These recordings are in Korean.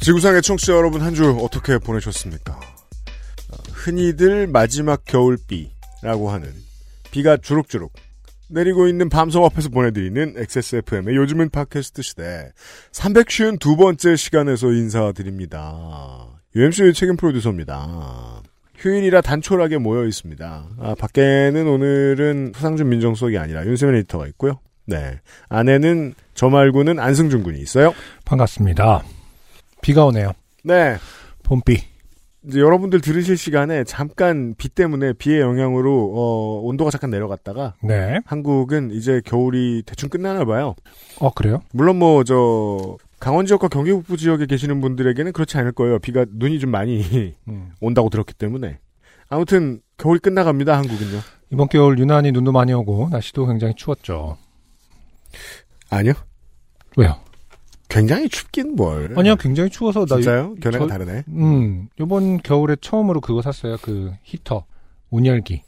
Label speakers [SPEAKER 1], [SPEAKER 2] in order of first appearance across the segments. [SPEAKER 1] 지구상의 청취자 여러분 한 주 어떻게 보내셨습니까? 어, 흔히들 마지막 겨울비라고 하는 비가 주룩주룩 내리고 있는 밤섬 앞에서 보내드리는 XSFM의 요즘은 팟캐스트 시대 352번째 시간에서 인사드립니다. UMC의 책임 프로듀서입니다. 휴일이라 단촐하게 모여 있습니다. 아, 밖에는 오늘은 서상준 민정수석이 아니라 윤세민 에디터가 있고요. 네. 안에는 저 말고는 안승준 군이 있어요.
[SPEAKER 2] 반갑습니다. 비가 오네요.
[SPEAKER 1] 네.
[SPEAKER 2] 봄비.
[SPEAKER 1] 이제 여러분들 들으실 시간에 잠깐 비 때문에 비의 영향으로 어, 온도가 잠깐 내려갔다가
[SPEAKER 2] 네.
[SPEAKER 1] 한국은 이제 겨울이 대충 끝나나 봐요.
[SPEAKER 2] 어 그래요?
[SPEAKER 1] 물론 뭐 저 강원 지역과 경기 북부 지역에 계시는 분들에게는 그렇지 않을 거예요. 비가 눈이 좀 많이
[SPEAKER 2] 음.
[SPEAKER 1] 온다고 들었기 때문에 아무튼 겨울이 끝나갑니다. 한국은요.
[SPEAKER 2] 이번 겨울 유난히 눈도 많이 오고 날씨도 굉장히 추웠죠.
[SPEAKER 1] 아니요.
[SPEAKER 2] 왜요?
[SPEAKER 1] 굉장히 춥긴 뭘.
[SPEAKER 2] 아니요, 굉장히 추워서 나.
[SPEAKER 1] 네. 진짜요? 견해가
[SPEAKER 2] 저-
[SPEAKER 1] 다르네.
[SPEAKER 2] 음, 이번 겨울에 처음으로 그거 샀어요. 그 히터 온열기.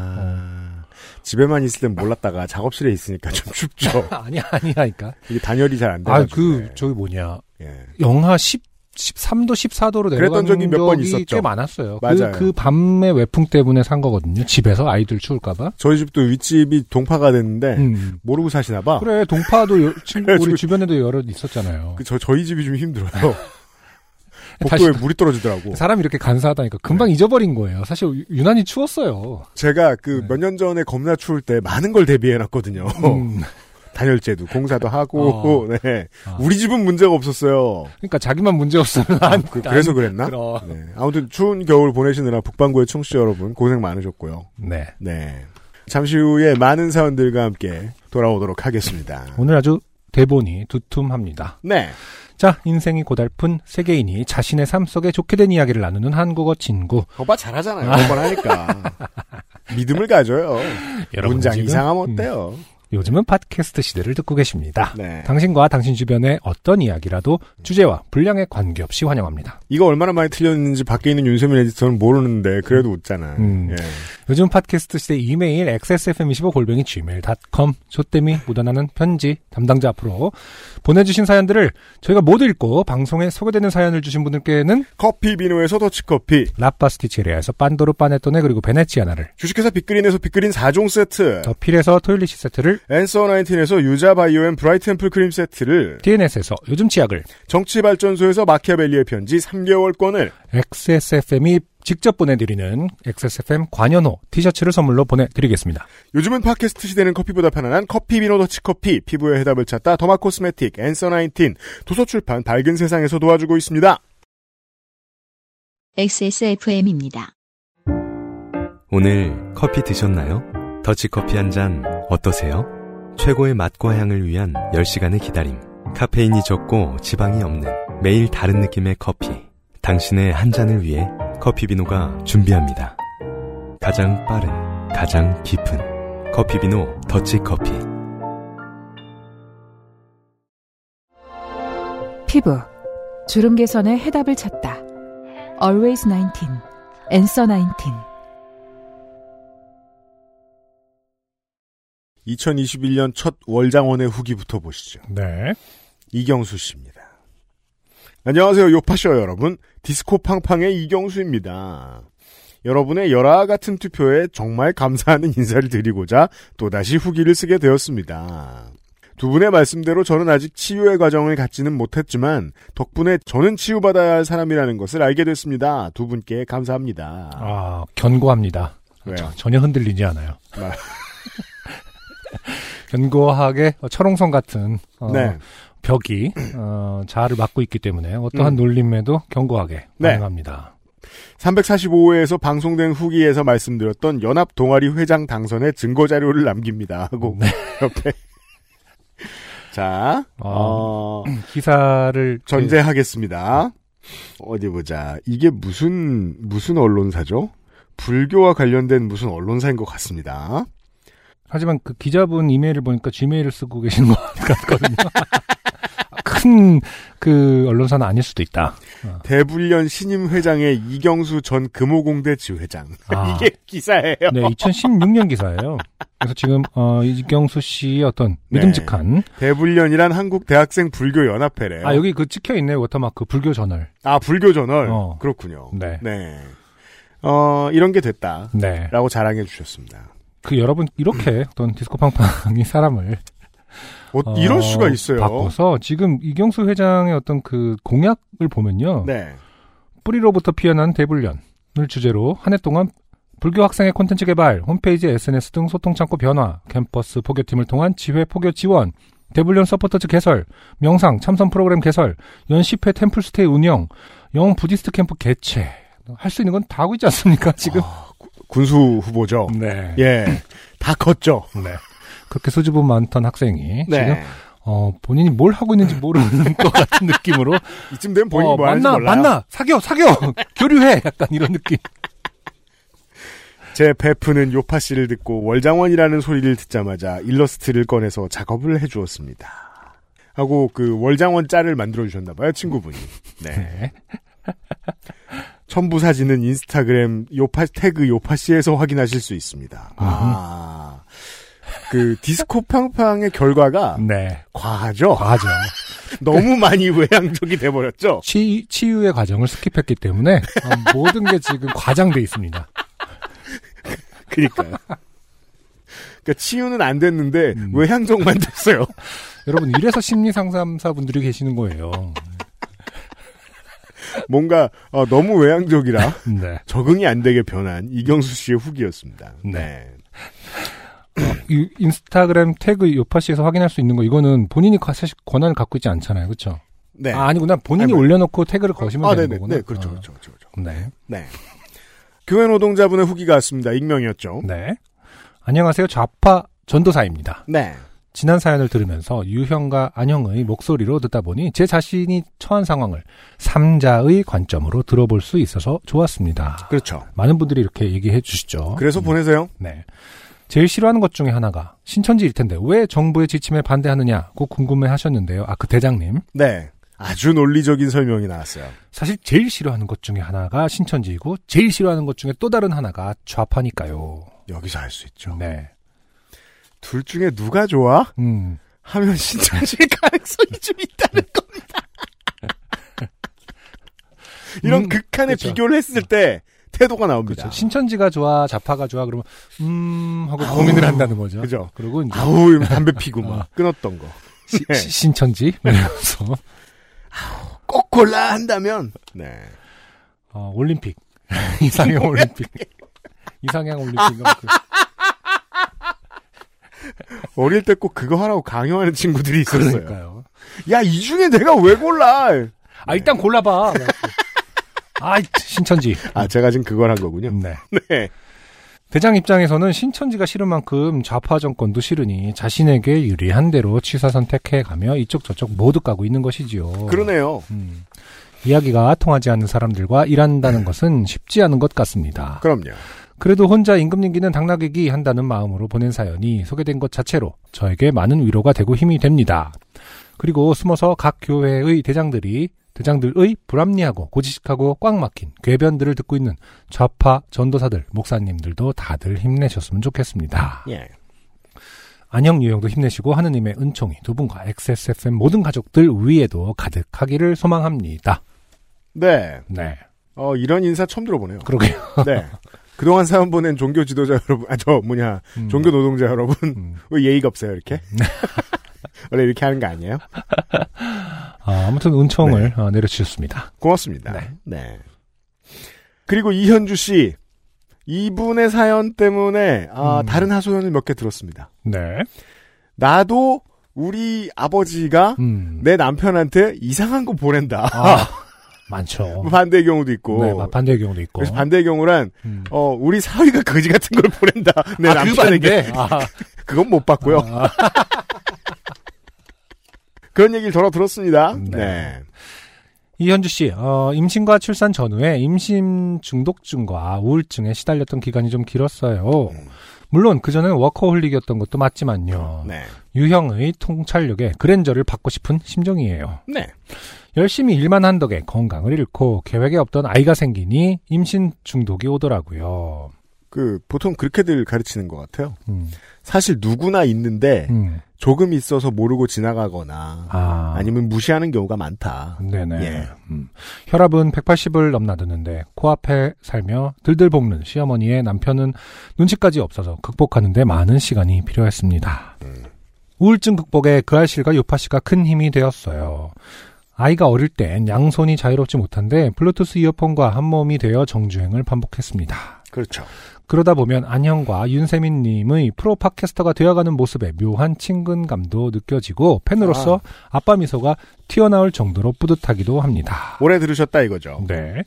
[SPEAKER 1] 아 집에만 있을 땐 몰랐다가 작업실에 있으니까 좀 춥죠.
[SPEAKER 2] 아니야, 아니야니까.
[SPEAKER 1] 이게 단열이 잘 안 돼.
[SPEAKER 2] 아,
[SPEAKER 1] 네.
[SPEAKER 2] 그 저기 뭐냐
[SPEAKER 1] 예.
[SPEAKER 2] 영하 10. 13도, 14도로
[SPEAKER 1] 그랬던
[SPEAKER 2] 내려간
[SPEAKER 1] 적이 몇번 있었죠.
[SPEAKER 2] 꽤 많았어요.
[SPEAKER 1] 맞아요.
[SPEAKER 2] 그, 그 밤의 외풍 때문에 산 거거든요. 집에서 아이들 추울까봐.
[SPEAKER 1] 저희 집도 윗집이 동파가 됐는데
[SPEAKER 2] 음.
[SPEAKER 1] 모르고 사시나 봐.
[SPEAKER 2] 그래 동파도 여- 지- 우리
[SPEAKER 1] 어. 그래가지고-
[SPEAKER 2] 주변에도 여러 있었잖아요.
[SPEAKER 1] 그 저 저희 집이 좀 힘들어요.
[SPEAKER 2] 네. 다시-
[SPEAKER 1] 복도에 물이 떨어지더라고. 네.
[SPEAKER 2] 사람 이렇게 간사하다니까 금방 잊어버린 거예요. 사실 유- 유난히 추웠어요.
[SPEAKER 1] 제가 그 몇 년 전에 겁나 추울 때 많은 걸 대비해 놨거든요.
[SPEAKER 2] 네. 음,
[SPEAKER 1] 단열재도 공사도 하고
[SPEAKER 2] 어.
[SPEAKER 1] 네.
[SPEAKER 2] 아.
[SPEAKER 1] 우리 집은 문제가 없었어요.
[SPEAKER 2] 그러니까 자기만 문제 없으면 안
[SPEAKER 1] 그, 래서 그랬나?
[SPEAKER 2] 그럼.
[SPEAKER 1] 네. 아무튼 추운 겨울 보내시느라 북방구의 청취자 여러분 고생 많으셨고요.
[SPEAKER 2] 네.
[SPEAKER 1] 네. 잠시 후에 많은 사연들과 함께 돌아오도록 하겠습니다.
[SPEAKER 2] 오늘 아주 대본이 두툼합니다.
[SPEAKER 1] 네.
[SPEAKER 2] 자, 인생이 고달픈 세계인이 자신의 삶 속에 좋게 된 이야기를 나누는 한국어 친구.
[SPEAKER 1] 오빠 잘하잖아요. 한번 하니까. 믿음을 가져요. 문장
[SPEAKER 2] 지금,
[SPEAKER 1] 이상하면
[SPEAKER 2] 음,
[SPEAKER 1] 어때요?
[SPEAKER 2] 요즘은 팟캐스트 시대를 듣고 계십니다.
[SPEAKER 1] 네.
[SPEAKER 2] 당신과 당신 주변의 어떤 이야기라도 주제와 분량에 관계없이 환영합니다.
[SPEAKER 1] 이거 얼마나 많이 틀렸는지 밖에 있는 윤세민 에디터는 모르는데 그래도 웃잖아.
[SPEAKER 2] 음.
[SPEAKER 1] 예.
[SPEAKER 2] 요즘 팟캐스트 시대 이메일 xsfm25골뱅이 gmail.com 조땜이 묻어나는 편지 담당자 앞으로 보내주신 사연들을 저희가 모두 읽고 방송에 소개되는 사연을 주신 분들께는
[SPEAKER 1] 커피 비누에서 더치커피,
[SPEAKER 2] 라파스티체리아에서 빤도르 빠네토네 그리고 베네치아나를
[SPEAKER 1] 주식회사 빅그린에서 빅그린 4종 세트,
[SPEAKER 2] 더필에서 토일리시 세트를
[SPEAKER 1] 앤서 19에서 유자 바이오 앤 브라이트 앰플 크림 세트를,
[SPEAKER 2] DNS에서 요즘 치약을
[SPEAKER 1] 정치발전소에서 마키아벨리의 편지 3개월권을,
[SPEAKER 2] XSFM이 직접 보내드리는 XSFM 관현호 티셔츠를 선물로 보내드리겠습니다.
[SPEAKER 1] 요즘은 팟캐스트 시대는 커피보다 편안한 커피 비누 더치커피, 피부에 해답을 찾다 더마 코스메틱, 앤서 19, 도서출판 밝은 세상에서 도와주고 있습니다.
[SPEAKER 3] XSFM입니다.
[SPEAKER 4] 오늘 커피 드셨나요? 더치커피 한 잔 어떠세요? 최고의 맛과 향을 위한 10시간의 기다림. 카페인이 적고 지방이 없는 매일 다른 느낌의 커피. 당신의 한 잔을 위해 커피비노가 준비합니다. 가장 빠른, 가장 깊은 커피비노 더치커피.
[SPEAKER 5] 피부 주름 개선의 해답을 찾다. Always 19, Answer 19.
[SPEAKER 1] 2021년 첫 월장원의 후기부터 보시죠.
[SPEAKER 2] 네.
[SPEAKER 1] 이경수 씨입니다. 안녕하세요, 요파쇼 여러분. 디스코팡팡의 이경수입니다. 여러분의 열화 같은 투표에 정말 감사하는 인사를 드리고자 또다시 후기를 쓰게 되었습니다. 두 분의 말씀대로 저는 아직 치유의 과정을 갖지는 못했지만 덕분에 저는 치유받아야 할 사람이라는 것을 알게 됐습니다. 두 분께 감사합니다.
[SPEAKER 2] 아, 그렇죠. 견고합니다.
[SPEAKER 1] 왜요?
[SPEAKER 2] 저- 전혀 흔들리지 않아요.
[SPEAKER 1] 아.
[SPEAKER 2] 견고하게 철옹성 같은 어,
[SPEAKER 1] 네.
[SPEAKER 2] 벽이 어, 자아를 막고 있기 때문에 어떠한
[SPEAKER 1] 음.
[SPEAKER 2] 놀림에도 견고하게
[SPEAKER 1] 네.
[SPEAKER 2] 반응합니다.
[SPEAKER 1] 345회에서 방송된 후기에서 말씀드렸던 연합 동아리 회장 당선의 증거 자료를 남깁니다. 하고
[SPEAKER 2] 네.
[SPEAKER 1] 옆에 자, 어,
[SPEAKER 2] 기사를 그
[SPEAKER 1] 아, 전제하겠습니다. 어디 보자. 이게 무슨, 무슨 언론사죠? 불교와 관련된 무슨 언론사인 것 같습니다.
[SPEAKER 2] 하지만 그 기자분 이메일을 보니까 지메일을 쓰고 계신 것 같거든요. 큰 그 언론사는 아닐 수도 있다.
[SPEAKER 1] 대불련 신임 회장의 이경수 전 금호공대 지회장.
[SPEAKER 2] 아.
[SPEAKER 1] 이게 기사예요.
[SPEAKER 2] 네, 2016년 기사예요. 그래서 지금 어, 이경수 씨의 어떤
[SPEAKER 1] 네.
[SPEAKER 2] 믿음직한
[SPEAKER 1] 대불련이란 한국 대학생 불교 연합회래요.
[SPEAKER 2] 아 여기 그 찍혀 있네 워터마크 불교 저널.
[SPEAKER 1] 아, 불교 저널.
[SPEAKER 2] 어.
[SPEAKER 1] 그렇군요.
[SPEAKER 2] 네.
[SPEAKER 1] 네. 어, 이런 게 됐다.
[SPEAKER 2] 네.
[SPEAKER 1] 라고 자랑해 주셨습니다.
[SPEAKER 2] 그 여러분
[SPEAKER 1] 음.
[SPEAKER 2] 이렇게 어떤 디스코팡팡이 사람을
[SPEAKER 1] 어,
[SPEAKER 2] 어,
[SPEAKER 1] 이럴 수가 있어요.
[SPEAKER 2] 바꿔서 지금 이경수 회장의 어떤 그 공약을 보면요.
[SPEAKER 1] 네.
[SPEAKER 2] 뿌리로부터 피어난 대불련을 주제로 한 해 동안 불교 학생의 콘텐츠 개발, 홈페이지, SNS 등 소통 창구 변화, 캠퍼스 포교팀을 통한 지회 포교 지원, 대불련 서포터즈 개설, 명상 참선 프로그램 개설, 연 10회 템플 스테이 운영, 영 부디스트 캠프 개최. 할 수 있는 건 다 하고 있지 않습니까, 지금?
[SPEAKER 1] 아, 군수 후보죠.
[SPEAKER 2] 네.
[SPEAKER 1] 예. 다 컸죠.
[SPEAKER 2] 네. 그렇게 수줍음 많던 학생이 지금
[SPEAKER 1] 네.
[SPEAKER 2] 어, 본인이 뭘 하고 있는지 모르는 것 같은 느낌으로
[SPEAKER 1] 이쯤 되면 본인이
[SPEAKER 2] 어,
[SPEAKER 1] 뭐 하는지
[SPEAKER 2] 만나
[SPEAKER 1] 몰라요.
[SPEAKER 2] 만나 사겨 사겨 교류해 약간 이런 느낌.
[SPEAKER 1] 제 베프는 요파 씨를 듣고 월장원이라는 소리를 듣자마자 일러스트를 꺼내서 작업을 해주었습니다. 하고 그 월장원 짤을 만들어 주셨나 봐요 친구분이. 네.
[SPEAKER 2] 네.
[SPEAKER 1] 첨부 사진은 인스타그램 요파 태그 요파 씨에서 확인하실 수
[SPEAKER 2] 음.
[SPEAKER 1] 있습니다. 아. 그 디스코 팡팡의 결과가
[SPEAKER 2] 네.
[SPEAKER 1] 과하죠.
[SPEAKER 2] 과하죠. 그
[SPEAKER 1] 너무 많이 외향적이 돼 버렸죠.
[SPEAKER 2] 치, 치유의 과정을 스킵했기 때문에 어, 모든 게 지금 과장돼 있습니다.
[SPEAKER 1] 그러니까요. 그러니까 치유는 안 됐는데
[SPEAKER 2] 음.
[SPEAKER 1] 외향적만 됐어요.
[SPEAKER 2] 여러분 이래서 심리 상담사 분들이 계시는 거예요.
[SPEAKER 1] 뭔가 어, 너무 외향적이라
[SPEAKER 2] 네.
[SPEAKER 1] 적응이 안 되게 변한 이경수 씨의 후기였습니다.
[SPEAKER 2] 네. 이 인스타그램 태그 요파시에서 확인할 수 있는 거 이거는 본인이 가- 사실 권한을 갖고 있지 않잖아요, 그렇죠?
[SPEAKER 1] 네.
[SPEAKER 2] 아, 아니구나. 본인이
[SPEAKER 1] 아니, 뭐-
[SPEAKER 2] 올려놓고 태그를 거시면
[SPEAKER 1] 아,
[SPEAKER 2] 되는
[SPEAKER 1] 네네.
[SPEAKER 2] 거구나.
[SPEAKER 1] 네, 그렇죠,
[SPEAKER 2] 어,
[SPEAKER 1] 그렇죠, 그렇죠. 그렇죠.
[SPEAKER 2] 네.
[SPEAKER 1] 네. 교회 노동자분의 후기가 왔습니다. 익명이었죠.
[SPEAKER 2] 네. 안녕하세요. 좌파 전도사입니다.
[SPEAKER 1] 네.
[SPEAKER 2] 지난 사연을 들으면서 유형과 안형의 목소리로 듣다 보니 제 자신이 처한 상황을 삼자의 관점으로 들어볼 수 있어서 좋았습니다.
[SPEAKER 1] 그렇죠.
[SPEAKER 2] 많은 분들이 이렇게 얘기해 주시죠.
[SPEAKER 1] 그래서 보내세요.
[SPEAKER 2] 네. 제일 싫어하는 것 중에 하나가 신천지일 텐데 왜 정부의 지침에 반대하느냐고 궁금해 하셨는데요. 아, 그 대장님.
[SPEAKER 1] 네. 아주 논리적인 설명이 나왔어요.
[SPEAKER 2] 사실 제일 싫어하는 것 중에 하나가 신천지이고 제일 싫어하는 것 중에 또 다른 하나가 좌파니까요.
[SPEAKER 1] 여기서 알 수 있죠.
[SPEAKER 2] 네.
[SPEAKER 1] 둘 중에 누가 좋아?
[SPEAKER 2] 음.
[SPEAKER 1] 하면 신청질
[SPEAKER 2] 네.
[SPEAKER 1] 가능성이 좀 있다는 겁니다. 이런
[SPEAKER 2] 음,
[SPEAKER 1] 극한의
[SPEAKER 2] 그렇죠.
[SPEAKER 1] 비교를 했을 때 태도가 나옵니다.
[SPEAKER 2] 그렇죠. 신천지가 좋아, 좌파가 좋아, 그러면, 음, 하고 고민을 한다는 거죠.
[SPEAKER 1] 그죠.
[SPEAKER 2] 그리고 이제,
[SPEAKER 1] 아우, 이러면
[SPEAKER 2] 어.
[SPEAKER 1] 담배 피고 막 끊었던 거.
[SPEAKER 2] 시-
[SPEAKER 1] 네.
[SPEAKER 2] 시- 신천지? 뭐 이러면서,
[SPEAKER 1] 꼭 골라 한다면 네.
[SPEAKER 2] 어, 올림픽. 이상형 올림픽. 이상형 뭐 올림픽.
[SPEAKER 1] 어릴 때 꼭 그거 하라고 강요하는 친구들이 있었어요.
[SPEAKER 2] 그러니까요.
[SPEAKER 1] 야, 이 중에 내가 왜 골라?
[SPEAKER 2] 아, 일단 골라봐. 아, 신천지.
[SPEAKER 1] 아, 제가 지금 그걸 한 거군요.
[SPEAKER 2] 네.
[SPEAKER 1] 네.
[SPEAKER 2] 대장 입장에서는 신천지가 싫은 만큼 좌파 정권도 싫으니 자신에게 유리한 대로 취사 선택해 가며 이쪽 저쪽 모두 까고 있는 것이지요.
[SPEAKER 1] 그러네요.
[SPEAKER 2] 어. 음, 이야기가 통하지 않는 사람들과 일한다는 것은 쉽지 않은 것 같습니다.
[SPEAKER 1] 그럼요.
[SPEAKER 2] 그래도 혼자 임금님기는 당나귀기 한다는 마음으로 보낸 사연이 소개된 것 자체로 저에게 많은 위로가 되고 힘이 됩니다. 그리고 숨어서 각 교회의 대장들이 대장들의 불합리하고 고지식하고 꽉 막힌 궤변들을 듣고 있는 좌파 전도사들, 목사님들도 다들 힘내셨으면 좋겠습니다.
[SPEAKER 1] 예.
[SPEAKER 2] 안녕 유형도 힘내시고 하느님의 은총이 두 분과 XSFM 모든 가족들 위에도 가득하기를 소망합니다.
[SPEAKER 1] 네.
[SPEAKER 2] 네,
[SPEAKER 1] 어, 이런 인사 처음 들어보네요.
[SPEAKER 2] 그러게요.
[SPEAKER 1] 네. 그동안 사연 보낸 종교 지도자 여러분, 아, 저, 뭐냐,
[SPEAKER 2] 음.
[SPEAKER 1] 종교 노동자 여러분,
[SPEAKER 2] 음.
[SPEAKER 1] 왜뭐 예의가 없어요, 이렇게?
[SPEAKER 2] 네.
[SPEAKER 1] 원래 이렇게 하는 거 아니에요?
[SPEAKER 2] 아, 아무튼
[SPEAKER 1] 네.
[SPEAKER 2] 은총을 어, 내려주셨습니다.
[SPEAKER 1] 고맙습니다.
[SPEAKER 2] 네.
[SPEAKER 1] 그리고 이현주 씨, 이분의 사연 때문에, 아,
[SPEAKER 2] 음.
[SPEAKER 1] 다른 하소연을 몇 개 들었습니다.
[SPEAKER 2] 네,
[SPEAKER 1] 나도 우리 아버지가
[SPEAKER 2] 음.
[SPEAKER 1] 내 남편한테 이상한 거 보낸다.
[SPEAKER 2] 아, 많죠.
[SPEAKER 1] 반대의 경우도 있고.
[SPEAKER 2] 네, 반대의 경우도 있고.
[SPEAKER 1] 그래서 반대의 경우란
[SPEAKER 2] 음.
[SPEAKER 1] 어 우리 사위가 거지 같은 걸 보낸다. 내
[SPEAKER 2] 아, 그
[SPEAKER 1] 남편에게
[SPEAKER 2] 반대? 아,
[SPEAKER 1] 건못 봤고요. 그런 얘기를 전화 들었습니다.
[SPEAKER 2] 네.
[SPEAKER 1] 네.
[SPEAKER 2] 이현주 씨, 어, 임신과 출산 전후에 임신 중독증과 우울증에 시달렸던 기간이 좀 길었어요.
[SPEAKER 1] 음.
[SPEAKER 2] 물론 그전에는 워커홀릭이었던 것도 맞지만요.
[SPEAKER 1] 네.
[SPEAKER 2] 유형의 통찰력에 그랜저를 받고 싶은 심정이에요.
[SPEAKER 1] 네.
[SPEAKER 2] 열심히 일만 한 덕에 건강을 잃고 계획에 없던 아이가 생기니 임신 중독이 오더라고요.
[SPEAKER 1] 그 보통 그렇게들 가르치는 것 같아요.
[SPEAKER 2] 음,
[SPEAKER 1] 사실 누구나 있는데
[SPEAKER 2] 음.
[SPEAKER 1] 조금 있어서 모르고 지나가거나
[SPEAKER 2] 아,
[SPEAKER 1] 네. 아니면 무시하는 경우가 많다.
[SPEAKER 2] 네네.
[SPEAKER 1] 예.
[SPEAKER 2] 음. 혈압은 180을 넘나드는데 코앞에 살며 들들 볶는 시어머니의 남편은 눈치까지 없어서 극복하는데 많은 시간이 필요했습니다. 우울증 극복에 그 아씨가 요파 씨가 큰 힘이 되었어요. 아이가 어릴 땐 양손이 자유롭지 못한데 블루투스 이어폰과 한 몸이 되어 정주행을 반복했습니다.
[SPEAKER 1] 그렇죠.
[SPEAKER 2] 그러다 보면 안형과 윤세민 님의 프로 팟캐스터가 되어가는 모습에 묘한 친근감도 느껴지고 팬으로서 아. 빠 미소가 튀어나올 정도로 뿌듯하기도 합니다.
[SPEAKER 1] 오래 들으셨다 이거죠.
[SPEAKER 2] 네.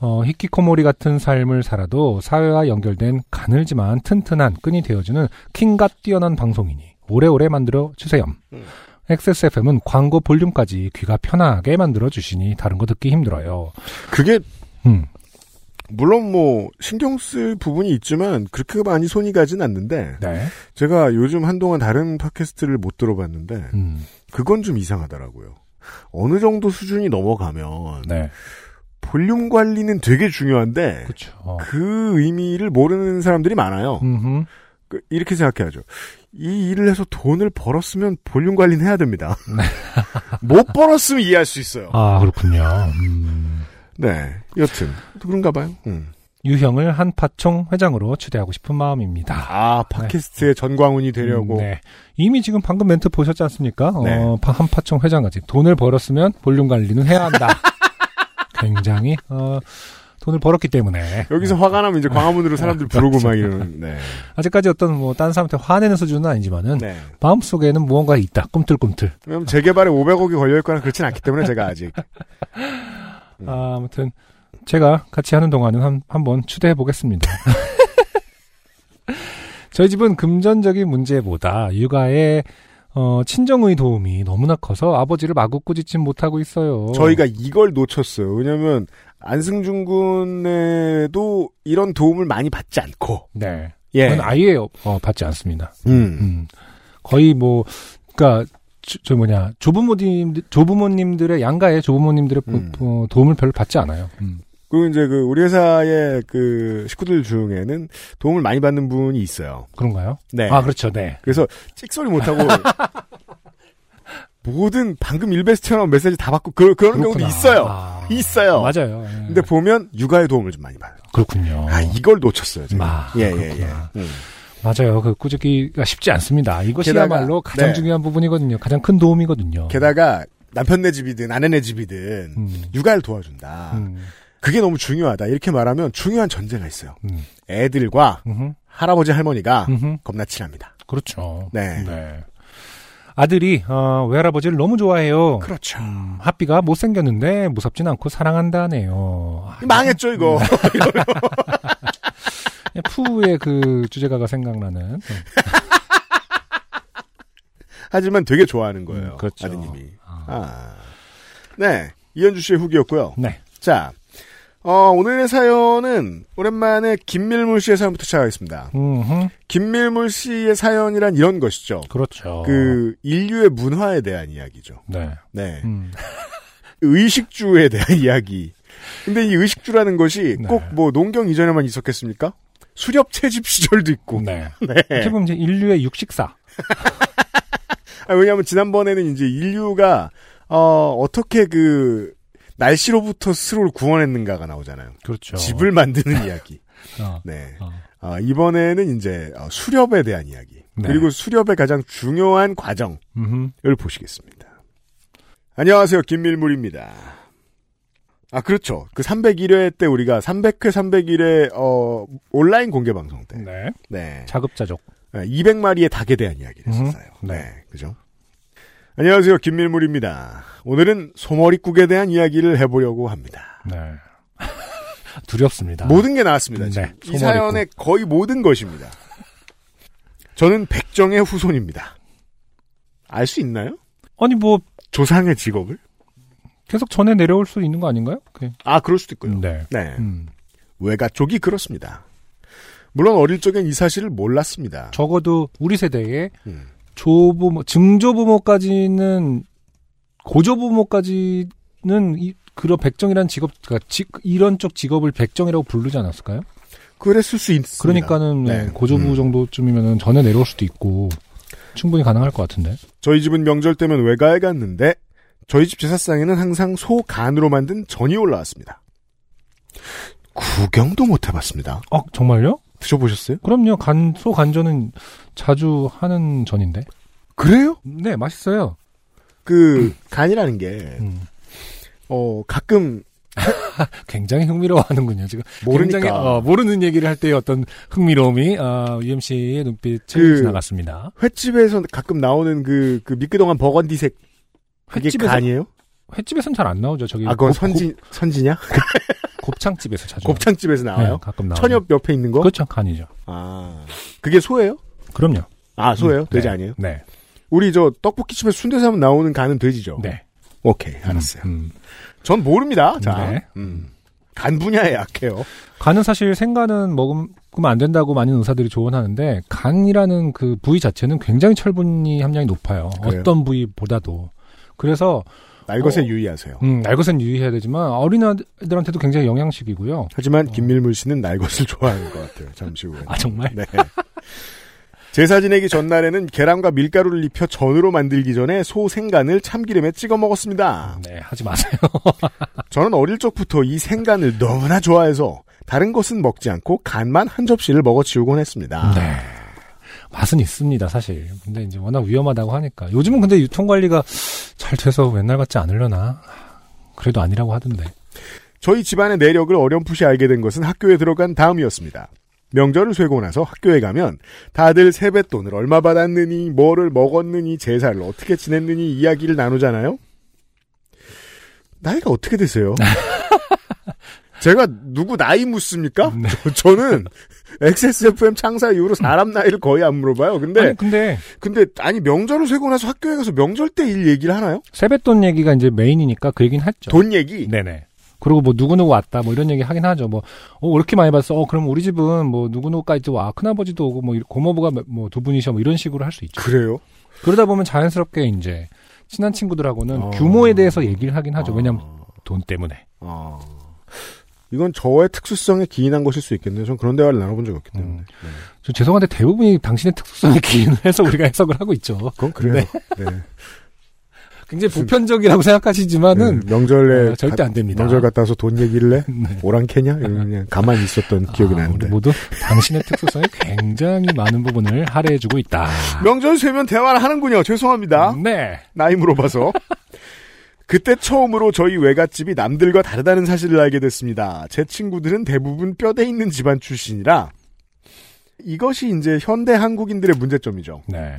[SPEAKER 2] 어, 히키코모리 같은 삶을 살아도 사회와 연결된 가늘지만 튼튼한 끈이 되어주는 킹갓 뛰어난 방송이니 오래오래 만들어 주세요. XSFM은 광고 볼륨까지 귀가 편하게 만들어 주시니 다른 거 듣기 힘들어요.
[SPEAKER 1] 그게
[SPEAKER 2] 음,
[SPEAKER 1] 물론 뭐 신경 쓸 부분이 있지만 그렇게 많이 손이 가진 않는데
[SPEAKER 2] 네.
[SPEAKER 1] 제가 요즘 한동안 다른 팟캐스트를 못 들어봤는데
[SPEAKER 2] 음,
[SPEAKER 1] 그건 좀 이상하더라고요. 어느 정도 수준이 넘어가면
[SPEAKER 2] 네.
[SPEAKER 1] 볼륨 관리는 되게 중요한데
[SPEAKER 2] 그렇죠.
[SPEAKER 1] 그 의미를 모르는 사람들이 많아요.
[SPEAKER 2] 음.
[SPEAKER 1] 그- 이렇게 생각해야죠. 이 일을 해서 돈을 벌었으면 볼륨 관리는 해야 됩니다. 못 벌었으면 이해할 수 있어요.
[SPEAKER 2] 아, 그렇군요. 음.
[SPEAKER 1] 네. 여튼 그런가 봐요. 음.
[SPEAKER 2] 유형을 한파총 회장으로 추대하고 싶은 마음입니다.
[SPEAKER 1] 아 팟캐스트의 전광훈이 되려고.
[SPEAKER 2] 음, 네. 이미 지금 방금 멘트 보셨지 않습니까?
[SPEAKER 1] 네.
[SPEAKER 2] 어, 파- 한파총 회장까지 돈을 벌었으면 볼륨 관리는 해야 한다. 굉장히 어, 돈을 벌었기 때문에
[SPEAKER 1] 여기서 화가 나면 이제 광화문으로 사람들 부르고 막 이러는. 네.
[SPEAKER 2] 아직까지 어떤 뭐 다른 사람한테 화내는 수준은 아니지만은
[SPEAKER 1] 네.
[SPEAKER 2] 마음 속에는 무언가 있다. 꿈틀꿈틀.
[SPEAKER 1] 왜냐면 재개발에 500억이 걸려 있거나 그렇진 않기 때문에 제가 아직 음.
[SPEAKER 2] 아, 아무튼 제가 같이 하는 동안은 한, 한번 추대해 보겠습니다. 저희 집은 금전적인 문제보다 육아에 어, 친정의 도움이 너무나 커서 아버지를 마구 꾸짖진 못하고 있어요.
[SPEAKER 1] 저희가 이걸 놓쳤어요. 왜냐면 안승준 군에도 이런 도움을 많이 받지 않고.
[SPEAKER 2] 네,
[SPEAKER 1] 예.
[SPEAKER 2] 저는 아예 어, 받지 않습니다.
[SPEAKER 1] 음.
[SPEAKER 2] 음. 거의 뭐, 그니까, 저, 저 뭐냐, 조부모님, 조부모님들의, 양가의 조부모님들의 보-
[SPEAKER 1] 음.
[SPEAKER 2] 어, 도움을 별로 받지 않아요. 음.
[SPEAKER 1] 그리고 이제 그 우리 회사의 그 식구들 중에는 도움을 많이 받는 분이 있어요.
[SPEAKER 2] 그런가요?
[SPEAKER 1] 네.
[SPEAKER 2] 아, 그렇죠. 네.
[SPEAKER 1] 그래서 찍소리 못하고 모든 방금 일베스트 나온 메시지 다 받고 그, 그런 경우도
[SPEAKER 2] 그렇구나.
[SPEAKER 1] 있어요.
[SPEAKER 2] 아.
[SPEAKER 1] 있어요.
[SPEAKER 2] 맞아요. 예.
[SPEAKER 1] 근데 보면 육아의 도움을 좀 많이 받아요.
[SPEAKER 2] 그렇군요.
[SPEAKER 1] 아 이걸 놓쳤어요 제가.
[SPEAKER 2] 아,
[SPEAKER 1] 예예 예.
[SPEAKER 2] 그렇구나.
[SPEAKER 1] 음.
[SPEAKER 2] 맞아요. 그 꾸짖기가 쉽지 않습니다.
[SPEAKER 1] 게다가,
[SPEAKER 2] 이것이야말로 가장
[SPEAKER 1] 네.
[SPEAKER 2] 중요한 부분이거든요. 가장 큰 도움이거든요.
[SPEAKER 1] 게다가 남편네 집이든 아내네 집이든
[SPEAKER 2] 음,
[SPEAKER 1] 육아를 도와준다.
[SPEAKER 2] 음,
[SPEAKER 1] 그게 너무 중요하다. 이렇게 말하면 중요한 전제가 있어요.
[SPEAKER 2] 음,
[SPEAKER 1] 애들과
[SPEAKER 2] 음흠,
[SPEAKER 1] 할아버지 할머니가
[SPEAKER 2] 음흠.
[SPEAKER 1] 겁나 친합니다.
[SPEAKER 2] 그렇죠.
[SPEAKER 1] 네.
[SPEAKER 2] 아들이 어, 외할아버지를 너무 좋아해요.
[SPEAKER 1] 그렇죠.
[SPEAKER 2] 음, 하삐가 못생겼는데 무섭진 않고 사랑한다네요. 아,
[SPEAKER 1] 망했죠 이거.
[SPEAKER 2] 그냥 푸의 그 주제가가 생각나는. 음,
[SPEAKER 1] 하지만 되게 좋아하는 거예요.
[SPEAKER 2] 음, 그렇죠.
[SPEAKER 1] 아드님이.
[SPEAKER 2] 아.
[SPEAKER 1] 아. 네. 이현주 씨의 후기였고요.
[SPEAKER 2] 네.
[SPEAKER 1] 자. 어, 오늘의 사연은 오랜만에 김밀물 씨의 사연부터 시작하겠습니다.
[SPEAKER 2] 음흠,
[SPEAKER 1] 김밀물 씨의 사연이란 이런 것이죠.
[SPEAKER 2] 그렇죠.
[SPEAKER 1] 그 인류의 문화에 대한 이야기죠.
[SPEAKER 2] 네.
[SPEAKER 1] 네.
[SPEAKER 2] 음,
[SPEAKER 1] 의식주에 대한 이야기. 근데 이 의식주라는 것이
[SPEAKER 2] 네.
[SPEAKER 1] 꼭 뭐 농경 이전에만 있었겠습니까? 수렵 채집 시절도 있고.
[SPEAKER 2] 네.
[SPEAKER 1] 네.
[SPEAKER 2] 어떻게 보면 이제 인류의 육식사.
[SPEAKER 1] 아, 왜냐하면 지난번에는 이제 인류가 어, 어떻게 그 날씨로부터 스스로를 구원했는가가 나오잖아요.
[SPEAKER 2] 그렇죠.
[SPEAKER 1] 집을 만드는 이야기.
[SPEAKER 2] 어,
[SPEAKER 1] 네.
[SPEAKER 2] 어.
[SPEAKER 1] 아, 이번에는 이제 어, 수렵에 대한 이야기.
[SPEAKER 2] 네.
[SPEAKER 1] 그리고 수렵의 가장 중요한 과정을
[SPEAKER 2] 음흠.
[SPEAKER 1] 보시겠습니다. 안녕하세요. 김밀물입니다. 아, 그렇죠. 그 301회 때 우리가 300회, 301회 어, 온라인 공개 방송 때.
[SPEAKER 2] 네.
[SPEAKER 1] 네.
[SPEAKER 2] 자급자족.
[SPEAKER 1] 200마리의 닭에 대한 이야기를
[SPEAKER 2] 음,
[SPEAKER 1] 했었어요. 네.
[SPEAKER 2] 네.
[SPEAKER 1] 그죠? 안녕하세요. 김밀물입니다. 오늘은 소머리국에 대한 이야기를 해보려고 합니다.
[SPEAKER 2] 네. 두렵습니다.
[SPEAKER 1] 모든 게 나왔습니다.
[SPEAKER 2] 네,
[SPEAKER 1] 지금. 이
[SPEAKER 2] 소머리국.
[SPEAKER 1] 사연의 거의 모든 것입니다. 저는 백정의 후손입니다. 알 수 있나요?
[SPEAKER 2] 아니 뭐
[SPEAKER 1] 조상의 직업을?
[SPEAKER 2] 계속 전에 내려올 수 있는 거 아닌가요? 그게.
[SPEAKER 1] 아, 그럴 수도 있고요.
[SPEAKER 2] 네.
[SPEAKER 1] 네.
[SPEAKER 2] 음.
[SPEAKER 1] 외가 쪽이 그렇습니다. 물론 어릴 적엔 이 사실을 몰랐습니다.
[SPEAKER 2] 적어도 우리 세대에
[SPEAKER 1] 음.
[SPEAKER 2] 조부모, 증조부모까지는 고조부모까지는 이, 그런 백정이란 직업, 그러니까 직- 이런 쪽 직업을 백정이라고 부르지 않았을까요?
[SPEAKER 1] 그랬을 수 있습니다.
[SPEAKER 2] 그러니까는 네,
[SPEAKER 1] 네.
[SPEAKER 2] 고조부
[SPEAKER 1] 음.
[SPEAKER 2] 정도쯤이면 전에 내려올 수도 있고 충분히 가능할 것 같은데.
[SPEAKER 1] 저희 집은 명절 때면 외가에 갔는데 저희 집 제사상에는 항상 소 간으로 만든 전이 올라왔습니다. 구경도 못 해봤습니다.
[SPEAKER 2] 어 정말요?
[SPEAKER 1] 드셔보셨어요?
[SPEAKER 2] 그럼요. 간 소 간전은 자주 하는 전인데.
[SPEAKER 1] 그래요?
[SPEAKER 2] 네 맛있어요.
[SPEAKER 1] 그 간이라는 게
[SPEAKER 2] 음.
[SPEAKER 1] 어, 가끔
[SPEAKER 2] 굉장히 흥미로워하는군요. 지금
[SPEAKER 1] 모르니까.
[SPEAKER 2] 굉장히 어, 모르는 얘기를 할 때의 어떤 흥미로움이 아, UMC의 눈빛을
[SPEAKER 1] 그-
[SPEAKER 2] 지나갔습니다.
[SPEAKER 1] 횟집에서 가끔 나오는 그, 그 미끄덩한 버건디색 그게
[SPEAKER 2] 횟집에서
[SPEAKER 1] 간이에요?
[SPEAKER 2] 횟집에선 잘 안 나오죠. 저기
[SPEAKER 1] 아 그건
[SPEAKER 2] 곱-
[SPEAKER 1] 선지 선지냐?
[SPEAKER 2] 곱, 창집에서 자주
[SPEAKER 1] 곱창집에서
[SPEAKER 2] 나와요.
[SPEAKER 1] 나와요.
[SPEAKER 2] 네, 가끔 나와요.
[SPEAKER 1] 천엽 옆에 있는 거?
[SPEAKER 2] 그렇죠. 간이죠.
[SPEAKER 1] 아 그게 소예요?
[SPEAKER 2] 그럼요.
[SPEAKER 1] 아 소예요?
[SPEAKER 2] 음,
[SPEAKER 1] 돼지
[SPEAKER 2] 네.
[SPEAKER 1] 아니에요?
[SPEAKER 2] 네.
[SPEAKER 1] 우리 저 떡볶이집에 순대 사면 나오는 간은 돼지죠?
[SPEAKER 2] 네.
[SPEAKER 1] 오케이 어, 알았어요.
[SPEAKER 2] 음.
[SPEAKER 1] 전 모릅니다. 자,
[SPEAKER 2] 네.
[SPEAKER 1] 음. 간 분야에 약해요.
[SPEAKER 2] 간은 사실 생간은 먹으면 안 된다고 많은 의사들이 조언하는데 간이라는 그 부위 자체는 굉장히 철분이 함량이 높아요.
[SPEAKER 1] 그래요?
[SPEAKER 2] 어떤 부위보다도. 그래서
[SPEAKER 1] 날 것에
[SPEAKER 2] 어.
[SPEAKER 1] 유의하세요.
[SPEAKER 2] 음, 날 것은 유의해야 되지만 어린아이들한테도 굉장히 영양식이고요.
[SPEAKER 1] 하지만 김밀물 씨는 날 것을 좋아하는 것 같아요. 잠시 후에.
[SPEAKER 2] 어. 아 정말?
[SPEAKER 1] 네. 제사 지내기 전날에는 계란과 밀가루를 입혀 전으로 만들기 전에 소 생간을 참기름에 찍어 먹었습니다.
[SPEAKER 2] 네, 하지 마세요.
[SPEAKER 1] 저는 어릴 적부터 이 생간을 너무나 좋아해서 다른 것은 먹지 않고 간만 한 접시를 먹어치우곤 했습니다.
[SPEAKER 2] 네. 맛은 있습니다, 사실. 근데 이제 워낙 위험하다고 하니까. 요즘은 근데 유통 관리가 잘 돼서 옛날 같지 않으려나. 그래도 아니라고 하던데.
[SPEAKER 1] 저희 집안의 내력을 어렴풋이 알게 된 것은 학교에 들어간 다음이었습니다. 명절을 쇠고 나서 학교에 가면 다들 세뱃돈을 얼마 받았느니 뭐를 먹었느니 제사를 어떻게 지냈느니 이야기를 나누잖아요. 나이가 어떻게 되세요? 제가 누구 나이 묻습니까?
[SPEAKER 2] 네.
[SPEAKER 1] 저, 는 XSFM 창사 이후로 사람 나이를 거의 안 물어봐요. 근데
[SPEAKER 2] 아니 그- 근데
[SPEAKER 1] 근데 아니 명절을 쇠고 나서 학교에 가서 명절 때 일 얘기를 하나요?
[SPEAKER 2] 세뱃돈 얘기가 이제 메인이니까 그 얘기는 했죠.
[SPEAKER 1] 돈 얘기.
[SPEAKER 2] 네네. 그리고 뭐 누구누구 왔다 뭐 이런 얘기 하긴 하죠. 뭐, 어, 왜 이렇게 많이 봤어? 어, 그럼 우리 집은 뭐 누구누구까지 와. 큰아버지도 오고 뭐 이- 고모부가 뭐 두 분이셔 뭐 이런 식으로 할 수 있죠.
[SPEAKER 1] 그래요?
[SPEAKER 2] 그러다 보면 자연스럽게 이제 친한 친구들하고는
[SPEAKER 1] 어.
[SPEAKER 2] 규모에 대해서 얘기를 하긴 하죠.
[SPEAKER 1] 아.
[SPEAKER 2] 왜냐면 돈 때문에.
[SPEAKER 1] 아, 이건 저의 특수성에 기인한 것일 수 있겠네요. 전 그런 대화를 나눠본 적이 없기 때문에.
[SPEAKER 2] 음. 저 죄송한데 대부분이 당신의 특수성에 기인해서 우리가 해석을 하고 있죠.
[SPEAKER 1] 그건 그래요. 네.
[SPEAKER 2] 굉장히 보편적이라고 생각하시지만은
[SPEAKER 1] 네, 명절에
[SPEAKER 2] 어, 절대
[SPEAKER 1] 가-
[SPEAKER 2] 안 됩니다.
[SPEAKER 1] 명절 갔다 와서 돈 얘기를 해?
[SPEAKER 2] 네.
[SPEAKER 1] 오랑캐냐? 이러면 그냥 가만히 있었던 기억이
[SPEAKER 2] 아,
[SPEAKER 1] 나는데.
[SPEAKER 2] 우리 모두 당신의 특수성에 굉장히 많은 부분을 할애해주고 있다.
[SPEAKER 1] 명절 세면 대화를 하는군요. 죄송합니다.
[SPEAKER 2] 네.
[SPEAKER 1] 나이 물어봐서. 그때 처음으로 저희 외갓집이 남들과 다르다는 사실을 알게 됐습니다. 제 친구들은 대부분 뼈대 있는 집안 출신이라 이것이 이제 현대 한국인들의 문제점이죠.
[SPEAKER 2] 네.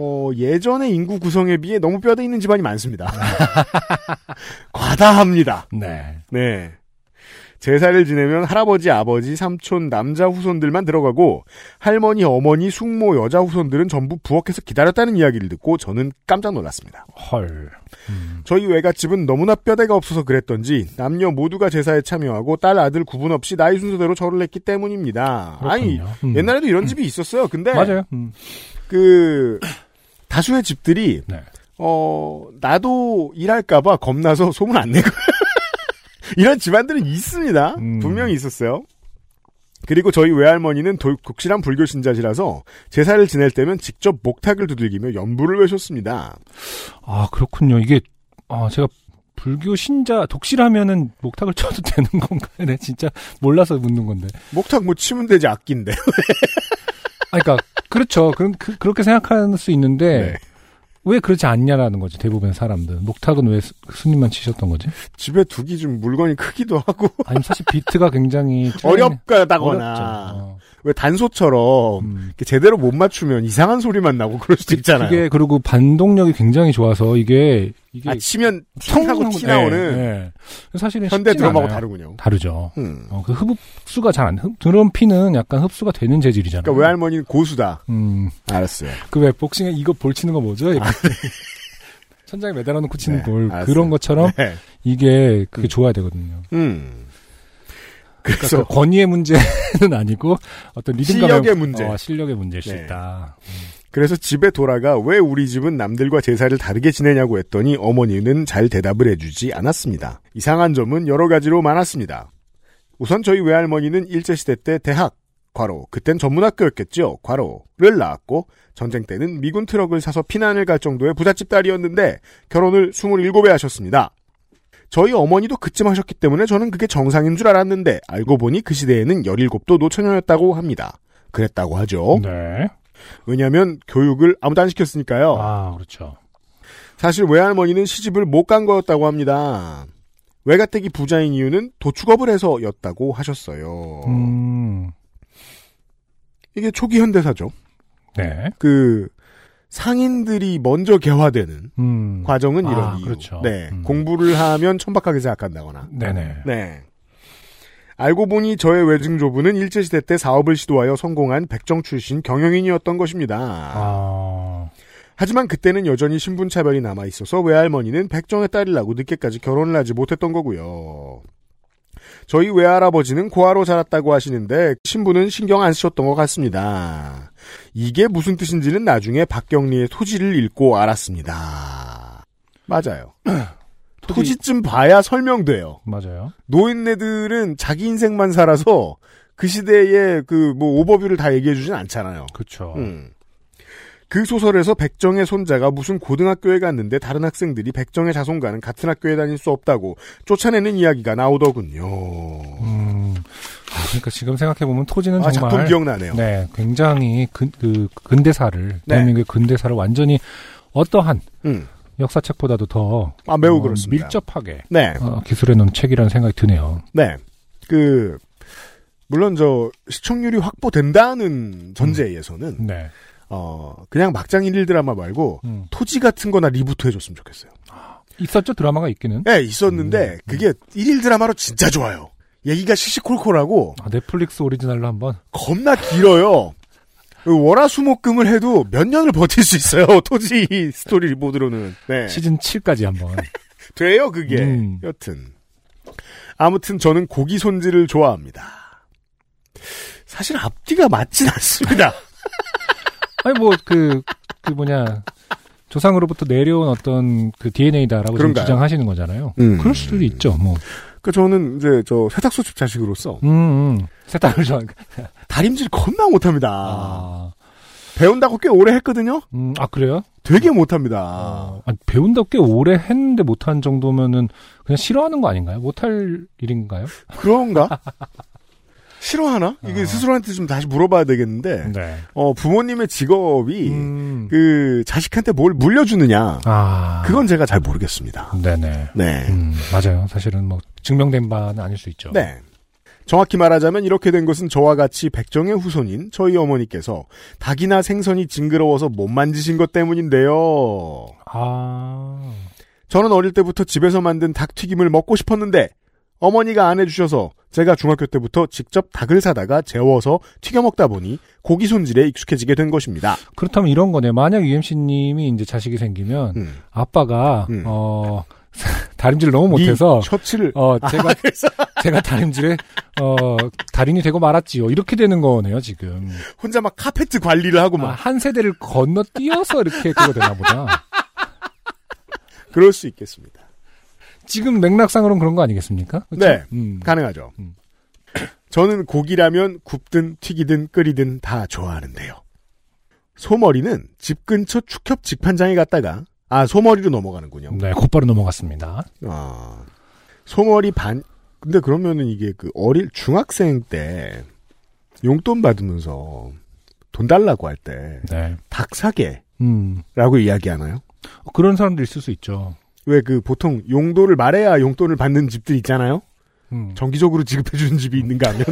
[SPEAKER 1] 어, 예전의 인구 구성에 비해 너무 뼈대 있는 집안이 많습니다. 과다합니다.
[SPEAKER 2] 네.
[SPEAKER 1] 네. 제사를 지내면 할아버지, 아버지, 삼촌, 남자 후손들만 들어가고 할머니, 어머니, 숙모, 여자 후손들은 전부 부엌에서 기다렸다는 이야기를 듣고 저는 깜짝 놀랐습니다.
[SPEAKER 2] 헐.
[SPEAKER 1] 저희 외갓집은 너무나 뼈대가 없어서 그랬던지 남녀 모두가 제사에 참여하고 딸, 아들 구분 없이 나이 순서대로 절을 했기 때문입니다. 아니,
[SPEAKER 2] 그렇군요. 음.
[SPEAKER 1] 옛날에도 이런 집이 있었어요. 근데
[SPEAKER 2] 맞아요. 음.
[SPEAKER 1] 그 다수의 집들이
[SPEAKER 2] 네.
[SPEAKER 1] 어, 나도 일할까봐 겁나서 소문 안 내고. 이런 집안들은 있습니다.
[SPEAKER 2] 음.
[SPEAKER 1] 분명히 있었어요. 그리고 저희 외할머니는 돌- 독실한 불교 신자시라서 제사를 지낼 때면 직접 목탁을 두들기며 연부를 외쳤습니다.
[SPEAKER 2] 아 그렇군요. 이게 아 제가 불교 신자 독실하면은 목탁을 쳐도 되는 건가요? 네, 진짜 몰라서 묻는 건데.
[SPEAKER 1] 목탁 뭐 치면 되지 악기인데.
[SPEAKER 2] 아, 그러니까 그렇죠. 그럼 그, 그렇게 생각할 수 있는데
[SPEAKER 1] 네.
[SPEAKER 2] 왜 그렇지 않냐라는 거지. 대부분의 사람들 목탁은 왜 스, 스님만 치셨던 거지?
[SPEAKER 1] 집에 두기 좀 물건이 크기도 하고
[SPEAKER 2] 아니 사실 비트가 굉장히 네. 어렵죠.
[SPEAKER 1] 어렵다거나
[SPEAKER 2] 어.
[SPEAKER 1] 왜 단소처럼
[SPEAKER 2] 음.
[SPEAKER 1] 이렇게 제대로 못 맞추면 이상한 소리만 나고 그럴 수도 있잖아요.
[SPEAKER 2] 그게 그리고 반동력이 굉장히 좋아서 이게 이게
[SPEAKER 1] 아 치면
[SPEAKER 2] 성-
[SPEAKER 1] 팅하고
[SPEAKER 2] 네,
[SPEAKER 1] 티 나오는
[SPEAKER 2] 네. 사실은
[SPEAKER 1] 현대
[SPEAKER 2] 쉽진
[SPEAKER 1] 드럼하고
[SPEAKER 2] 않아요.
[SPEAKER 1] 다르군요.
[SPEAKER 2] 다르죠.
[SPEAKER 1] 음.
[SPEAKER 2] 어, 그 흡수가 잘 안, 흡, 드럼 피는 약간 흡수가 되는 재질이잖아요.
[SPEAKER 1] 그러니까 외할머니는 고수다.
[SPEAKER 2] 음,
[SPEAKER 1] 알았어요.
[SPEAKER 2] 그 왜 복싱에 이거 볼 치는 거 뭐죠? 이렇게. 천장에 매달아놓고 치는
[SPEAKER 1] 아, 네,
[SPEAKER 2] 볼
[SPEAKER 1] 알았어요.
[SPEAKER 2] 그런 것처럼
[SPEAKER 1] 네.
[SPEAKER 2] 이게 그게
[SPEAKER 1] 음.
[SPEAKER 2] 좋아야 되거든요.
[SPEAKER 1] 음.
[SPEAKER 2] 그러니까
[SPEAKER 1] 그래서
[SPEAKER 2] 그 권위의 문제는 아니고 어떤 리듬감의
[SPEAKER 1] 실력의 문제.
[SPEAKER 2] 어, 실력의 문제일 수
[SPEAKER 1] 네.
[SPEAKER 2] 있다.
[SPEAKER 1] 그래서 집에 돌아가 왜 우리 집은 남들과 제사를 다르게 지내냐고 했더니 어머니는 잘 대답을 해주지 않았습니다. 이상한 점은 여러 가지로 많았습니다. 우선 저희 외할머니는 일제시대 때 대학, 과로, 그땐 전문학교였겠죠, 과로를 나왔고, 전쟁 때는 미군 트럭을 사서 피난을 갈 정도의 부잣집 딸이었는데, 결혼을 27에 하셨습니다. 저희 어머니도 그쯤 하셨기 때문에 저는 그게 정상인 줄 알았는데, 알고 보니 그 시대에는 17도 노처녀였다고 합니다. 그랬다고 하죠.
[SPEAKER 2] 네.
[SPEAKER 1] 왜냐하면 교육을 아무도 안 시켰으니까요.
[SPEAKER 2] 아 그렇죠.
[SPEAKER 1] 사실 외할머니는 시집을 못 간 거였다고 합니다. 외가댁이 부자인 이유는 도축업을 해서였다고 하셨어요.
[SPEAKER 2] 음.
[SPEAKER 1] 이게 초기 현대사죠.
[SPEAKER 2] 네.
[SPEAKER 1] 그 상인들이 먼저 개화되는
[SPEAKER 2] 음.
[SPEAKER 1] 과정은
[SPEAKER 2] 아,
[SPEAKER 1] 이런 이유.
[SPEAKER 2] 그렇죠.
[SPEAKER 1] 네,
[SPEAKER 2] 음.
[SPEAKER 1] 공부를 하면 천박하게 생각한다거나.
[SPEAKER 2] 네네.
[SPEAKER 1] 네. 알고 보니 저의 외증조부는 일제시대 때 사업을 시도하여 성공한 백정 출신 경영인이었던 것입니다.
[SPEAKER 2] 아.
[SPEAKER 1] 하지만 그때는 여전히 신분차별이 남아있어서 외할머니는 백정의 딸을 낳고 늦게까지 결혼을 하지 못했던 거고요. 저희 외할아버지는 고아로 자랐다고 하시는데 신부는 신경 안 쓰셨던 것 같습니다. 이게 무슨 뜻인지는 나중에 박경리의 토지를 읽고 알았습니다. 맞아요.
[SPEAKER 2] 토지-
[SPEAKER 1] 토지쯤 봐야 설명돼요.
[SPEAKER 2] 맞아요.
[SPEAKER 1] 노인네들은 자기 인생만 살아서 그 시대의 그 뭐 오버뷰를 다 얘기해주진 않잖아요.
[SPEAKER 2] 그렇죠.
[SPEAKER 1] 음. 그 소설에서 백정의 손자가 무슨 고등학교에 갔는데 다른 학생들이 백정의 자손과는 같은 학교에 다닐 수 없다고 쫓아내는 이야기가 나오더군요.
[SPEAKER 2] 음. 아, 그러니까 지금 생각해 보면 토지는
[SPEAKER 1] 아,
[SPEAKER 2] 정말
[SPEAKER 1] 작품 기억나네요.
[SPEAKER 2] 네, 굉장히 근, 그 근대사를
[SPEAKER 1] 네.
[SPEAKER 2] 대한민국의 근대사를 완전히 어떠한
[SPEAKER 1] 음.
[SPEAKER 2] 역사책보다도 더
[SPEAKER 1] 아, 매우
[SPEAKER 2] 어,
[SPEAKER 1] 그렇습니다.
[SPEAKER 2] 밀접하게
[SPEAKER 1] 네,
[SPEAKER 2] 어, 기술해 놓은 책이라는 생각이 드네요.
[SPEAKER 1] 네. 그, 물론 저 시청률이 확보된다는 전제에서는,
[SPEAKER 2] 네.
[SPEAKER 1] 어, 그냥 막장 일일 드라마 말고
[SPEAKER 2] 음.
[SPEAKER 1] 토지 같은 거나 리부트 해줬으면 좋겠어요.
[SPEAKER 2] 있었죠 드라마가 있기는.
[SPEAKER 1] 네, 있었는데
[SPEAKER 2] 음.
[SPEAKER 1] 그게 일일 드라마로 진짜 좋아요. 얘기가 시시콜콜하고
[SPEAKER 2] 아, 넷플릭스 오리지널로 한번.
[SPEAKER 1] 겁나 길어요. 월화수목금을 해도 몇 년을 버틸 수 있어요. 토지 스토리 리보드로는. 네.
[SPEAKER 2] 시즌 7까지 한번.
[SPEAKER 1] 돼요, 그게.
[SPEAKER 2] 음.
[SPEAKER 1] 여튼. 아무튼 저는 고기 손질을 좋아합니다. 사실 앞뒤가 맞진 않습니다.
[SPEAKER 2] 아니 뭐그그 뭐냐 조상으로부터 내려온 어떤 그 DNA다라고 지금
[SPEAKER 1] 그런가요?
[SPEAKER 2] 주장하시는 거잖아요.
[SPEAKER 1] 음.
[SPEAKER 2] 그럴 수도 있죠. 뭐.
[SPEAKER 1] 그 저는 이제 저 세탁소집 자식으로서
[SPEAKER 2] 음. 음. 세탁을 좋아하니까.
[SPEAKER 1] 다림질 겁나 못합니다.
[SPEAKER 2] 아.
[SPEAKER 1] 배운다고 꽤 오래 했거든요.
[SPEAKER 2] 음. 아 그래요?
[SPEAKER 1] 되게 못합니다.
[SPEAKER 2] 아, 아니, 배운다고 꽤 오래 했는데 못한 정도면은 그냥 싫어하는 거 아닌가요? 못할 일인가요?
[SPEAKER 1] 그런가? 싫어하나? 이게
[SPEAKER 2] 아.
[SPEAKER 1] 스스로한테 좀 다시 물어봐야 되겠는데
[SPEAKER 2] 네.
[SPEAKER 1] 어, 부모님의 직업이
[SPEAKER 2] 음.
[SPEAKER 1] 그 자식한테 뭘 물려주느냐
[SPEAKER 2] 아.
[SPEAKER 1] 그건 제가 잘 모르겠습니다.
[SPEAKER 2] 네네.
[SPEAKER 1] 네,
[SPEAKER 2] 음, 맞아요. 사실은 뭐 증명된 바는 아닐 수 있죠.
[SPEAKER 1] 네. 정확히 말하자면 이렇게 된 것은 저와 같이 백정의 후손인 저희 어머니께서 닭이나 생선이 징그러워서 못 만지신 것 때문인데요.
[SPEAKER 2] 아.
[SPEAKER 1] 저는 어릴 때부터 집에서 만든 닭튀김을 먹고 싶었는데 어머니가 안 해주셔서 제가 중학교 때부터 직접 닭을 사다가 재워서 튀겨 먹다 보니 고기 손질에 익숙해지게 된 것입니다.
[SPEAKER 2] 그렇다면 이런 거네. 만약 UMC님이 이제 자식이 생기면
[SPEAKER 1] 음.
[SPEAKER 2] 아빠가
[SPEAKER 1] 음.
[SPEAKER 2] 어 다림질 너무 못해서
[SPEAKER 1] 이 셔츠를
[SPEAKER 2] 어
[SPEAKER 1] 아,
[SPEAKER 2] 제가 제가 다림질에 어 달인이 되고 말았지요. 이렇게 되는 거네요 지금.
[SPEAKER 1] 혼자 막 카페트 관리를 하고 막
[SPEAKER 2] 아, 한 세대를 건너뛰어서 이렇게 그거 되나 보다.
[SPEAKER 1] 그럴 수 있겠습니다.
[SPEAKER 2] 지금 맥락상으로는 그런 거 아니겠습니까? 그쵸?
[SPEAKER 1] 네.
[SPEAKER 2] 음.
[SPEAKER 1] 가능하죠.
[SPEAKER 2] 음.
[SPEAKER 1] 저는 고기라면 굽든 튀기든 끓이든 다 좋아하는데요. 소머리는 집 근처 축협 직판장에 갔다가 아 소머리로 넘어가는군요.
[SPEAKER 2] 네, 곧바로 넘어갔습니다.
[SPEAKER 1] 아 소머리 반 근데 그러면은 이게 그 어릴 중학생 때 용돈 받으면서 돈 달라고 할 때 닭
[SPEAKER 2] 네.
[SPEAKER 1] 사게라고
[SPEAKER 2] 음.
[SPEAKER 1] 이야기하나요?
[SPEAKER 2] 그런 사람도 있을 수 있죠.
[SPEAKER 1] 왜 그 보통 용도를 말해야 용돈을 받는 집들 있잖아요.
[SPEAKER 2] 음.
[SPEAKER 1] 정기적으로 지급해주는 집이 있는가 하면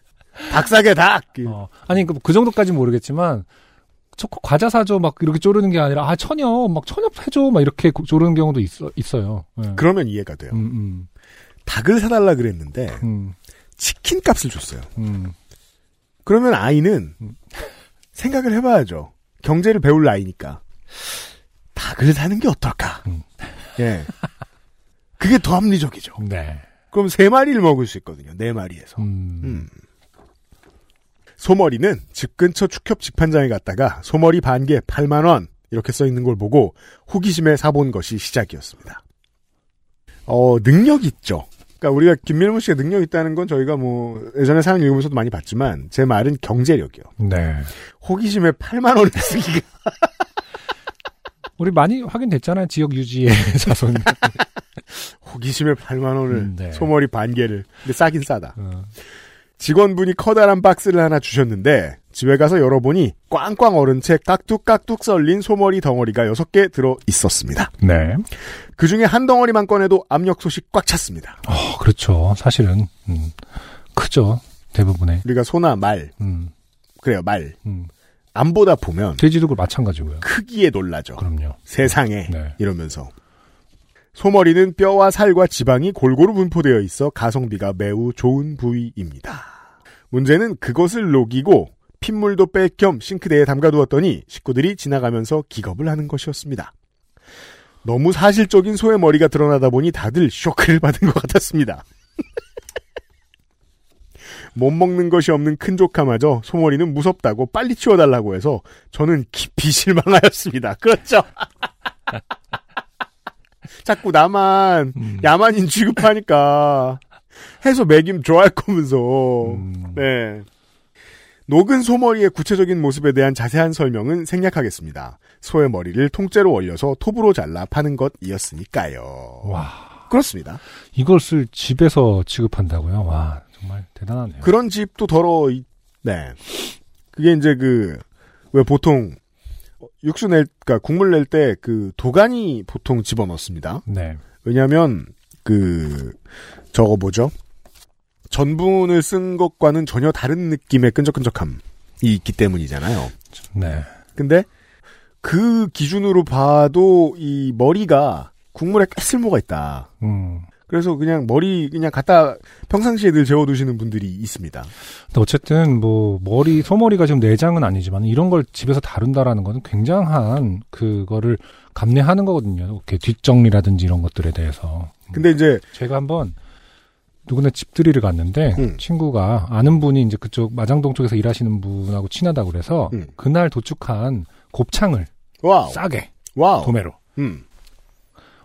[SPEAKER 1] 닭 사게 닭.
[SPEAKER 2] 어, 아니 그, 그 정도까지 는 모르겠지만 초코 과자 사줘 막 이렇게 쪼르는 게 아니라 아 천엽 막 천엽 해줘 막 이렇게 고- 쪼르는 경우도 있어 있어요. 예.
[SPEAKER 1] 그러면 이해가 돼요.
[SPEAKER 2] 음, 음,
[SPEAKER 1] 닭을 사달라 그랬는데
[SPEAKER 2] 음,
[SPEAKER 1] 치킨 값을 줬어요.
[SPEAKER 2] 음.
[SPEAKER 1] 그러면 아이는
[SPEAKER 2] 음.
[SPEAKER 1] 생각을 해봐야죠. 경제를 배울 나이니까 닭을 사는 게 어떨까?
[SPEAKER 2] 음.
[SPEAKER 1] 예. 그게 더 합리적이죠.
[SPEAKER 2] 네.
[SPEAKER 1] 그럼 세 마리를 먹을 수 있거든요. 네 마리에서.
[SPEAKER 2] 음.
[SPEAKER 1] 음. 소머리는 집 근처 축협 집판장에 갔다가 소머리 반개 8만 원 이렇게 써 있는 걸 보고 호기심에 사본 것이 시작이었습니다. 어 능력 있죠. 그러니까 우리가 김민호 씨가 능력 있다는 건 저희가 뭐 예전에 사연 읽으면서도 많이 봤지만 제 말은 경제력이요.
[SPEAKER 2] 네.
[SPEAKER 1] 호기심에 8만 원을 쓰기가
[SPEAKER 2] 우리 많이 확인됐잖아요. 지역 유지의 자손.
[SPEAKER 1] 호기심에 8만 원을
[SPEAKER 2] 음, 네.
[SPEAKER 1] 소머리 반개를 근데 싸긴 싸다.
[SPEAKER 2] 어.
[SPEAKER 1] 직원분이 커다란 박스를 하나 주셨는데 집에 가서 열어보니 꽝꽝 얼은 채 깍둑깍둑 썰린 소머리 덩어리가 여섯 개 들어 있었습니다.
[SPEAKER 2] 네.
[SPEAKER 1] 그 중에 한 덩어리만 꺼내도 압력 솥이 꽉 찼습니다.
[SPEAKER 2] 어, 그렇죠. 사실은 음. 크죠. 대부분의.
[SPEAKER 1] 우리가 소나 말
[SPEAKER 2] 음.
[SPEAKER 1] 그래요 말
[SPEAKER 2] 음.
[SPEAKER 1] 안 보다 보면
[SPEAKER 2] 돼지도 그 마찬가지고요.
[SPEAKER 1] 크기에 놀라죠.
[SPEAKER 2] 그럼요.
[SPEAKER 1] 세상에
[SPEAKER 2] 네.
[SPEAKER 1] 이러면서 소머리는 뼈와 살과 지방이 골고루 분포되어 있어 가성비가 매우 좋은 부위입니다. 문제는 그것을 녹이고 핏물도 뺄 겸 싱크대에 담가두었더니 식구들이 지나가면서 기겁을 하는 것이었습니다. 너무 사실적인 소의 머리가 드러나다 보니 다들 쇼크를 받은 것 같았습니다. 못 먹는 것이 없는 큰 조카마저 소머리는 무섭다고 빨리 치워달라고 해서 저는 깊이 실망하였습니다. 그렇죠. 자꾸 나만
[SPEAKER 2] 음.
[SPEAKER 1] 야만인 취급하니까 해서 매김 좋아할 거면서
[SPEAKER 2] 음.
[SPEAKER 1] 네. 녹은 소머리의 구체적인 모습에 대한 자세한 설명은 생략하겠습니다. 소의 머리를 통째로 얼려서 톱으로 잘라 파는 것이었으니까요.
[SPEAKER 2] 와.
[SPEAKER 1] 그렇습니다.
[SPEAKER 2] 이것을 집에서 취급한다고요. 와, 정말 대단하네요.
[SPEAKER 1] 그런 집도 더러 이- 네 그게 이제 그 왜 보통 육수 낼 그러니까 국물 낼 때 그 도가니 보통 집어 넣습니다.
[SPEAKER 2] 네.
[SPEAKER 1] 왜냐하면 그 저거 뭐죠? 전분을 쓴 것과는 전혀 다른 느낌의 끈적끈적함이 있기 때문이잖아요.
[SPEAKER 2] 네.
[SPEAKER 1] 근데 그 기준으로 봐도 이 머리가 국물에 꽤 쓸모가 있다.
[SPEAKER 2] 음.
[SPEAKER 1] 그래서 그냥 머리 그냥 갖다 평상시에 늘 재워두시는 분들이 있습니다.
[SPEAKER 2] 근데 어쨌든 뭐 머리 소머리가 지금 내장은 아니지만 이런 걸 집에서 다룬다라는 거는 굉장한 그거를 감내하는 거거든요. 이렇게 뒷정리라든지 이런 것들에 대해서.
[SPEAKER 1] 근데 이제
[SPEAKER 2] 제가 한번 누구네 집들이를 갔는데
[SPEAKER 1] 음.
[SPEAKER 2] 친구가 아는 분이 이제 그쪽 마장동 쪽에서 일하시는 분하고 친하다고 그래서
[SPEAKER 1] 음.
[SPEAKER 2] 그날 도축한 곱창을
[SPEAKER 1] 와우
[SPEAKER 2] 싸게
[SPEAKER 1] 와우
[SPEAKER 2] 도매로
[SPEAKER 1] 음.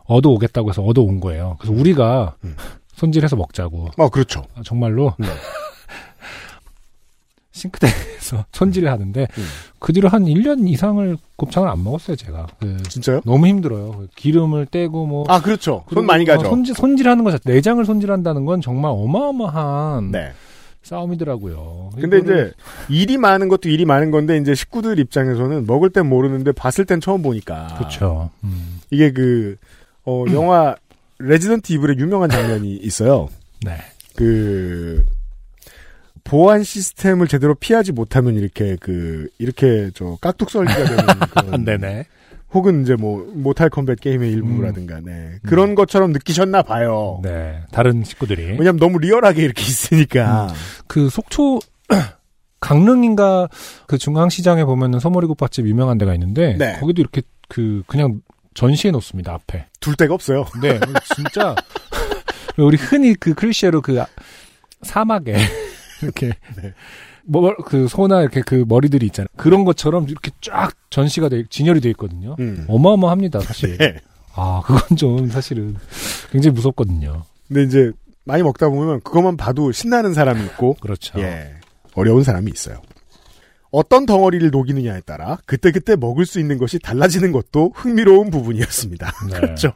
[SPEAKER 2] 얻어 오겠다고 해서 얻어 온 거예요. 그래서 우리가
[SPEAKER 1] 음.
[SPEAKER 2] 손질해서 먹자고
[SPEAKER 1] 아 그렇죠.
[SPEAKER 2] 아, 정말로
[SPEAKER 1] 네.
[SPEAKER 2] 싱크대에서 손질을 하는데
[SPEAKER 1] 음.
[SPEAKER 2] 그 뒤로 한 1년 이상을 곱창을 안 먹었어요, 제가. 그
[SPEAKER 1] 진짜요?
[SPEAKER 2] 너무 힘들어요. 그 기름을 떼고 뭐
[SPEAKER 1] 아 그렇죠.
[SPEAKER 2] 그리고
[SPEAKER 1] 손 많이 가죠.
[SPEAKER 2] 어, 손질, 손질하는 것 자체, 내장을 손질한다는 건 정말 어마어마한
[SPEAKER 1] 네.
[SPEAKER 2] 싸움이더라고요.
[SPEAKER 1] 근데
[SPEAKER 2] 이거를-
[SPEAKER 1] 이제 일이 많은 것도 일이 많은 건데 이제 식구들 입장에서는 먹을 땐 모르는데 봤을 땐 처음 보니까
[SPEAKER 2] 그렇죠.
[SPEAKER 1] 아.
[SPEAKER 2] 음,
[SPEAKER 1] 이게 그 어, 영화 레지던트 이블의 유명한 장면이 있어요.
[SPEAKER 2] 네.
[SPEAKER 1] 그 보안 시스템을 제대로 피하지 못하면 이렇게 그 이렇게 저 깍둑 썰기가 되는 그런
[SPEAKER 2] 아, 네네.
[SPEAKER 1] 혹은 이제 뭐 모탈 컴뱃 게임의 일부라든가
[SPEAKER 2] 음.
[SPEAKER 1] 네 그런 것처럼 느끼셨나 봐요.
[SPEAKER 2] 네. 다른 식구들이
[SPEAKER 1] 왜냐면 너무 리얼하게 이렇게 있으니까
[SPEAKER 2] 그 속초 강릉인가 그 중앙시장에 보면은 소머리국밥집 유명한 데가 있는데
[SPEAKER 1] 네.
[SPEAKER 2] 거기도 이렇게 그 그냥 전시해 놓습니다 앞에.
[SPEAKER 1] 둘 데가 없어요.
[SPEAKER 2] 네, 진짜 우리 흔히 그 클리셰로 그 아- 사막에 이렇게
[SPEAKER 1] 네.
[SPEAKER 2] 뭐 그 소나 이렇게 그 머리들이 있잖아요. 그런 것처럼 이렇게 쫙 전시가 돼 진열이 돼 있거든요.
[SPEAKER 1] 음.
[SPEAKER 2] 어마어마합니다 사실.
[SPEAKER 1] 네.
[SPEAKER 2] 아 그건 좀 사실은 굉장히 무섭거든요.
[SPEAKER 1] 근데 이제 많이 먹다 보면 그것만 봐도 신나는 사람이 있고
[SPEAKER 2] 그렇죠.
[SPEAKER 1] 예. 어려운 사람이 있어요. 어떤 덩어리를 녹이느냐에 따라 그때그때 먹을 수 있는 것이 달라지는 것도 흥미로운 부분이었습니다.
[SPEAKER 2] 네.
[SPEAKER 1] 그렇죠.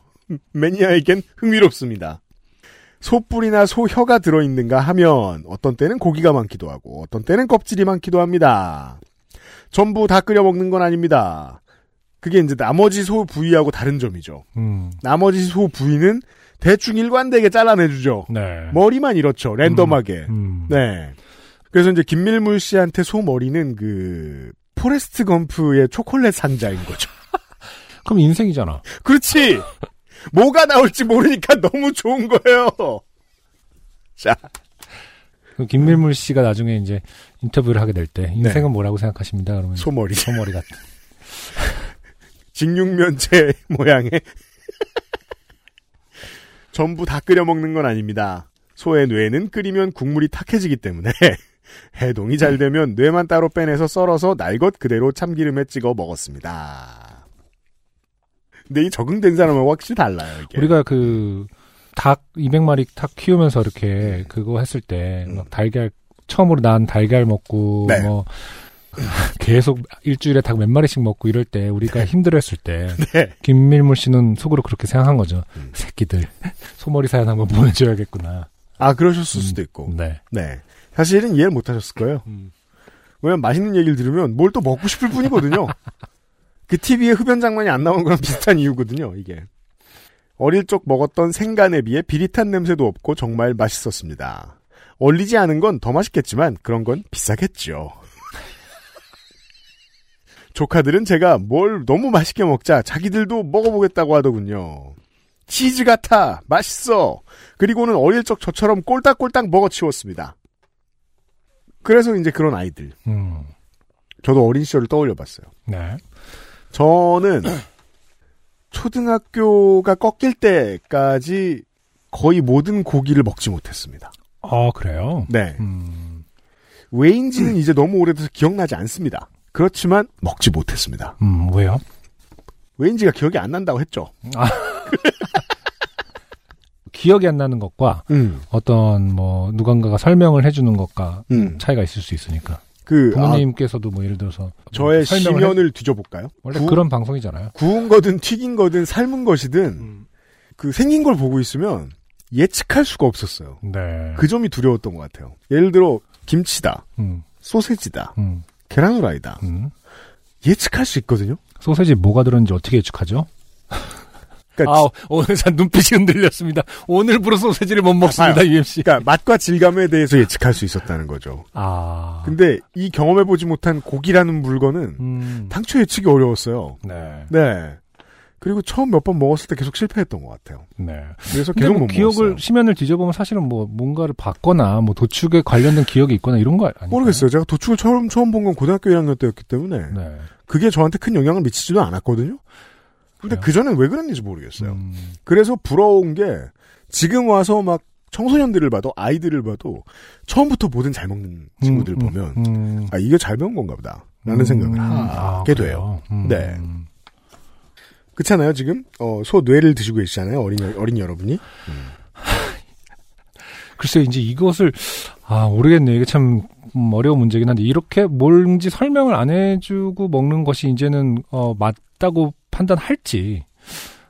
[SPEAKER 1] 매니아에겐 흥미롭습니다. 소뿔이나 소혀가 들어있는가 하면 어떤 때는 고기가 많기도 하고 어떤 때는 껍질이 많기도 합니다. 전부 다 끓여 먹는 건 아닙니다. 그게 이제 나머지 소 부위하고 다른 점이죠.
[SPEAKER 2] 음,
[SPEAKER 1] 나머지 소 부위는 대충 일관되게 잘라내주죠.
[SPEAKER 2] 네.
[SPEAKER 1] 머리만 이렇죠. 랜덤하게.
[SPEAKER 2] 음.
[SPEAKER 1] 뭐, 네. 그래서 이제 김밀물 씨한테 소머리는 그 포레스트 검프의 초콜릿 상자인 거죠.
[SPEAKER 2] 그럼 인생이잖아.
[SPEAKER 1] 그렇지. 뭐가 나올지 모르니까 너무 좋은 거예요. 자,
[SPEAKER 2] 그 김밀물 씨가 나중에 이제
[SPEAKER 1] 네.
[SPEAKER 2] 인터뷰를 하게 될 때 인생은 뭐라고 생각하십니다. 그러면
[SPEAKER 1] 소머리.
[SPEAKER 2] 소머리 같은.
[SPEAKER 1] 직육면체 모양의 전부 다 끓여 먹는 건 아닙니다. 소의 뇌는 끓이면 국물이 탁해지기 때문에 해동이 잘 되면 뇌만 따로 빼내서 썰어서 날 것 그대로 참기름에 찍어 먹었습니다. 근데 이 적응된 사람은 확실히 달라요. 이게.
[SPEAKER 2] 우리가 그, 닭 200마리 탁 키우면서 이렇게
[SPEAKER 1] 네.
[SPEAKER 2] 그거 했을 때, 막 달걀, 처음으로 난 달걀 먹고,
[SPEAKER 1] 음. 네.
[SPEAKER 2] 뭐, 계속 일주일에 닭 몇 마리씩 먹고 이럴 때, 우리가 힘들어 했을 때,
[SPEAKER 1] 네.
[SPEAKER 2] 김밀물 씨는 속으로 그렇게 생각한 거죠.
[SPEAKER 1] 음.
[SPEAKER 2] 새끼들, 소머리 사연 한번 보내줘야겠구나.
[SPEAKER 1] 아 그러셨을 수도 있고.
[SPEAKER 2] 네.
[SPEAKER 1] 네. 사실은 이해를 못 하셨을 거예요. 왜냐면 맛있는 얘기를 들으면 뭘 또 먹고 싶을 뿐이거든요. 그 TV에 흡연 장면이 안 나온 거랑 비슷한 이유거든요, 이게. 어릴 적 먹었던 생간에 비해 비릿한 냄새도 없고 정말 맛있었습니다. 얼리지 않은 건 더 맛있겠지만 그런 건 비싸겠죠. 조카들은 제가 뭘 너무 맛있게 먹자 자기들도 먹어보겠다고 하더군요. 치즈 같아! 맛있어! 그리고는 어릴 적 저처럼 꼴딱꼴딱 먹어치웠습니다. 그래서 이제 그런 아이들.
[SPEAKER 2] 음.
[SPEAKER 1] 저도 어린 시절을 떠올려 봤어요.
[SPEAKER 2] 네.
[SPEAKER 1] 저는 초등학교가 꺾일 때까지 거의 모든 고기를 먹지 못했습니다.
[SPEAKER 2] 아, 그래요?
[SPEAKER 1] 네.
[SPEAKER 2] 음.
[SPEAKER 1] 왜인지는 이제 너무 오래돼서 기억나지 않습니다. 그렇지만 먹지 못했습니다.
[SPEAKER 2] 음, 왜요?
[SPEAKER 1] 왜인지가 기억이 안 난다고 했죠.
[SPEAKER 2] 기억이 안 나는 것과
[SPEAKER 1] 음.
[SPEAKER 2] 어떤 뭐 누군가가 설명을 해주는 것과
[SPEAKER 1] 음.
[SPEAKER 2] 차이가 있을 수 있으니까
[SPEAKER 1] 그 아,
[SPEAKER 2] 부모님께서도 뭐 예를 들어서
[SPEAKER 1] 저의
[SPEAKER 2] 설명을 해-
[SPEAKER 1] 심연을 뒤져볼까요?
[SPEAKER 2] 원래
[SPEAKER 1] 구-
[SPEAKER 2] 그런 방송이잖아요.
[SPEAKER 1] 구운 거든 튀긴 거든 삶은 것이든
[SPEAKER 2] 음.
[SPEAKER 1] 그 생긴 걸 보고 있으면 예측할 수가 없었어요.
[SPEAKER 2] 네.
[SPEAKER 1] 그 점이 두려웠던 것 같아요. 예를 들어 김치다,
[SPEAKER 2] 음,
[SPEAKER 1] 소세지다,
[SPEAKER 2] 음,
[SPEAKER 1] 계란후라이다
[SPEAKER 2] 음.
[SPEAKER 1] 예측할 수 있거든요.
[SPEAKER 2] 소세지 뭐가 들었는지 어떻게 예측하죠?
[SPEAKER 1] 그러니까, 지-
[SPEAKER 2] 오늘 산 눈빛이 흔들렸습니다. 오늘부로 소세지를 못
[SPEAKER 1] 먹습니다,
[SPEAKER 2] UMC.
[SPEAKER 1] 그러니까 맛과 질감에 대해서 예측할 수 있었다는 거죠.
[SPEAKER 2] 아,
[SPEAKER 1] 근데 이 경험해보지 못한 고기라는 물건은
[SPEAKER 2] 음,
[SPEAKER 1] 당초 예측이 어려웠어요.
[SPEAKER 2] 네,
[SPEAKER 1] 네. 그리고 처음 몇 번 먹었을 때 계속 실패했던 것 같아요.
[SPEAKER 2] 네.
[SPEAKER 1] 그래서
[SPEAKER 2] 근데
[SPEAKER 1] 계속
[SPEAKER 2] 뭐
[SPEAKER 1] 못
[SPEAKER 2] 기억을
[SPEAKER 1] 먹었어요.
[SPEAKER 2] 심연을 뒤져보면 사실은 뭐 뭔가를 봤거나 뭐 도축에 관련된 기억이 있거나 이런 거 아니에요?
[SPEAKER 1] 모르겠어요. 제가 도축을 처음 처음 본 건 고등학교 1학년 때였기 때문에
[SPEAKER 2] 네.
[SPEAKER 1] 그게 저한테 큰 영향을 미치지도 않았거든요. 근데
[SPEAKER 2] 그래요?
[SPEAKER 1] 그 전엔 왜 그랬는지 모르겠어요.
[SPEAKER 2] 음,
[SPEAKER 1] 그래서 부러운 게 지금 와서 막 청소년들을 봐도 아이들을 봐도 처음부터 뭐든 잘 먹는 친구들
[SPEAKER 2] 음,
[SPEAKER 1] 보면
[SPEAKER 2] 음.
[SPEAKER 1] 아 이게 잘 배운 건가 보다 라는
[SPEAKER 2] 음,
[SPEAKER 1] 생각을
[SPEAKER 2] 아,
[SPEAKER 1] 하게 돼요.
[SPEAKER 2] 그래요? 음,
[SPEAKER 1] 네.
[SPEAKER 2] 음.
[SPEAKER 1] 그렇잖아요 지금 어, 소 뇌를 드시고 계시잖아요 어린 어린 여러분이
[SPEAKER 2] 글쎄 이제 이것을 아 모르겠네요. 이게 참 음, 어려운 문제긴 한데 이렇게 뭔지 설명을 안 해주고 먹는 것이 이제는 어, 맞다고 판단할지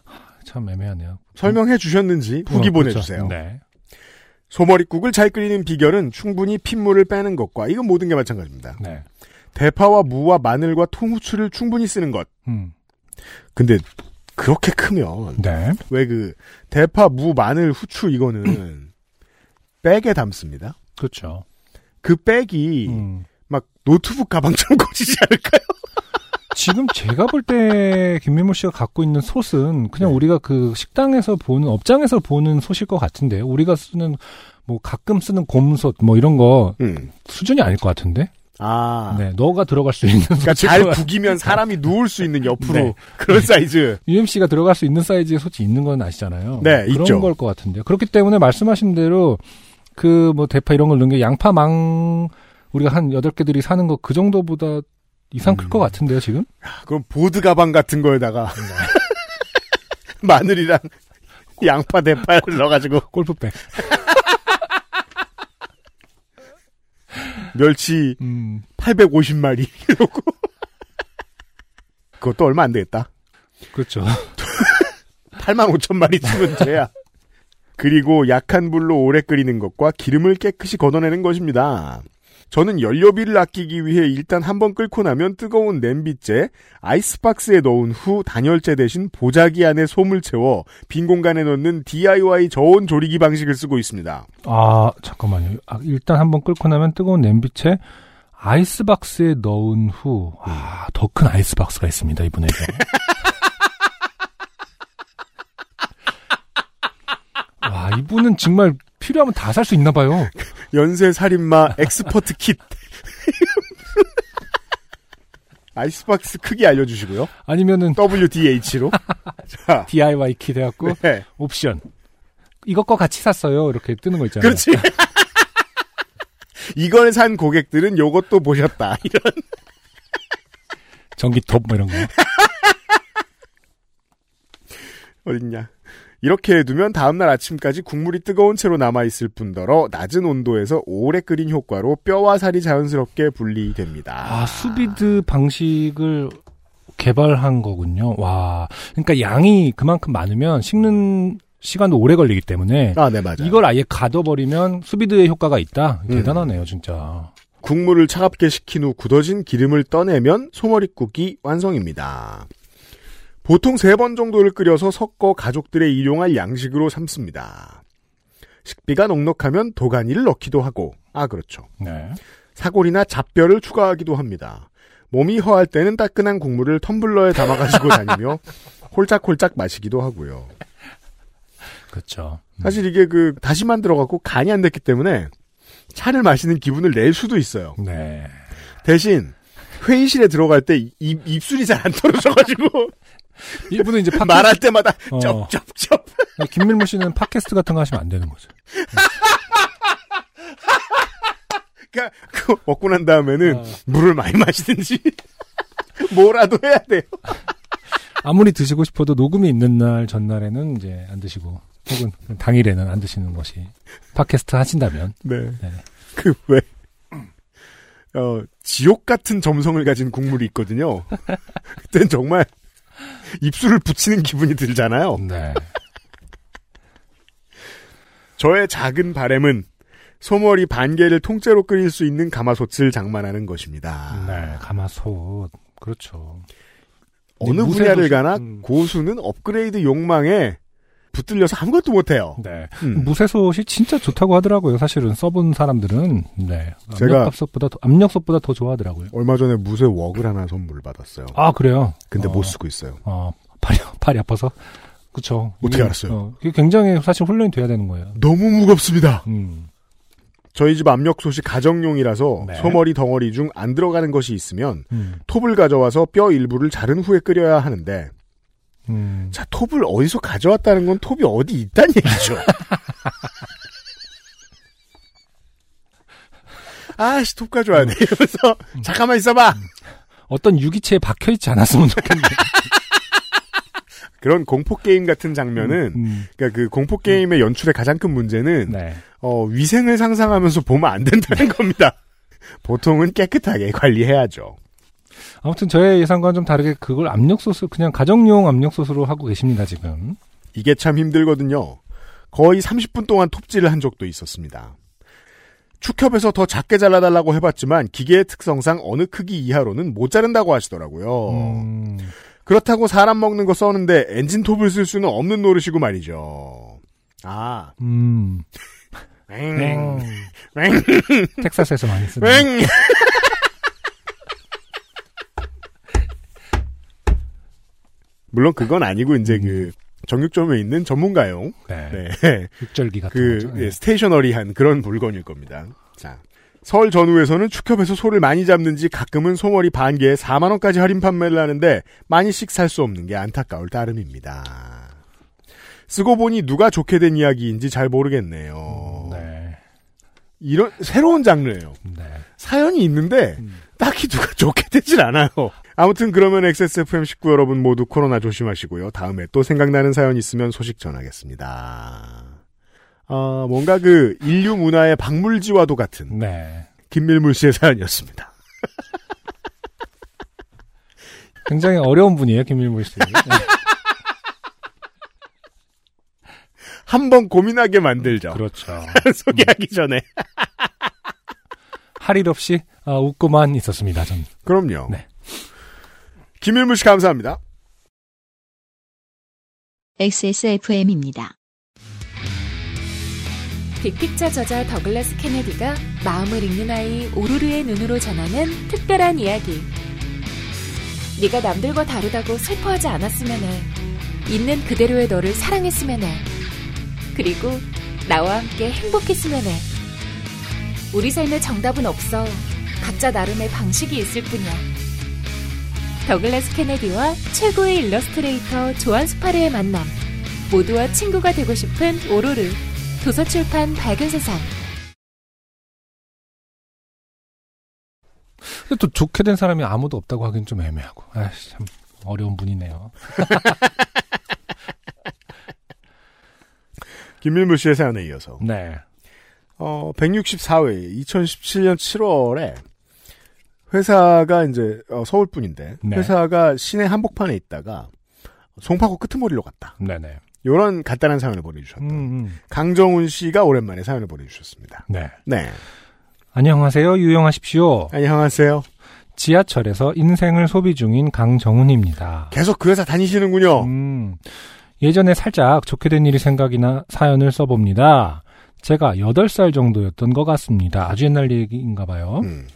[SPEAKER 2] 하, 참 애매하네요.
[SPEAKER 1] 설명해 주셨는지 후기
[SPEAKER 2] 어, 그렇죠.
[SPEAKER 1] 보내주세요.
[SPEAKER 2] 네.
[SPEAKER 1] 소머리국을 잘 끓이는 비결은 충분히 핏물을 빼는 것과 이건 모든 게 마찬가지입니다.
[SPEAKER 2] 네.
[SPEAKER 1] 대파와 무와 마늘과 통후추를 충분히 쓰는 것.
[SPEAKER 2] 음.
[SPEAKER 1] 근데 그렇게 크면
[SPEAKER 2] 네.
[SPEAKER 1] 왜 그 대파, 무, 마늘, 후추 이거는 백에 담습니다.
[SPEAKER 2] 그렇죠.
[SPEAKER 1] 그 백이
[SPEAKER 2] 음.
[SPEAKER 1] 막 노트북 가방처럼 커지지 않을까요?
[SPEAKER 2] 지금 제가 볼 때 김민모 씨가 갖고 있는 솥은 그냥
[SPEAKER 1] 네.
[SPEAKER 2] 우리가 그 식당에서 보는 업장에서 보는 솥일 것 같은데요. 우리가 쓰는 뭐 가끔 쓰는 곰솥 뭐 이런 거
[SPEAKER 1] 음.
[SPEAKER 2] 수준이 아닐 것 같은데.
[SPEAKER 1] 아.
[SPEAKER 2] 네. 너가 들어갈 수 있는
[SPEAKER 1] 그러니까
[SPEAKER 2] 솥일
[SPEAKER 1] 잘
[SPEAKER 2] 것 같-
[SPEAKER 1] 구기면 사람이 누울 수 있는 옆으로
[SPEAKER 2] 네.
[SPEAKER 1] 그런 사이즈.
[SPEAKER 2] UMC가 들어갈 수 있는 사이즈의 솥이 있는 건 아시잖아요.
[SPEAKER 1] 네,
[SPEAKER 2] 그런
[SPEAKER 1] 있죠.
[SPEAKER 2] 걸 것 같은데요. 그렇기 때문에 말씀하신 대로 그 뭐 대파 이런 걸 넣은 게 양파망 우리가 한 여덟 개들이 사는 거 그 정도보다 이상 클
[SPEAKER 1] 음.
[SPEAKER 2] 것 같은데요, 지금?
[SPEAKER 1] 그럼 보드 가방 같은 거에다가
[SPEAKER 2] 네.
[SPEAKER 1] 마늘이랑 양파 대파를 넣어가지고
[SPEAKER 2] 골프백.
[SPEAKER 1] 멸치
[SPEAKER 2] 음.
[SPEAKER 1] 850마리 이러고 그것도 얼마 안 되겠다.
[SPEAKER 2] 그렇죠.
[SPEAKER 1] 8만 5천 마리 주면 돼야. 그리고 약한 불로 오래 끓이는 것과 기름을 깨끗이 걷어내는 것입니다. 저는 연료비를 아끼기 위해 일단 한번 끓고 나면 뜨거운 냄비째 아이스박스에 넣은 후 단열재 대신 보자기 안에 솜을 채워 빈 공간에 넣는 DIY 저온 조리기 방식을 쓰고 있습니다.
[SPEAKER 2] 아, 잠깐만요. 아, 일단 한번 끓고 나면 뜨거운 냄비채 아이스박스에 넣은 후,
[SPEAKER 1] 음.
[SPEAKER 2] 아, 더 큰 아이스박스가 있습니다, 이분에게. 와, 이분은 정말 필요하면 다 살 수 있나 봐요.
[SPEAKER 1] 연쇄 살인마 엑스퍼트 킷. 아이스박스 크기 알려주시고요.
[SPEAKER 2] 아니면은
[SPEAKER 1] WDH로. 자,
[SPEAKER 2] DIY 키 돼갖고
[SPEAKER 1] 네.
[SPEAKER 2] 옵션 이것과 같이 샀어요 이렇게 뜨는 거 있잖아요.
[SPEAKER 1] 그렇지. 이걸 산 고객들은 요것도 보셨다. 이런.
[SPEAKER 2] 전기톱 뭐 이런 거.
[SPEAKER 1] 어딨냐. 이렇게 해두면 다음날 아침까지 국물이 뜨거운 채로 남아있을 뿐더러 낮은 온도에서 오래 끓인 효과로 뼈와 살이 자연스럽게 분리됩니다.
[SPEAKER 2] 아 수비드 방식을 개발한 거군요. 와, 그러니까 양이 그만큼 많으면 식는 시간도 오래 걸리기 때문에
[SPEAKER 1] 아, 네, 맞아요.
[SPEAKER 2] 이걸 아예 가둬버리면 수비드의 효과가 있다.
[SPEAKER 1] 음.
[SPEAKER 2] 대단하네요, 진짜.
[SPEAKER 1] 국물을 차갑게 식힌 후 굳어진 기름을 떠내면 소머리국이 완성입니다. 보통 3번 정도를 끓여서 섞어 가족들의 일용할 양식으로 삶습니다. 식비가 넉넉하면 도가니를 넣기도 하고, 아, 그렇죠.
[SPEAKER 2] 네.
[SPEAKER 1] 사골이나 잡뼈를 추가하기도 합니다. 몸이 허할 때는 따끈한 국물을 텀블러에 담아가지고 다니며 홀짝홀짝 마시기도 하고요.
[SPEAKER 2] 그렇죠.
[SPEAKER 1] 사실 이게 그 다시 만들어갖고 간이 안 됐기 때문에 차를 마시는 기분을 낼 수도 있어요.
[SPEAKER 2] 네.
[SPEAKER 1] 대신 회의실에 들어갈 때 입, 입술이 잘 안 떨어져가지고
[SPEAKER 2] 이분은 이제 팟캐스트,
[SPEAKER 1] 말할 때마다
[SPEAKER 2] 어.
[SPEAKER 1] 쩝쩝쩝
[SPEAKER 2] 김밀무 씨는 팟캐스트 같은 거 하시면 안 되는 거죠.
[SPEAKER 1] 그러니까 그거 먹고 난 다음에는
[SPEAKER 2] 어.
[SPEAKER 1] 물을 많이 마시든지 뭐라도 해야 돼요.
[SPEAKER 2] 아무리 드시고 싶어도 녹음이 있는 날 전날에는 이제 안 드시고 혹은 당일에는 안 드시는 것이 팟캐스트 하신다면
[SPEAKER 1] 네.
[SPEAKER 2] 네.
[SPEAKER 1] 그 왜? 어 지옥 같은 점성을 가진 국물이 있거든요. 그땐 정말 입술을 붙이는 기분이 들잖아요.
[SPEAKER 2] 네.
[SPEAKER 1] 저의 작은 바램은 소머리 반 개를 통째로 끓일 수 있는 가마솥을 장만하는 것입니다.
[SPEAKER 2] 네. 가마솥. 그렇죠.
[SPEAKER 1] 어느
[SPEAKER 2] 무쇠도
[SPEAKER 1] 분야를
[SPEAKER 2] 좀-
[SPEAKER 1] 가나
[SPEAKER 2] 음.
[SPEAKER 1] 고수는 업그레이드 욕망에 붙들려서 아무것도 못해요.
[SPEAKER 2] 네.
[SPEAKER 1] 음.
[SPEAKER 2] 무쇠솥이 진짜 좋다고 하더라고요. 사실은 써본 사람들은 네.
[SPEAKER 1] 제가-
[SPEAKER 2] 압력솥보다 더, 압력솥보다 더 좋아하더라고요.
[SPEAKER 1] 얼마 전에 무쇠 웍을 하나 선물 받았어요.
[SPEAKER 2] 아 그래요.
[SPEAKER 1] 근데
[SPEAKER 2] 어.
[SPEAKER 1] 못 쓰고 있어요.
[SPEAKER 2] 어, 팔이, 팔이 아파서. 그쵸.
[SPEAKER 1] 어떻게
[SPEAKER 2] 이게,
[SPEAKER 1] 알았어요?
[SPEAKER 2] 어, 이게 굉장히 사실 훈련이 돼야 되는 거예요.
[SPEAKER 1] 너무 무겁습니다.
[SPEAKER 2] 음.
[SPEAKER 1] 저희 집 압력솥이 가정용이라서
[SPEAKER 2] 네.
[SPEAKER 1] 소머리 덩어리 중 안 들어가는 것이 있으면
[SPEAKER 2] 음.
[SPEAKER 1] 톱을 가져와서 뼈 일부를 자른 후에 끓여야 하는데
[SPEAKER 2] 음.
[SPEAKER 1] 자 톱을 어디서 가져왔다는 건 톱이 어디 있다는 얘기죠. 아씨 톱 가져와야 돼 이러면서 잠깐만 있어봐.
[SPEAKER 2] 어떤 유기체에 박혀있지 않았으면 좋겠네.
[SPEAKER 1] 그런 공포 게임 같은 장면은
[SPEAKER 2] 음.
[SPEAKER 1] 그러니까 그 공포 게임의 연출의 가장 큰 문제는
[SPEAKER 2] 네.
[SPEAKER 1] 어, 위생을 상상하면서 보면 안 된다는 겁니다. 보통은 깨끗하게 관리해야죠.
[SPEAKER 2] 아무튼 저의 예상과는 좀 다르게 그걸 압력솥을 그냥 가정용 압력솥으로 하고 계십니다, 지금.
[SPEAKER 1] 이게 참 힘들거든요. 거의 30분 동안 톱질을 한 적도 있었습니다. 축협에서 더 작게 잘라달라고 해봤지만 기계의 특성상 어느 크기 이하로는 못 자른다고 하시더라고요.
[SPEAKER 2] 음.
[SPEAKER 1] 그렇다고 사람 먹는 거 써는데 엔진톱을 쓸 수는 없는 노릇이고 말이죠. 아,
[SPEAKER 2] 음.
[SPEAKER 1] 음. 엥,
[SPEAKER 2] 어. 텍사스에서 많이 쓰는.
[SPEAKER 1] 엥. 물론 그건 아니고 이제 그 정육점에 있는 전문가용
[SPEAKER 2] 네.
[SPEAKER 1] 네.
[SPEAKER 2] 육절기 같은
[SPEAKER 1] 그
[SPEAKER 2] 거죠. 네.
[SPEAKER 1] 예, 스테이셔너리한 그런 물건일 겁니다. 자. 설 전후에서는 축협에서 소를 많이 잡는지 가끔은 소머리 반 개에 4만 원까지 할인 판매를 하는데 많이씩 살 수 없는 게 안타까울 따름입니다. 쓰고 보니 누가 좋게 된 이야기인지 잘 모르겠네요.
[SPEAKER 2] 네.
[SPEAKER 1] 이런 새로운 장르예요.
[SPEAKER 2] 네. 음.
[SPEAKER 1] 사연이 있는데 딱히 누가 좋게 되질 않아요. 아무튼 그러면 XSFM 식구 여러분 모두 코로나 조심하시고요. 다음에 또 생각나는 사연 있으면 소식 전하겠습니다. 아, 뭔가 그 인류 문화의 박물지와도 같은
[SPEAKER 2] 네.
[SPEAKER 1] 김밀물 씨의 사연이었습니다.
[SPEAKER 2] 굉장히 어려운 분이에요, 김일몰 씨. 네.
[SPEAKER 1] 한번 고민하게 만들죠.
[SPEAKER 2] 그렇죠.
[SPEAKER 1] 소개하기 전에.
[SPEAKER 2] 음. 할 일 없이 아, 웃고만 있었습니다, 전.
[SPEAKER 1] 그럼요.
[SPEAKER 2] 네.
[SPEAKER 1] 김밀물 씨 감사합니다.
[SPEAKER 3] XSFM입니다.
[SPEAKER 6] 빅픽처 저자 더글라스 케네디가 마음을 읽는 아이 오루르의 눈으로 전하는 특별한 이야기. 네가 남들과 다르다고 슬퍼하지 않았으면 해. 있는 그대로의 너를 사랑했으면 해. 그리고 나와 함께 행복했으면 해. 우리 삶의 정답은 없어. 각자 나름의 방식이 있을 뿐이야. 더글라스 케네디와 최고의 일러스트레이터 조한 스파르의 만남. 모두와 친구가 되고 싶은 오로르. 도서출판 밝은 세상.
[SPEAKER 2] 근데 또 좋게 된 사람이 아무도 없다고 하긴 좀 애매하고. 아이씨, 참 어려운 분이네요.
[SPEAKER 1] 김밀물 씨의 사연에 이어서
[SPEAKER 2] 네.
[SPEAKER 1] 어, 164회 2017년 7월에 회사가 이제 어, 서울뿐인데
[SPEAKER 2] 네.
[SPEAKER 1] 회사가 시내 한복판에 있다가 송파구 끄트머리로 갔다.
[SPEAKER 2] 네네.
[SPEAKER 1] 이런 간단한 사연을 보내주셨다.
[SPEAKER 2] 음, 음.
[SPEAKER 1] 강정훈 씨가 오랜만에 사연을 보내주셨습니다.
[SPEAKER 2] 네.
[SPEAKER 1] 네,
[SPEAKER 2] 안녕하세요. 유용하십시오.
[SPEAKER 1] 안녕하세요.
[SPEAKER 2] 지하철에서 인생을 소비 중인 강정훈입니다.
[SPEAKER 1] 계속 그 회사 다니시는군요.
[SPEAKER 2] 음, 예전에 살짝 좋게 된 일이 생각이나 사연을 써봅니다. 제가 8살 정도였던 것 같습니다. 아주 옛날 얘기인가 봐요.
[SPEAKER 1] 음.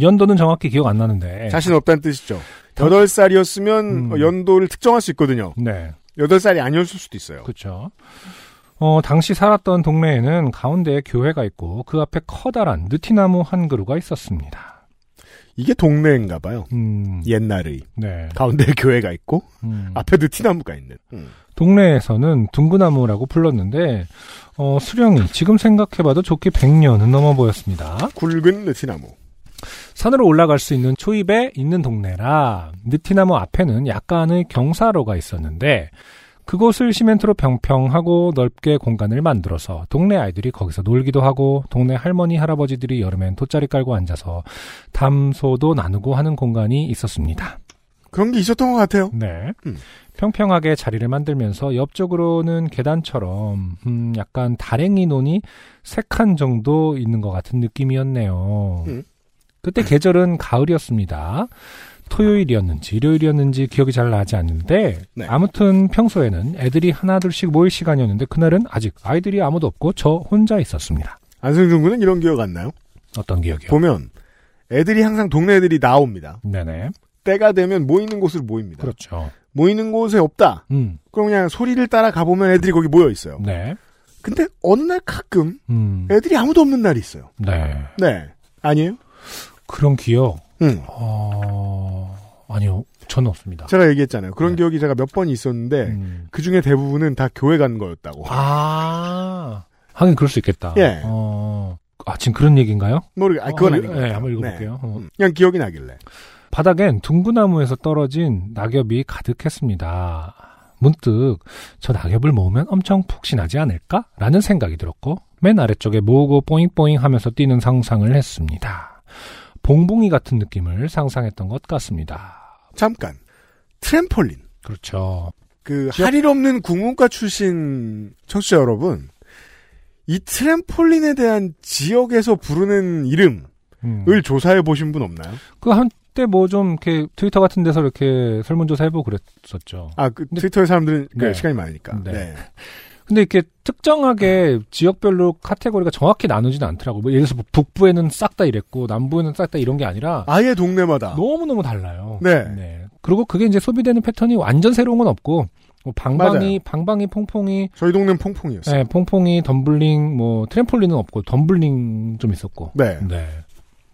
[SPEAKER 2] 연도는 정확히 기억 안 나는데.
[SPEAKER 1] 자신 없다는 뜻이죠. 8살이었으면
[SPEAKER 2] 네.
[SPEAKER 1] 어,
[SPEAKER 2] 음.
[SPEAKER 1] 연도를 특정할 수 있거든요.
[SPEAKER 2] 네,
[SPEAKER 1] 8살이 아니었을 수도 있어요.
[SPEAKER 2] 그렇죠. 어, 당시 살았던 동네에는 가운데에 교회가 있고 그 앞에 커다란 느티나무 한 그루가 있었습니다.
[SPEAKER 1] 이게 동네인가 봐요.
[SPEAKER 2] 음,
[SPEAKER 1] 예. 옛날의.
[SPEAKER 2] 네.
[SPEAKER 1] 가운데 교회가 있고
[SPEAKER 2] 음.
[SPEAKER 1] 앞에도 티나무가 있는. 음.
[SPEAKER 2] 동네에서는 둥그나무라고 불렀는데 어, 수령이 지금 생각해봐도 좋게 100년은 넘어 보였습니다.
[SPEAKER 1] 굵은 느티나무.
[SPEAKER 2] 산으로 올라갈 수 있는 초입에 있는 동네라 느티나무 앞에는 약간의 경사로가 있었는데 그곳을 시멘트로 평평하고 넓게 공간을 만들어서 동네 아이들이 거기서 놀기도 하고 동네 할머니 할아버지들이 여름엔 돗자리 깔고 앉아서 담소도 나누고 하는 공간이 있었습니다.
[SPEAKER 1] 그런 게 있었던 것 같아요.
[SPEAKER 2] 네.
[SPEAKER 1] 음.
[SPEAKER 2] 평평하게 자리를 만들면서 옆쪽으로는 계단처럼 음, 약간 다랭이 논이 세 칸 정도 있는 것 같은 느낌이었네요.
[SPEAKER 1] 음.
[SPEAKER 2] 그때 계절은 가을이었습니다. 토요일이었는지 일요일이었는지 기억이 잘 나지 않는데
[SPEAKER 1] 네.
[SPEAKER 2] 아무튼 평소에는 애들이 하나둘씩 모일 시간이었는데 그날은 아직 아이들이 아무도 없고 저 혼자 있었습니다.
[SPEAKER 1] 안승준 군은 이런 기억 안 나요?
[SPEAKER 2] 어떤 기억이요?
[SPEAKER 1] 보면 애들이 항상 동네 애들이 나옵니다.
[SPEAKER 2] 네네.
[SPEAKER 1] 때가 되면 모이는 곳으로 모입니다.
[SPEAKER 2] 그렇죠.
[SPEAKER 1] 모이는 곳에 없다.
[SPEAKER 2] 음.
[SPEAKER 1] 그럼 그냥 소리를 따라 가보면 애들이 거기 모여 있어요.
[SPEAKER 2] 네.
[SPEAKER 1] 근데 어느 날 가끔
[SPEAKER 2] 음.
[SPEAKER 1] 애들이 아무도 없는 날이 있어요.
[SPEAKER 2] 네.
[SPEAKER 1] 네. 아니에요?
[SPEAKER 2] 그런 기억.
[SPEAKER 1] 음.
[SPEAKER 2] 어, 아니요. 저는 없습니다.
[SPEAKER 1] 제가 얘기했잖아요. 그런
[SPEAKER 2] 네.
[SPEAKER 1] 기억이 제가 몇 번 있었는데
[SPEAKER 2] 음.
[SPEAKER 1] 그 중에 대부분은 다 교회 간 거였다고.
[SPEAKER 2] 아, 하긴 그럴 수 있겠다.
[SPEAKER 1] 예.
[SPEAKER 2] 어, 아, 지금 그런 얘기인가요?
[SPEAKER 1] 모르겠. 아 그건
[SPEAKER 2] 어,
[SPEAKER 1] 아닌 것
[SPEAKER 2] 예,
[SPEAKER 1] 같아요.
[SPEAKER 2] 한번 읽어볼게요. 어.
[SPEAKER 1] 음. 그냥 기억이 나길래.
[SPEAKER 2] 바닥엔 둥그나무에서 떨어진 낙엽이 가득했습니다. 문득 저 낙엽을 모으면 엄청 푹신하지 않을까? 라는 생각이 들었고 맨 아래쪽에 모으고 뽀잉뽀잉 하면서 뛰는 상상을 했습니다. 봉봉이 같은 느낌을 상상했던 것 같습니다.
[SPEAKER 1] 잠깐. 트램폴린.
[SPEAKER 2] 그렇죠.
[SPEAKER 1] 그 할일 없는 국문과 출신 청취자 여러분, 이 트램폴린에 대한 지역에서 부르는 이름을
[SPEAKER 2] 음.
[SPEAKER 1] 조사해 보신 분 없나요?
[SPEAKER 2] 그 한때 뭐 좀 이렇게 트위터 같은 데서 이렇게 설문조사 해보고 그랬었죠.
[SPEAKER 1] 아, 그
[SPEAKER 2] 근데-
[SPEAKER 1] 트위터의 사람들은 그
[SPEAKER 2] 네.
[SPEAKER 1] 시간이 많으니까.
[SPEAKER 2] 네.
[SPEAKER 1] 네.
[SPEAKER 2] 근데 이렇게 특정하게 지역별로 카테고리가 정확히 나누진 않더라고. 뭐 예를 들어서 북부에는 싹 다 이랬고 남부에는 싹 다 이런 게 아니라
[SPEAKER 1] 아예 동네마다
[SPEAKER 2] 너무너무 달라요.
[SPEAKER 1] 네.
[SPEAKER 2] 그리고 그게 이제 소비되는 패턴이 완전 새로운 건 없고 뭐 방방이
[SPEAKER 1] 맞아요.
[SPEAKER 2] 방방이 퐁퐁이
[SPEAKER 1] 저희 동네는 퐁퐁이었어요.
[SPEAKER 2] 예, 퐁퐁이 덤블링 뭐 트램폴린은 없고 덤블링 좀 있었고.
[SPEAKER 1] 네.
[SPEAKER 2] 네.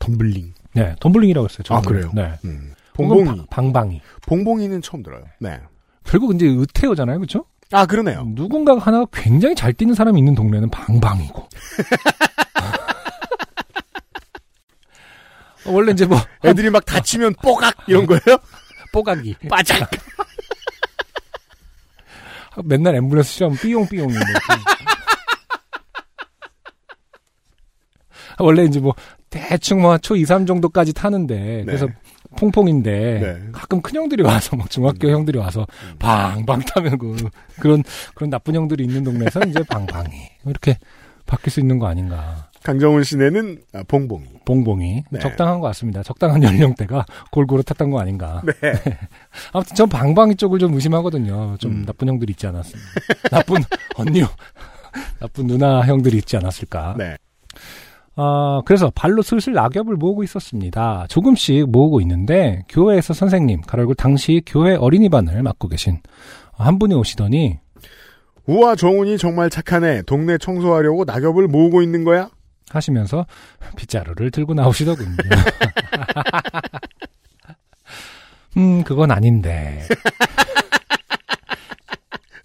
[SPEAKER 1] 덤블링.
[SPEAKER 2] 네, 덤블링이라고 했어요. 저는.
[SPEAKER 1] 아, 그래요?
[SPEAKER 2] 네.
[SPEAKER 1] 음.
[SPEAKER 2] 혹은
[SPEAKER 1] 봉봉이.
[SPEAKER 2] 방- 방방이.
[SPEAKER 1] 봉봉이는 처음 들어요. 네.
[SPEAKER 2] 결국 이제 의태어잖아요. 그렇죠?
[SPEAKER 1] 아, 그러네요.
[SPEAKER 2] 누군가 하나가 굉장히 잘 뛰는 사람이 있는 동네는 방방이고. 어, 원래 이제 뭐
[SPEAKER 1] 애들이 막
[SPEAKER 2] 아.
[SPEAKER 1] 다치면 뽀각! 이런 거예요?
[SPEAKER 2] 뽀각이
[SPEAKER 1] 빠짝!
[SPEAKER 2] 맨날 앰뷸런스 시험 삐용삐용 이런 거 있잖아요. 원래 이제 뭐 대충 뭐초 2, 3 정도까지 타는데 그래서 퐁퐁인데
[SPEAKER 1] 네.
[SPEAKER 2] 가끔 큰 형들이 와서 막 중학교 형들이 와서 방방 타면 그 그런 그런 나쁜 형들이 있는 동네에서 이제 방방이 이렇게 바뀔 수 있는 거 아닌가.
[SPEAKER 1] 강정훈 씨네는 아, 봉봉이.
[SPEAKER 2] 봉봉이
[SPEAKER 1] 네.
[SPEAKER 2] 적당한 것 같습니다. 적당한 연령대가 골고루 탔던 거 아닌가.
[SPEAKER 1] 네.
[SPEAKER 2] 아무튼 전 방방이 쪽을 좀 의심하거든요. 좀
[SPEAKER 1] 음.
[SPEAKER 2] 나쁜 형들이 있지 않았을까. 나쁜 언니요. 나쁜 누나 형들이 있지 않았을까.
[SPEAKER 1] 네.
[SPEAKER 2] 아, 그래서 발로 슬슬 낙엽을 모으고 있었습니다. 조금씩 모으고 있는데 교회에서 선생님, 가로고 당시 교회 어린이반을 맡고 계신 한 분이 오시더니
[SPEAKER 1] 우와, 정훈이 정말 착하네. 동네 청소하려고 낙엽을 모으고 있는 거야?
[SPEAKER 2] 하시면서 빗자루를 들고 나오시더군요. 음, 그건 아닌데.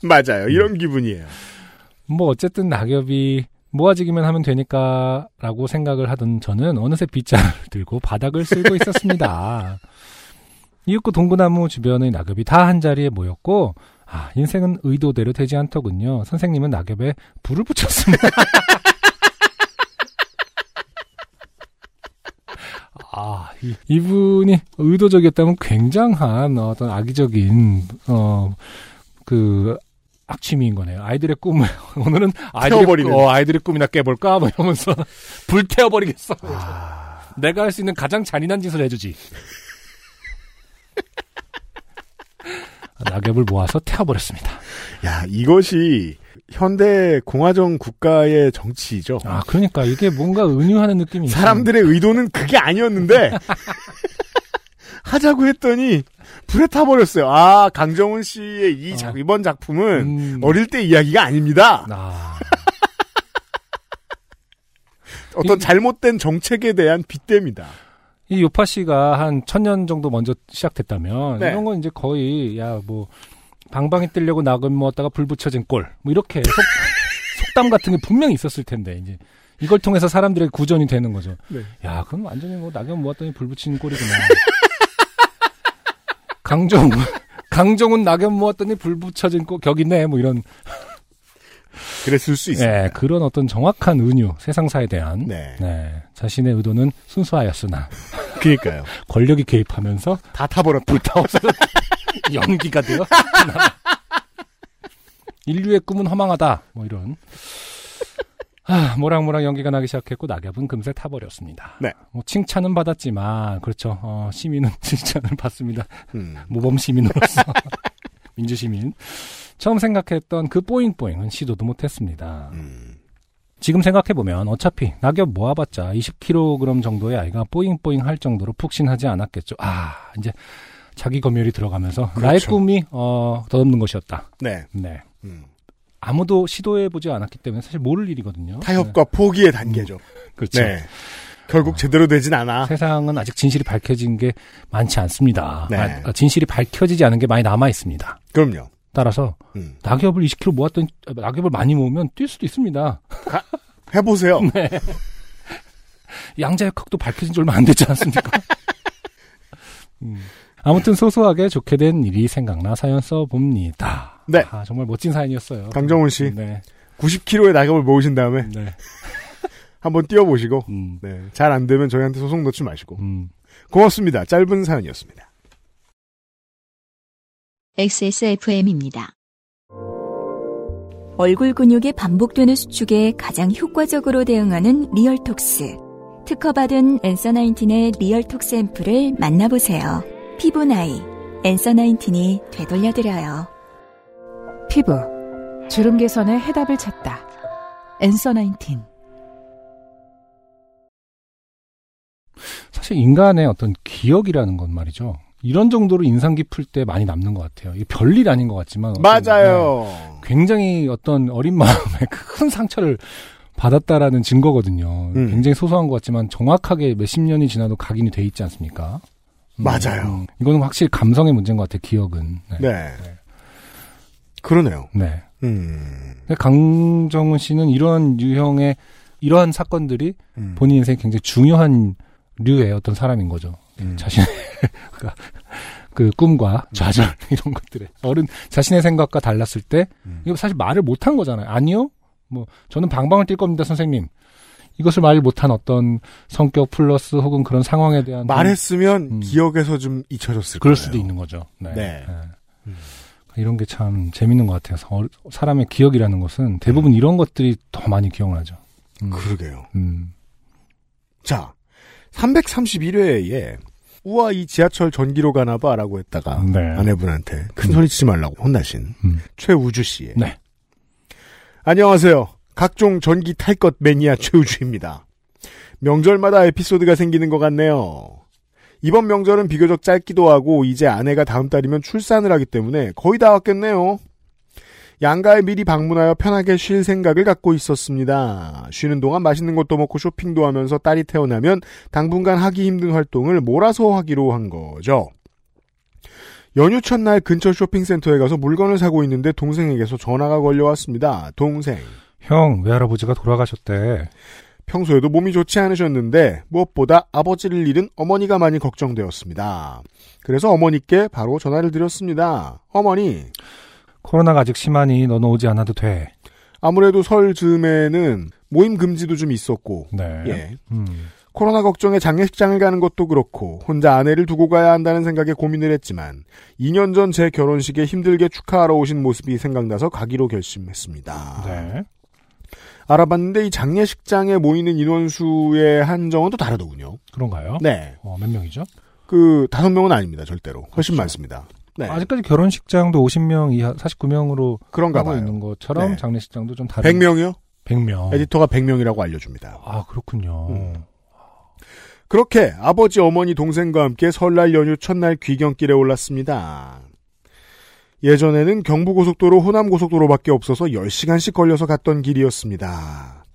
[SPEAKER 1] 맞아요. 이런 기분이에요.
[SPEAKER 2] 뭐 어쨌든 낙엽이 모아지기만 하면 되니까라고 생각을 하던 저는 어느새 빗자루 를 들고 바닥을 쓸고 있었습니다. 이윽고 동구나무 주변의 낙엽이 다 한 자리에 모였고 아 인생은 의도대로 되지 않더군요. 선생님은 낙엽에 불을 붙였습니다. 아, 이, 이분이 의도적이었다면 굉장한 어떤 악의적인 어 그 악취미인 거네요. 아이들의 꿈을 오늘은 아이들의,
[SPEAKER 1] 태워버리는.
[SPEAKER 2] 꿈- 어, 아이들의 꿈이나 깨볼까 뭐 이러면서 불태워버리겠어.
[SPEAKER 1] 아.
[SPEAKER 2] 내가 할 수 있는 가장 잔인한 짓을 해주지. 낙엽을 모아서 태워버렸습니다.
[SPEAKER 1] 야, 이것이 현대 공화정 국가의 정치이죠.
[SPEAKER 2] 아 그러니까 이게 뭔가 은유하는 느낌이 있어요.
[SPEAKER 1] 사람들의 의도는 그게 아니었는데 하자고 했더니 불에 타버렸어요. 아 강정훈 씨의 이 작-
[SPEAKER 2] 어.
[SPEAKER 1] 이번 작품은
[SPEAKER 2] 음.
[SPEAKER 1] 어릴 때 이야기가 아닙니다.
[SPEAKER 2] 아,
[SPEAKER 1] 어떤
[SPEAKER 2] 이-
[SPEAKER 1] 잘못된 정책에 대한 빗대입니다.
[SPEAKER 2] 이 요파 씨가 한 천년 정도 먼저 시작됐다면
[SPEAKER 1] 네.
[SPEAKER 2] 이런 건 이제 거의 야 뭐 방방이 뜨려고 낙엽 모았다가 불 붙여진 꼴 뭐 이렇게 속, 담 같은 게 분명히 있었을 텐데 이제 이걸 통해서 사람들의 구전이 되는 거죠.
[SPEAKER 1] 네.
[SPEAKER 2] 야 그건 완전히 뭐 낙엽 모았더니 불 붙인 꼴이구나. 강정훈 강정훈 낙엽 모았더니 불 붙여진 꼴 격이네 뭐 이런
[SPEAKER 1] 그랬을 수 있습니다.
[SPEAKER 2] 예, 그런 어떤 정확한 은유 세상사에 대한
[SPEAKER 1] 네.
[SPEAKER 2] 네, 자신의 의도는 순수하였으나
[SPEAKER 1] 그니까요.
[SPEAKER 2] 권력이 개입하면서
[SPEAKER 1] 다 타버렸다.
[SPEAKER 2] 불타오르 연기가 돼요. 인류의 꿈은 허망하다. 뭐 이런. 아, 모락모락 연기가 나기 시작했고 낙엽은 금세 타버렸습니다.
[SPEAKER 1] 네.
[SPEAKER 2] 뭐 칭찬은 받았지만 그렇죠. 어, 시민은 칭찬을 받습니다.
[SPEAKER 1] 음.
[SPEAKER 2] 모범 시민으로서 민주 시민. 처음 생각했던 그 뽀잉뽀잉은 시도도 못했습니다.
[SPEAKER 1] 음.
[SPEAKER 2] 지금 생각해보면 어차피 낙엽 모아봤자 20kg 정도의 아이가 뽀잉뽀잉 할 정도로 푹신하지 않았겠죠. 아, 이제 자기 검열이 들어가면서 나의
[SPEAKER 1] 그렇죠.
[SPEAKER 2] 꿈이, 어, 덧없는 것이었다.
[SPEAKER 1] 네.
[SPEAKER 2] 네.
[SPEAKER 1] 음.
[SPEAKER 2] 아무도 시도해보지 않았기 때문에 사실 모를 일이거든요.
[SPEAKER 1] 타협과 포기의 단계죠.
[SPEAKER 2] 네. 그렇죠.
[SPEAKER 1] 네. 결국 제대로 되진 않아.
[SPEAKER 2] 세상은 아직 진실이 밝혀진 게 많지 않습니다.
[SPEAKER 1] 네.
[SPEAKER 2] 아, 진실이 밝혀지지 않은 게 많이 남아있습니다.
[SPEAKER 1] 그럼요.
[SPEAKER 2] 따라서
[SPEAKER 1] 음.
[SPEAKER 2] 낙엽을 20kg 모았던, 낙엽을 많이 모으면 뛸 수도 있습니다.
[SPEAKER 1] 해보세요.
[SPEAKER 2] 양자역학도 밝혀진 지 얼마 안 됐지 않습니까? 음. 아무튼 소소하게 좋게 된 일이 생각나 사연 써봅니다.
[SPEAKER 1] 네.
[SPEAKER 2] 아, 정말 멋진 사연이었어요.
[SPEAKER 1] 강정훈 씨.
[SPEAKER 2] 네.
[SPEAKER 1] 90kg의 낙엽을 모으신 다음에
[SPEAKER 2] 네.
[SPEAKER 1] 한번 띄워보시고
[SPEAKER 2] 음.
[SPEAKER 1] 네. 잘 안 되면 저희한테 소송 넣지 마시고
[SPEAKER 2] 음.
[SPEAKER 1] 고맙습니다. 짧은 사연이었습니다.
[SPEAKER 3] XSFM입니다.
[SPEAKER 7] 얼굴 근육이 반복되는 수축에 가장 효과적으로 대응하는 리얼톡스. 특허받은 엔서나인틴의 리얼톡스 앰플을 만나보세요. 피부 나이, 엔서나인틴이 되돌려드려요.
[SPEAKER 5] 피부 주름 개선의 해답을 찾다. 엔서 19.
[SPEAKER 2] 사실 인간의 어떤 기억이라는 건 말이죠. 이런 정도로 인상 깊을 때 많이 남는 것 같아요. 이게 별일 아닌 것 같지만. 어떤- 네.
[SPEAKER 1] 맞아요.
[SPEAKER 2] 굉장히 어떤 어린 마음에 큰 상처를 받았다라는 증거거든요.
[SPEAKER 1] 음.
[SPEAKER 2] 굉장히 소소한 것 같지만 정확하게 몇십 년이 지나도 각인이 돼 있지 않습니까?
[SPEAKER 1] 맞아요.
[SPEAKER 2] 음, 이거는 확실히 감성의 문제인 것 같아요. 기억은. 네.
[SPEAKER 1] 네. 그러네요.
[SPEAKER 2] 네.
[SPEAKER 1] 음.
[SPEAKER 2] 근데 강정훈 씨는 이런 유형의 이러한 사건들이
[SPEAKER 1] 음.
[SPEAKER 2] 본인 인생에 굉장히 중요한 류의 어떤 사람인 거죠.
[SPEAKER 1] 음.
[SPEAKER 2] 자신의 그 꿈과 좌절 이런 것들에 어른 자신의 생각과 달랐을 때
[SPEAKER 1] 음.
[SPEAKER 2] 이거 사실 말을 못한 거잖아요. 아니요. 뭐 저는 방방을 뛸 겁니다, 선생님. 이것을 말을 못한 어떤 성격 플러스 혹은 그런 상황에 대한
[SPEAKER 1] 말했으면
[SPEAKER 2] 음.
[SPEAKER 1] 기억에서 좀 잊혀졌을
[SPEAKER 2] 그럴
[SPEAKER 1] 거예요.
[SPEAKER 2] 수도 있는 거죠. 네.
[SPEAKER 1] 네.
[SPEAKER 2] 예. 이런 게 참 재밌는 것 같아요. 서- 사람의 기억이라는 것은 대부분 이런 것들이 더 많이 기억나죠. 음.
[SPEAKER 1] 그러게요.
[SPEAKER 2] 음.
[SPEAKER 1] 자, 331회에 우와 이 지하철 전기로 가나봐라고 했다가
[SPEAKER 2] 네.
[SPEAKER 1] 아내분한테 큰 소리 치지 말라고 혼나신
[SPEAKER 2] 음.
[SPEAKER 1] 최우주 씨의
[SPEAKER 2] 네.
[SPEAKER 1] 안녕하세요. 각종 전기 탈 것 매니아 최우주입니다. 명절마다 에피소드가 생기는 것 같네요. 이번 명절은 비교적 짧기도 하고 이제 아내가 다음 달이면 출산을 하기 때문에 거의 다 왔겠네요. 양가에 미리 방문하여 편하게 쉴 생각을 갖고 있었습니다. 쉬는 동안 맛있는 것도 먹고 쇼핑도 하면서 딸이 태어나면 당분간 하기 힘든 활동을 몰아서 하기로 한 거죠. 연휴 첫날 근처 쇼핑센터에 가서 물건을 사고 있는데 동생에게서 전화가 걸려왔습니다. 동생.
[SPEAKER 2] 형, 외할아버지가 돌아가셨대.
[SPEAKER 1] 평소에도 몸이 좋지 않으셨는데 무엇보다 아버지를 잃은 어머니가 많이 걱정되었습니다. 그래서 어머니께 바로 전화를 드렸습니다. 어머니,
[SPEAKER 2] 코로나가 아직 심하니 너는 오지 않아도 돼.
[SPEAKER 1] 아무래도 설 즈음에는 모임 금지도 좀 있었고,
[SPEAKER 2] 네.
[SPEAKER 1] 예.
[SPEAKER 2] 음.
[SPEAKER 1] 코로나 걱정에 장례식장을 가는 것도 그렇고 혼자 아내를 두고 가야 한다는 생각에 고민을 했지만 2년 전 제 결혼식에 힘들게 축하하러 오신 모습이 생각나서 가기로 결심했습니다.
[SPEAKER 2] 네.
[SPEAKER 1] 알아봤는데 이 장례식장에 모이는 인원수의 한정은 또 다르더군요.
[SPEAKER 2] 그런가요?
[SPEAKER 1] 네.
[SPEAKER 2] 어, 몇 명이죠?
[SPEAKER 1] 그 다섯 명은 아닙니다. 절대로. 훨씬 많습니다. 네.
[SPEAKER 2] 아직까지 결혼식장도 50명 이하, 49명으로
[SPEAKER 1] 그런가
[SPEAKER 2] 하고
[SPEAKER 1] 봐요. 어.
[SPEAKER 2] 있는 것처럼
[SPEAKER 1] 네.
[SPEAKER 2] 장례식장도 좀 다른.
[SPEAKER 1] 100명이요?
[SPEAKER 2] 100명.
[SPEAKER 1] 에디터가 100명이라고 알려줍니다.
[SPEAKER 2] 아, 그렇군요.
[SPEAKER 1] 음. 그렇게 아버지, 어머니, 동생과 함께 설날 연휴 첫날 귀경길에 올랐습니다. 예전에는 경부고속도로, 호남고속도로밖에 없어서 10시간씩 걸려서 갔던 길이었습니다.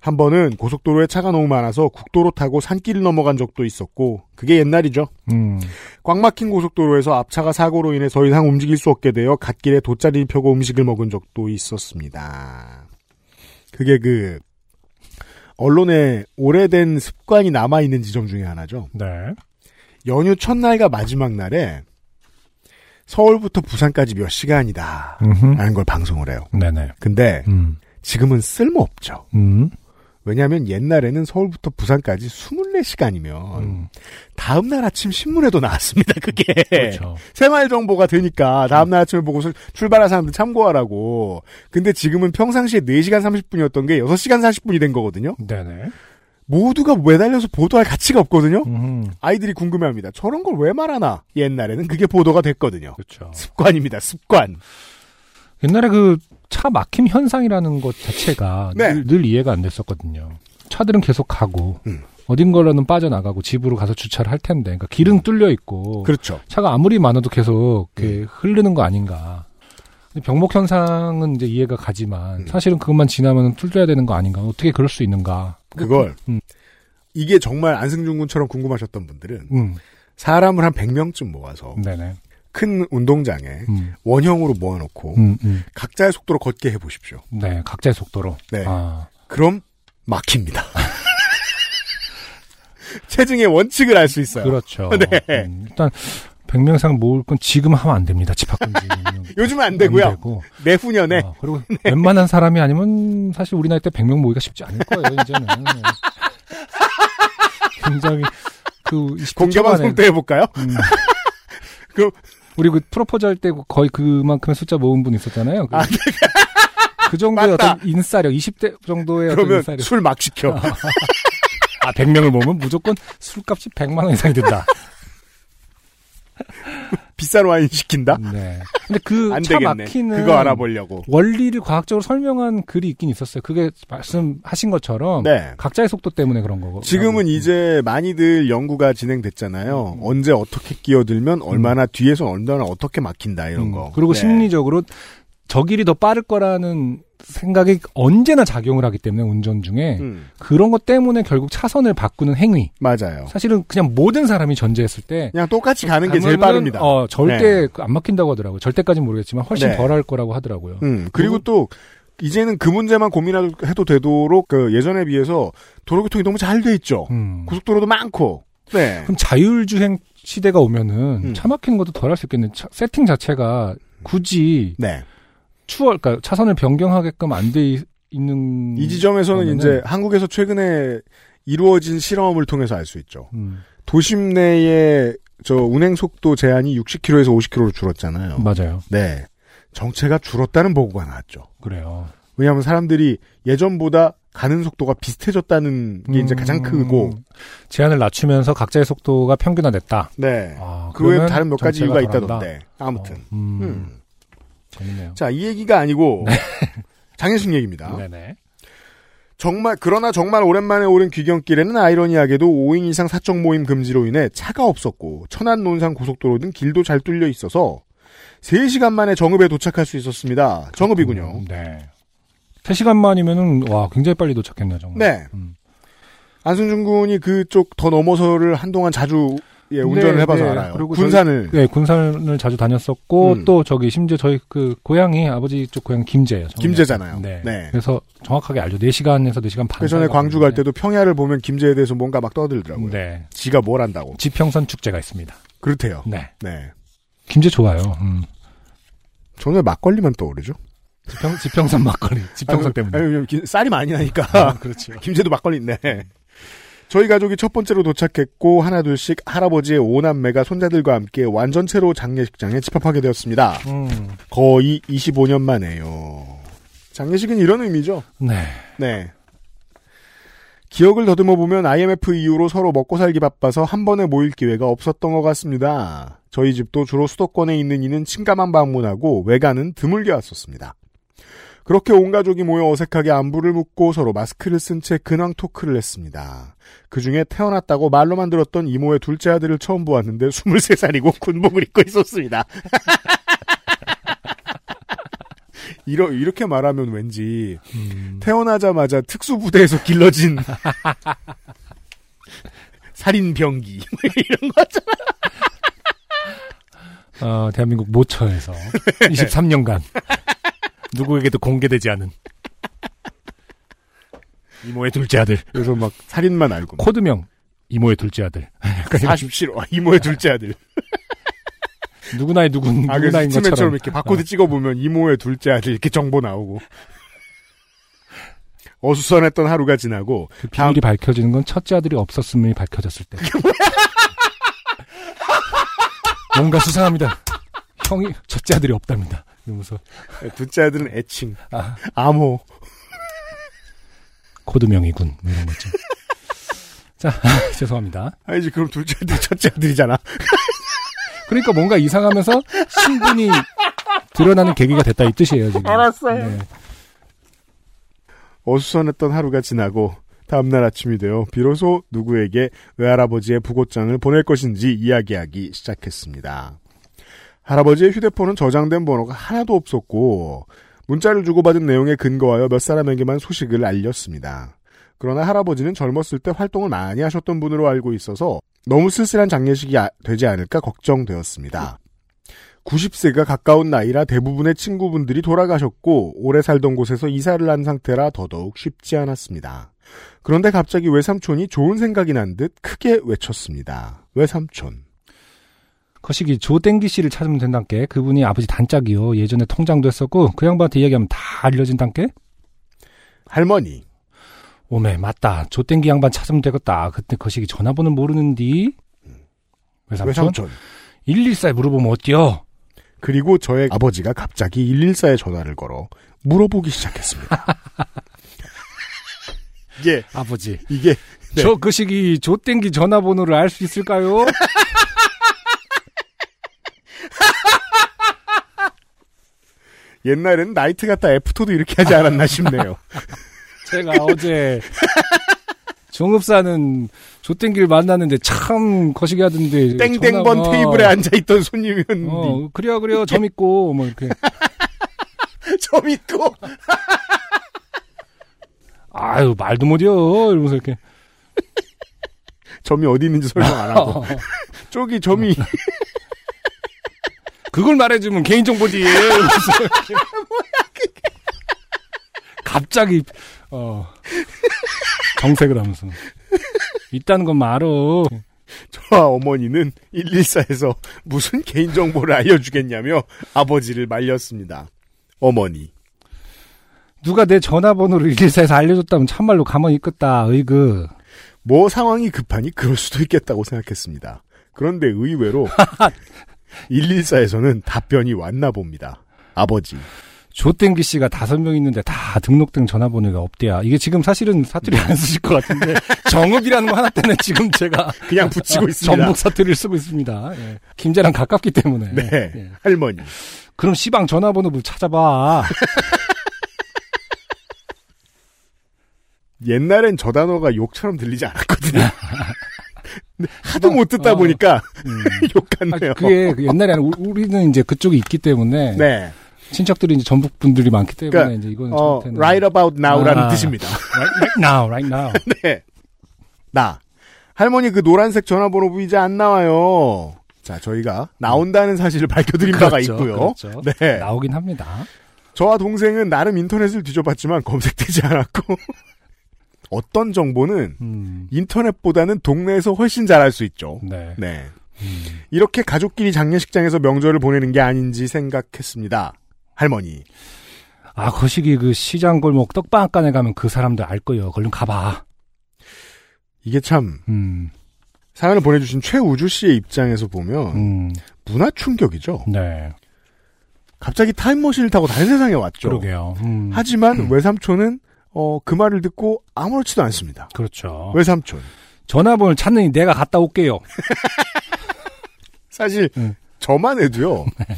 [SPEAKER 1] 한 번은 고속도로에 차가 너무 많아서 국도로 타고 산길을 넘어간 적도 있었고, 그게 옛날이죠.
[SPEAKER 2] 음.
[SPEAKER 1] 꽉 막힌 고속도로에서 앞차가 사고로 인해 더 이상 움직일 수 없게 되어 갓길에 돗자리를 펴고 음식을 먹은 적도 있었습니다. 그게 그 언론에 오래된 습관이 남아 있는 지점 중에 하나죠.
[SPEAKER 2] 네.
[SPEAKER 1] 연휴 첫날과 마지막 날에 서울부터 부산까지 몇 시간이다
[SPEAKER 2] 음흠.
[SPEAKER 1] 라는 걸 방송을 해요.
[SPEAKER 2] 네네.
[SPEAKER 1] 근데
[SPEAKER 2] 음.
[SPEAKER 1] 지금은 쓸모없죠.
[SPEAKER 2] 음.
[SPEAKER 1] 왜냐하면 옛날에는 서울부터 부산까지 24시간이면
[SPEAKER 2] 음.
[SPEAKER 1] 다음 날 아침 신문에도 나왔습니다. 그게
[SPEAKER 2] 그렇죠.
[SPEAKER 1] 생활 정보가 되니까 다음날 아침에 보고서 출발한 사람들 참고하라고. 근데 지금은 평상시에 4시간 30분이었던 게 6시간 40분이 된 거거든요.
[SPEAKER 2] 네네.
[SPEAKER 1] 모두가 매달려서 보도할 가치가 없거든요.
[SPEAKER 2] 음.
[SPEAKER 1] 아이들이 궁금해합니다. 저런 걸 왜 말하나? 옛날에는 그게 보도가 됐거든요.
[SPEAKER 2] 그렇죠.
[SPEAKER 1] 습관입니다. 습관.
[SPEAKER 2] 옛날에 그 차 막힘 현상이라는 것 자체가
[SPEAKER 1] 네.
[SPEAKER 2] 늘, 늘 이해가 안 됐었거든요. 차들은 계속 가고
[SPEAKER 1] 음.
[SPEAKER 2] 어딘가로는 빠져나가고 집으로 가서 주차를 할 텐데, 그러니까 길은 뚫려 있고
[SPEAKER 1] 음. 그렇죠.
[SPEAKER 2] 차가 아무리 많아도 계속 이렇게
[SPEAKER 1] 네.
[SPEAKER 2] 흐르는 거 아닌가. 근데 병목 현상은 이제 이해가 가지만
[SPEAKER 1] 음.
[SPEAKER 2] 사실은 그것만 지나면 뚫려야 되는 거 아닌가. 어떻게 그럴 수 있는가.
[SPEAKER 1] 그걸
[SPEAKER 2] 음.
[SPEAKER 1] 이게 정말 안승준 군처럼 궁금하셨던 분들은
[SPEAKER 2] 음,
[SPEAKER 1] 사람을 한 100명쯤 모아서
[SPEAKER 2] 네네.
[SPEAKER 1] 큰 운동장에
[SPEAKER 2] 음,
[SPEAKER 1] 원형으로 모아놓고
[SPEAKER 2] 음, 음.
[SPEAKER 1] 각자의 속도로 걷게 해보십시오.
[SPEAKER 2] 네, 각자의 속도로.
[SPEAKER 1] 네.
[SPEAKER 2] 아,
[SPEAKER 1] 그럼 막힙니다. 체증의 원칙을 알 수 있어요.
[SPEAKER 2] 그렇죠.
[SPEAKER 1] 네.
[SPEAKER 2] 음, 일단 100명 이상 모을 건 지금 하면 안 됩니다. 집 밖인지.
[SPEAKER 1] 요즘은 안 되고요. 네. 내후년에
[SPEAKER 2] 아, 그리고 웬만한 사람이 아니면 사실 우리 나이 때 100명 모기가 쉽지 않을 거예요, 이제는. 네. 굉장히 그 20대
[SPEAKER 1] 공개방송
[SPEAKER 2] 초반에,
[SPEAKER 1] 때 해볼까요?
[SPEAKER 2] 음,
[SPEAKER 1] 그럼
[SPEAKER 2] 우리 그 프로포즈 할 때 거의 그만큼의 숫자 모은 분 있었잖아요. 그,
[SPEAKER 1] 아,
[SPEAKER 2] 그 정도의
[SPEAKER 1] 맞다.
[SPEAKER 2] 어떤 인싸력, 20대 정도의 어떤 어.
[SPEAKER 1] 그러면
[SPEAKER 2] 인싸력.
[SPEAKER 1] 술 막 시켜.
[SPEAKER 2] 아, 100명을 모으면 무조건 술값이 100만 원 이상이 된다.
[SPEAKER 1] 비싼 와인 시킨다.
[SPEAKER 2] 네. 근데
[SPEAKER 1] 안
[SPEAKER 2] 그차
[SPEAKER 1] 되겠네.
[SPEAKER 2] 막히는 음.
[SPEAKER 1] 그거 알아보려고.
[SPEAKER 2] 원리를 과학적으로 설명한 글이 있긴 있었어요. 그게 말씀하신 것처럼
[SPEAKER 1] 네.
[SPEAKER 2] 각자의 속도 때문에 그런 거고.
[SPEAKER 1] 지금은 이제 많이들 연구가
[SPEAKER 2] 음.
[SPEAKER 1] 진행됐잖아요. 언제 어떻게 끼어들면 얼마나 뒤에서 얼마나 어떻게 막힌다 이런
[SPEAKER 2] 음,
[SPEAKER 1] 거.
[SPEAKER 2] 그리고
[SPEAKER 1] 네.
[SPEAKER 2] 심리적으로 저 길이 더 빠를 거라는 생각이 언제나 작용을 하기 때문에 운전 중에
[SPEAKER 1] 음,
[SPEAKER 2] 그런 것 때문에 결국 차선을 바꾸는 행위.
[SPEAKER 1] 맞아요.
[SPEAKER 2] 사실은 그냥 모든 사람이 전제했을 때
[SPEAKER 1] 그냥 똑같이 가는 게 제일
[SPEAKER 2] 가면은,
[SPEAKER 1] 빠릅니다.
[SPEAKER 2] 어, 절대
[SPEAKER 1] 네.
[SPEAKER 2] 그안 막힌다고 하더라고요. 절대까지는 모르겠지만 훨씬
[SPEAKER 1] 네.
[SPEAKER 2] 덜 할 거라고 하더라고요.
[SPEAKER 1] 음, 그리고 또 이제는 그 문제만 고민해도 되도록 그 예전에 비해서 도로교통이 너무 잘 돼 있죠.
[SPEAKER 2] 음.
[SPEAKER 1] 고속도로도 많고. 네.
[SPEAKER 2] 그럼 자율주행 시대가 오면은
[SPEAKER 1] 음.
[SPEAKER 2] 차 막히는 것도 덜 할 수 있겠네. 차- 세팅 자체가 굳이
[SPEAKER 1] 네.
[SPEAKER 2] 추월, 그러니까 차선을 변경하게끔 안 돼 있는.
[SPEAKER 1] 이 지점에서는
[SPEAKER 2] 음. 그러면은-
[SPEAKER 1] 이제 한국에서 최근에 이루어진 실험을 통해서 알 수 있죠.
[SPEAKER 2] 음,
[SPEAKER 1] 도심 내에 저 운행 속도 제한이 60km에서 50km로 줄었잖아요.
[SPEAKER 2] 맞아요.
[SPEAKER 1] 네. 정체가 줄었다는 보고가 나왔죠.
[SPEAKER 2] 그래요.
[SPEAKER 1] 왜냐하면 사람들이 예전보다 가는 속도가 비슷해졌다는 게 이제 가장 크고,
[SPEAKER 2] 음, 제한을 낮추면서 각자의 속도가 평균화됐다.
[SPEAKER 1] 네.
[SPEAKER 2] 아,
[SPEAKER 1] 그 외에
[SPEAKER 2] 그러면
[SPEAKER 1] 다른 몇 가지
[SPEAKER 2] 정체가
[SPEAKER 1] 이유가
[SPEAKER 2] 덜한다.
[SPEAKER 1] 있다던데. 아무튼.
[SPEAKER 2] 어, 음,
[SPEAKER 1] 음.
[SPEAKER 2] 재밌네요.
[SPEAKER 1] 자, 이 얘기가 아니고 장례식 얘기입니다.
[SPEAKER 2] 네네.
[SPEAKER 1] 정말 그러나 정말 오랜만에 오른 귀경길에는 아이러니하게도 5인 이상 사적 모임 금지로 인해 차가 없었고 천안 논산 고속도로 등 길도 잘 뚫려 있어서 3시간 만에 정읍에 도착할 수 있었습니다. 정읍이군요.
[SPEAKER 2] 음, 네. 3시간만이면은, 와, 굉장히 빨리 도착했네, 정말.
[SPEAKER 1] 네.
[SPEAKER 2] 음.
[SPEAKER 1] 안승준 군이 그쪽 더 넘어서를 한동안 자주 예, 운전을
[SPEAKER 2] 네,
[SPEAKER 1] 해봐서
[SPEAKER 2] 네.
[SPEAKER 1] 알아요.
[SPEAKER 2] 그리고
[SPEAKER 1] 군산을
[SPEAKER 2] 네, 군산을 자주 다녔었고
[SPEAKER 1] 음.
[SPEAKER 2] 또 저기 심지어 저희 그 고향이 아버지 쪽 고향 김제예요. 정리하면.
[SPEAKER 1] 김제잖아요.
[SPEAKER 2] 네.
[SPEAKER 1] 네.
[SPEAKER 2] 그래서 정확하게 알죠. 4시간에서 4시간 반.
[SPEAKER 1] 그 전에
[SPEAKER 2] 사이가
[SPEAKER 1] 광주 갈
[SPEAKER 2] 걸리는데.
[SPEAKER 1] 때도 평야를 보면 김제에 대해서 뭔가 막 떠들더라고요.
[SPEAKER 2] 네.
[SPEAKER 1] 지가 뭘 안다고.
[SPEAKER 2] 지평선 축제가 있습니다.
[SPEAKER 1] 그렇대요.
[SPEAKER 2] 네.
[SPEAKER 1] 네.
[SPEAKER 2] 김제 좋아요. 음.
[SPEAKER 1] 저는 왜 막걸리만 떠오르죠?
[SPEAKER 2] 지평 지평선 막걸리. 지평선
[SPEAKER 1] 아니,
[SPEAKER 2] 때문에.
[SPEAKER 1] 아니, 왜냐면 기- 쌀이 많이 나니까.
[SPEAKER 2] 그렇죠.
[SPEAKER 1] 김제도 막걸리 있네. 저희 가족이 첫 번째로 도착했고 하나둘씩 할아버지의 오남매가 손자들과 함께 완전체로 장례식장에 집합하게 되었습니다.
[SPEAKER 2] 음.
[SPEAKER 1] 거의 25년 만에요. 장례식은 이런 의미죠.
[SPEAKER 2] 네.
[SPEAKER 1] 네. 기억을 더듬어 보면 IMF 이후로 서로 먹고 살기 바빠서 한 번에 모일 기회가 없었던 것 같습니다. 저희 집도 주로 수도권에 있는 이는 친가만 방문하고 외가는 드물게 왔었습니다. 그렇게 온 가족이 모여 어색하게 안부를 묻고 서로 마스크를 쓴 채 근황 토크를 했습니다. 그 중에 태어났다고 말로만 들었던 이모의 둘째 아들을 처음 보았는데 23살이고 군복을 입고 있었습니다. 이러, 이렇게 말하면 왠지
[SPEAKER 2] 음.
[SPEAKER 1] 태어나자마자 특수부대에서 길러진 살인병기 이런 거 같잖아.
[SPEAKER 2] 어, 대한민국 모처에서 23년간 누구에게도 공개되지 않은 이모의 둘째 아들.
[SPEAKER 1] 그래서 막 살인만 알고 막
[SPEAKER 2] 코드명 이모의 둘째 아들.
[SPEAKER 1] 47호 아, 이모의 둘째 아들.
[SPEAKER 2] 누구나의 누군
[SPEAKER 1] 아 그래서
[SPEAKER 2] 누구나인
[SPEAKER 1] 스맨처럼 아.
[SPEAKER 2] 것처럼.
[SPEAKER 1] 이렇게 바코드 찍어보면 이모의 둘째 아들 이렇게 정보 나오고 어수선했던 하루가 지나고
[SPEAKER 2] 그 비밀이 밝혀지는 건 첫째 아들이 없었음이 밝혀졌을 때. 뭔가 수상합니다. 형이 첫째 아들이 없답니다. 이러면서
[SPEAKER 1] 둘째 아들은 애칭
[SPEAKER 2] 아,
[SPEAKER 1] 암호
[SPEAKER 2] 코드명이군 뭐 이런 거죠. 자 죄송합니다.
[SPEAKER 1] 아니지 그럼 둘째 아들이 첫째 아들이잖아.
[SPEAKER 2] 그러니까 뭔가 이상하면서 신분이 드러나는 계기가 됐다 이 뜻이에요 지금.
[SPEAKER 1] 알았어요.
[SPEAKER 2] 네.
[SPEAKER 1] 어수선했던 하루가 지나고 다음날 아침이 되어 비로소 누구에게 외할아버지의 부고장을 보낼 것인지 이야기하기 시작했습니다. 할아버지의 휴대폰은 저장된 번호가 하나도 없었고 문자를 주고받은 내용에 근거하여 몇 사람에게만 소식을 알렸습니다. 그러나 할아버지는 젊었을 때 활동을 많이 하셨던 분으로 알고 있어서 너무 쓸쓸한 장례식이 아- 되지 않을까 걱정되었습니다. 90세가 가까운 나이라 대부분의 친구분들이 돌아가셨고 오래 살던 곳에서 이사를 한 상태라 더더욱 쉽지 않았습니다. 그런데 갑자기 외삼촌이 좋은 생각이 난 듯 크게 외쳤습니다. 외삼촌.
[SPEAKER 2] 거시기 조땡기 씨를 찾으면 된단께 그분이 아버지 단짝이요 예전에 통장도 했었고 그 양반한테 이야기하면 다 알려진 단께
[SPEAKER 1] 할머니.
[SPEAKER 2] 오메 맞다 조땡기 양반 찾으면 되겠다 그때 거시기 전화번호 모르는디 외삼촌,
[SPEAKER 1] 외삼촌.
[SPEAKER 2] 114에 물어보면 어때요
[SPEAKER 1] 그리고 저의 아버지가 갑자기 114에 전화를 걸어 물어보기 시작했습니다. 이게,
[SPEAKER 2] 아버지
[SPEAKER 1] 이게, 네.
[SPEAKER 2] 저 거시기 조땡기 전화번호를 알 수 있을까요
[SPEAKER 1] 옛날엔 나이트 같다 애프터도 이렇게 하지 않았나 싶네요.
[SPEAKER 2] 제가 어제 종업사는 조땡기를 만났는데 참 거시기 하던데
[SPEAKER 1] 땡땡번
[SPEAKER 2] 전화가-
[SPEAKER 1] 테이블에 앉아있던 손님은
[SPEAKER 2] 그 어, 그래요, 그래요. 점 있고, 뭐, 이렇게.
[SPEAKER 1] 점 있고,
[SPEAKER 2] 아유, 말도 못해요. 이러면서 이렇게.
[SPEAKER 1] 점이 어디 있는지 설명 안 하고. 쪽이 점이
[SPEAKER 2] 그걸 말해주면 개인정보지. 이러면서 이렇게. 갑자기, 어, 정색을 하면서. 있다는 것만 알아.
[SPEAKER 1] 저와 어머니는 114에서 무슨 개인정보를 알려주겠냐며 아버지를 말렸습니다. 어머니.
[SPEAKER 2] 누가 내 전화번호를 114에서 알려줬다면 참말로 가만히 있겠다. 으이그.
[SPEAKER 1] 뭐 상황이 급하니 그럴 수도 있겠다고 생각했습니다. 그런데 의외로 114에서는 답변이 왔나 봅니다. 아버지.
[SPEAKER 2] 조땡기 씨가 다섯 명 있는데 다 등록된 전화번호가 없대야. 이게 지금 사실은 사투리 안 쓰실 것 같은데 정읍이라는 거 하나 때문에 지금 제가
[SPEAKER 1] 그냥 붙이고 있습니다.
[SPEAKER 2] 전북 사투리를 쓰고 있습니다. 예. 김제랑 가깝기 때문에.
[SPEAKER 1] 네.
[SPEAKER 2] 예.
[SPEAKER 1] 할머니.
[SPEAKER 2] 그럼 시방 전화번호를 찾아봐.
[SPEAKER 1] 옛날엔 저 단어가 욕처럼 들리지 않았거든요. 근데 하도 못 듣다
[SPEAKER 2] 어.
[SPEAKER 1] 보니까
[SPEAKER 2] 음.
[SPEAKER 1] 욕
[SPEAKER 2] 아,
[SPEAKER 1] 같네요.
[SPEAKER 2] 그게 그 옛날에 아니라 우- 우리는 이제 그쪽이 있기 때문에
[SPEAKER 1] 네.
[SPEAKER 2] 친척들이 이제 전북 분들이 많기 때문에
[SPEAKER 1] 그러니까,
[SPEAKER 2] 이제 이거는
[SPEAKER 1] 어,
[SPEAKER 2] 저한테는
[SPEAKER 1] right about now라는
[SPEAKER 2] 아.
[SPEAKER 1] 뜻입니다.
[SPEAKER 2] right, right now, right now.
[SPEAKER 1] 네. 나. 할머니 그 노란색 전화번호부 이제 안 나와요. 자, 저희가 나온다는 사실을 밝혀드린 바가
[SPEAKER 2] 그렇죠,
[SPEAKER 1] 있고요.
[SPEAKER 2] 그렇죠.
[SPEAKER 1] 네.
[SPEAKER 2] 나오긴 합니다.
[SPEAKER 1] 저와 동생은 나름 인터넷을 뒤져봤지만 검색되지 않았고 어떤 정보는
[SPEAKER 2] 음,
[SPEAKER 1] 인터넷보다는 동네에서 훨씬 잘할 수 있죠.
[SPEAKER 2] 네.
[SPEAKER 1] 네. 이렇게 가족끼리 장례식장에서 명절을 보내는 게 아닌지 생각했습니다. 할머니.
[SPEAKER 2] 아, 거시기 그 시장 골목 떡방앗간에 가면 그 사람들 알 거예요. 얼른 가봐.
[SPEAKER 1] 이게 참
[SPEAKER 2] 음,
[SPEAKER 1] 사연을 보내주신 최우주 씨의 입장에서 보면
[SPEAKER 2] 음,
[SPEAKER 1] 문화 충격이죠.
[SPEAKER 2] 네.
[SPEAKER 1] 갑자기 타임머신을 타고 다른 세상에 왔죠.
[SPEAKER 2] 그러게요. 음,
[SPEAKER 1] 하지만 외삼촌은 어, 그 말을 듣고 아무렇지도 않습니다.
[SPEAKER 2] 그렇죠.
[SPEAKER 1] 외삼촌.
[SPEAKER 2] 전화번호 찾느니 내가 갔다 올게요.
[SPEAKER 1] 사실
[SPEAKER 2] 음.
[SPEAKER 1] 저만 해도요.
[SPEAKER 2] 네.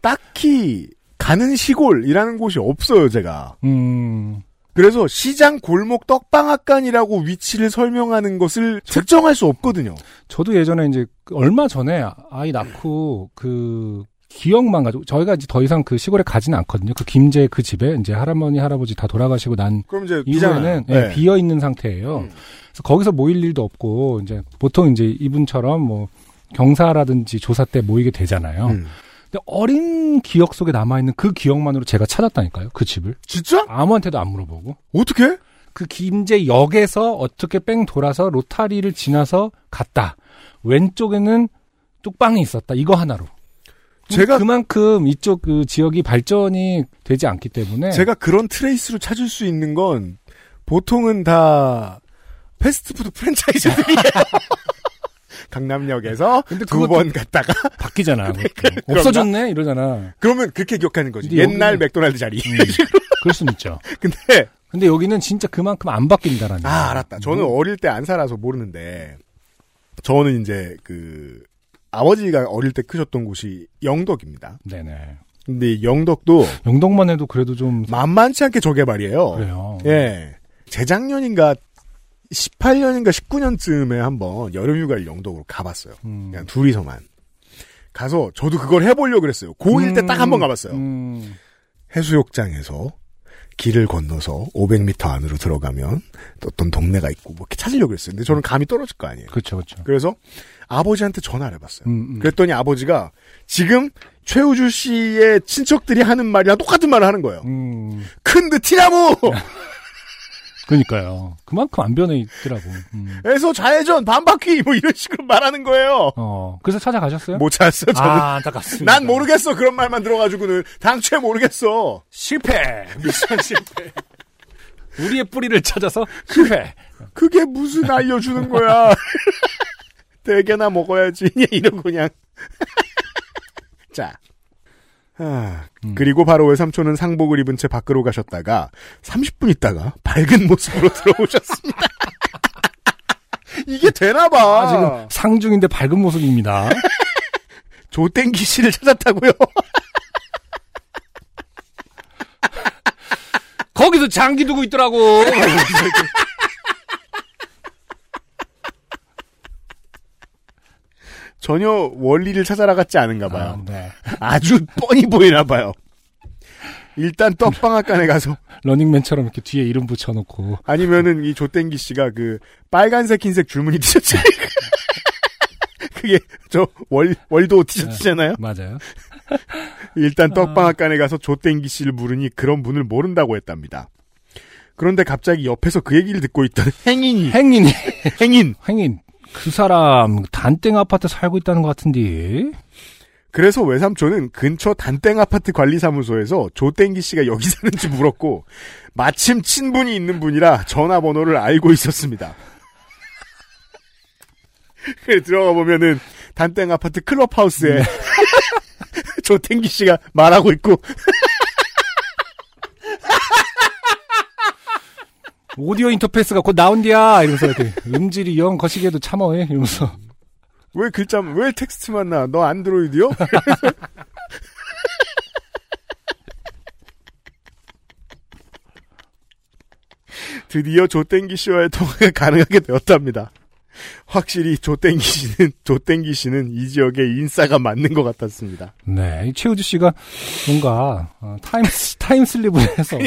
[SPEAKER 1] 딱히 가는 시골이라는 곳이 없어요, 제가.
[SPEAKER 2] 음,
[SPEAKER 1] 그래서 시장 골목 떡방앗간이라고 위치를 설명하는 것을 특정할 수 없거든요.
[SPEAKER 2] 저도 예전에 이제 얼마 전에 아이 낳고 그 기억만 가지고 저희가 이제 더 이상 그 시골에 가지는 않거든요. 그 김제 그 집에 이제 할아버니 할아버지 다 돌아가시고 난
[SPEAKER 1] 그럼 네. 음. 이제
[SPEAKER 2] 이후에는 예, 네,
[SPEAKER 1] 비잖아요.
[SPEAKER 2] 비어 있는 상태예요. 그래서 거기서 모일 일도 없고 이제 보통 이제 이분처럼 뭐 경사라든지 조사 때 모이게 되잖아요.
[SPEAKER 1] 음.
[SPEAKER 2] 근데 어린 기억 속에 남아 있는 그 기억만으로 제가 찾았다니까요. 그 집을
[SPEAKER 1] 진짜?
[SPEAKER 2] 아무한테도 안 물어보고
[SPEAKER 1] 어떻게?
[SPEAKER 2] 그 김제역에서 어떻게 뺑 돌아서 로타리를 지나서 갔다. 왼쪽에는 뚝방이 있었다. 이거 하나로.
[SPEAKER 1] 제가
[SPEAKER 2] 그만큼 이쪽 그 지역이 발전이 되지 않기 때문에
[SPEAKER 1] 제가 그런 트레이스로 찾을 수 있는 건 보통은 다 패스트푸드 프랜차이즈들이에요. 강남역에서 두
[SPEAKER 2] 네. 그것도-
[SPEAKER 1] 번 갔다가
[SPEAKER 2] 바뀌잖아.
[SPEAKER 1] 네,
[SPEAKER 2] 그것도. 없어졌네 이러잖아. 음,
[SPEAKER 1] 그러면 그렇게 기억하는 거지.
[SPEAKER 2] 근데
[SPEAKER 1] 옛날
[SPEAKER 2] 여기는-
[SPEAKER 1] 맥도날드 자리.
[SPEAKER 2] 그럴 수는 있죠.
[SPEAKER 1] 근데
[SPEAKER 2] 근데 여기는 진짜 그만큼 안 바뀐다라는. 음.
[SPEAKER 1] 아 알았다. 저는 어릴 때 안 살아서 모르는데 저는 이제 그 아버지가 어릴 때 크셨던 곳이 영덕입니다.
[SPEAKER 2] 네네.
[SPEAKER 1] 근데 이 영덕도
[SPEAKER 2] 영동만 해도 그래도 좀
[SPEAKER 1] 만만치 않게 저개발이에요.
[SPEAKER 2] 그래요.
[SPEAKER 1] 예. 재작년인가 18년인가 19년쯤에 한번 여름휴가를 영덕으로 가봤어요.
[SPEAKER 2] 음.
[SPEAKER 1] 그냥 둘이서만. 가서 저도 그걸 해보려고 그랬어요. 고1 때 딱 한 번 가봤어요.
[SPEAKER 2] 음.
[SPEAKER 1] 해수욕장에서 길을 건너서 500m 안으로 들어가면 또 어떤 동네가 있고 뭐 이렇게 찾으려고 그랬어요. 근데 저는 감이 떨어질 거 아니에요.
[SPEAKER 2] 그렇죠, 그렇죠.
[SPEAKER 1] 그래서 아버지한테 전화를 해봤어요.
[SPEAKER 2] 음, 음.
[SPEAKER 1] 그랬더니 아버지가 지금 최우주 씨의 친척들이 하는 말이랑 똑같은 말을 하는 거예요.
[SPEAKER 2] 음.
[SPEAKER 1] 큰데 티나무!
[SPEAKER 2] 그러니까요. 그만큼 안 변해 있더라고. 음.
[SPEAKER 1] 에서 좌회전 반바퀴 뭐 이런 식으로 말하는 거예요.
[SPEAKER 2] 어. 그래서 찾아가셨어요?
[SPEAKER 1] 못 찾았어 저는.
[SPEAKER 2] 아, 안타깝습니다.
[SPEAKER 1] 난 모르겠어 그런 말만 들어가지고는 당최 모르겠어.
[SPEAKER 2] 실패. 미션 실패. 우리의 뿌리를 찾아서 실패.
[SPEAKER 1] 그게 무슨 알려주는 거야. 대게나 먹어야지 이런 그냥. 자. 아,
[SPEAKER 2] 음.
[SPEAKER 1] 그리고 바로 외삼촌은 상복을 입은 채 밖으로 가셨다가 30분 있다가 밝은 모습으로 들어오셨습니다. 이게 되나봐.
[SPEAKER 2] 아, 지금 상중인데 밝은 모습입니다.
[SPEAKER 1] 조땡기 씨를 찾았다고요.
[SPEAKER 2] 거기서 장기 두고 있더라고.
[SPEAKER 1] 전혀 원리를 찾아라 같지 않은가 봐요.
[SPEAKER 2] 아, 네.
[SPEAKER 1] 아주 뻔히 보이나 봐요. 일단 떡방앗간에 가서
[SPEAKER 2] 러닝맨처럼 이렇게 뒤에 이름 붙여놓고
[SPEAKER 1] 아니면은 이 조땡기 씨가 그 빨간색 흰색 줄무늬 티셔츠 그게 저 월, 월도 티셔츠잖아요.
[SPEAKER 2] 맞아요.
[SPEAKER 1] 일단 떡방앗간에 가서 조땡기 씨를 물으니 그런 분을 모른다고 했답니다. 그런데 갑자기 옆에서 그 얘기를 듣고 있던 행인이
[SPEAKER 2] 행인이
[SPEAKER 1] 행인
[SPEAKER 2] 행인 그 사람 단땡 아파트 살고 있다는 것 같은데.
[SPEAKER 1] 그래서 외삼촌은 근처 단땡 아파트 관리사무소에서 조땡기 씨가 여기 사는지 물었고 마침 친분이 있는 분이라 전화번호를 알고 있었습니다. 그래, 들어가 보면은 단땡 아파트 클럽하우스에 조땡기 씨가 말하고 있고
[SPEAKER 2] 오디오 인터페이스가 곧 나온디야 이러면서 이렇게 음질이 영 거시기에도 참어해 이러면서
[SPEAKER 1] 왜 글자 왜 텍스트만 나? 너 안드로이드요? 드디어 조땡기 씨와의 통화가 가능하게 되었답니다. 확실히 조땡기 씨는 조땡기 씨는 이 지역의 인싸가 맞는 것 같았습니다.
[SPEAKER 2] 네이 최우주 씨가 뭔가 어, 타임 타임
[SPEAKER 1] 아,
[SPEAKER 2] 슬립을 해서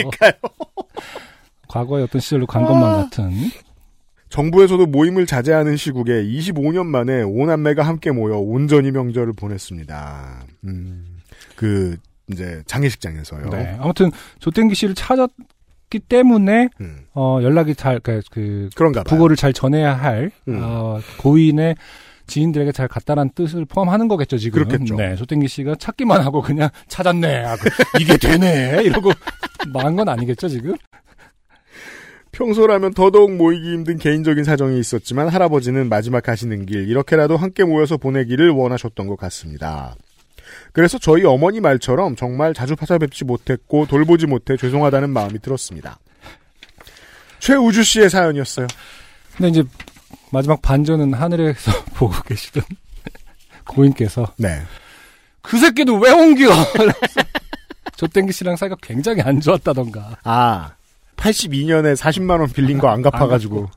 [SPEAKER 2] 과거의 어떤 시절로 간 것만 같은
[SPEAKER 1] 정부에서도 모임을 자제하는 시국에 25년 만에 오남매가 함께 모여 온전히 명절을 보냈습니다. 음, 그 이제 장례식장에서요.
[SPEAKER 2] 네. 아무튼 조땡기 씨를 찾았기 때문에
[SPEAKER 1] 음,
[SPEAKER 2] 어, 연락이 잘 그- 그
[SPEAKER 1] 그런가 봐요.
[SPEAKER 2] 부고를 잘 전해야 할
[SPEAKER 1] 음.
[SPEAKER 2] 어, 고인의 지인들에게 잘 갔다라는 뜻을 포함하는 거겠죠 지금.
[SPEAKER 1] 그렇겠죠.
[SPEAKER 2] 네, 소땡기 씨가 찾기만 하고 그냥 찾았네 하고 이게 되네 이러고 망한 건 아니겠죠 지금.
[SPEAKER 1] 평소라면 더더욱 모이기 힘든 개인적인 사정이 있었지만 할아버지는 마지막 가시는 길 이렇게라도 함께 모여서 보내기를 원하셨던 것 같습니다. 그래서 저희 어머니 말처럼 정말 자주 찾아뵙지 못했고 돌보지 못해 죄송하다는 마음이 들었습니다. 최우주 씨의 사연이었어요.
[SPEAKER 2] 근데 이제 마지막 반전은 하늘에서 보고 계시던 고인께서
[SPEAKER 1] 네.
[SPEAKER 2] 그 새끼도 왜 옮겨? 조땡기 씨랑 사이가 굉장히 안 좋았다던가.
[SPEAKER 1] 아, 82년에 40만 원 빌린 거 안 갚아가지고.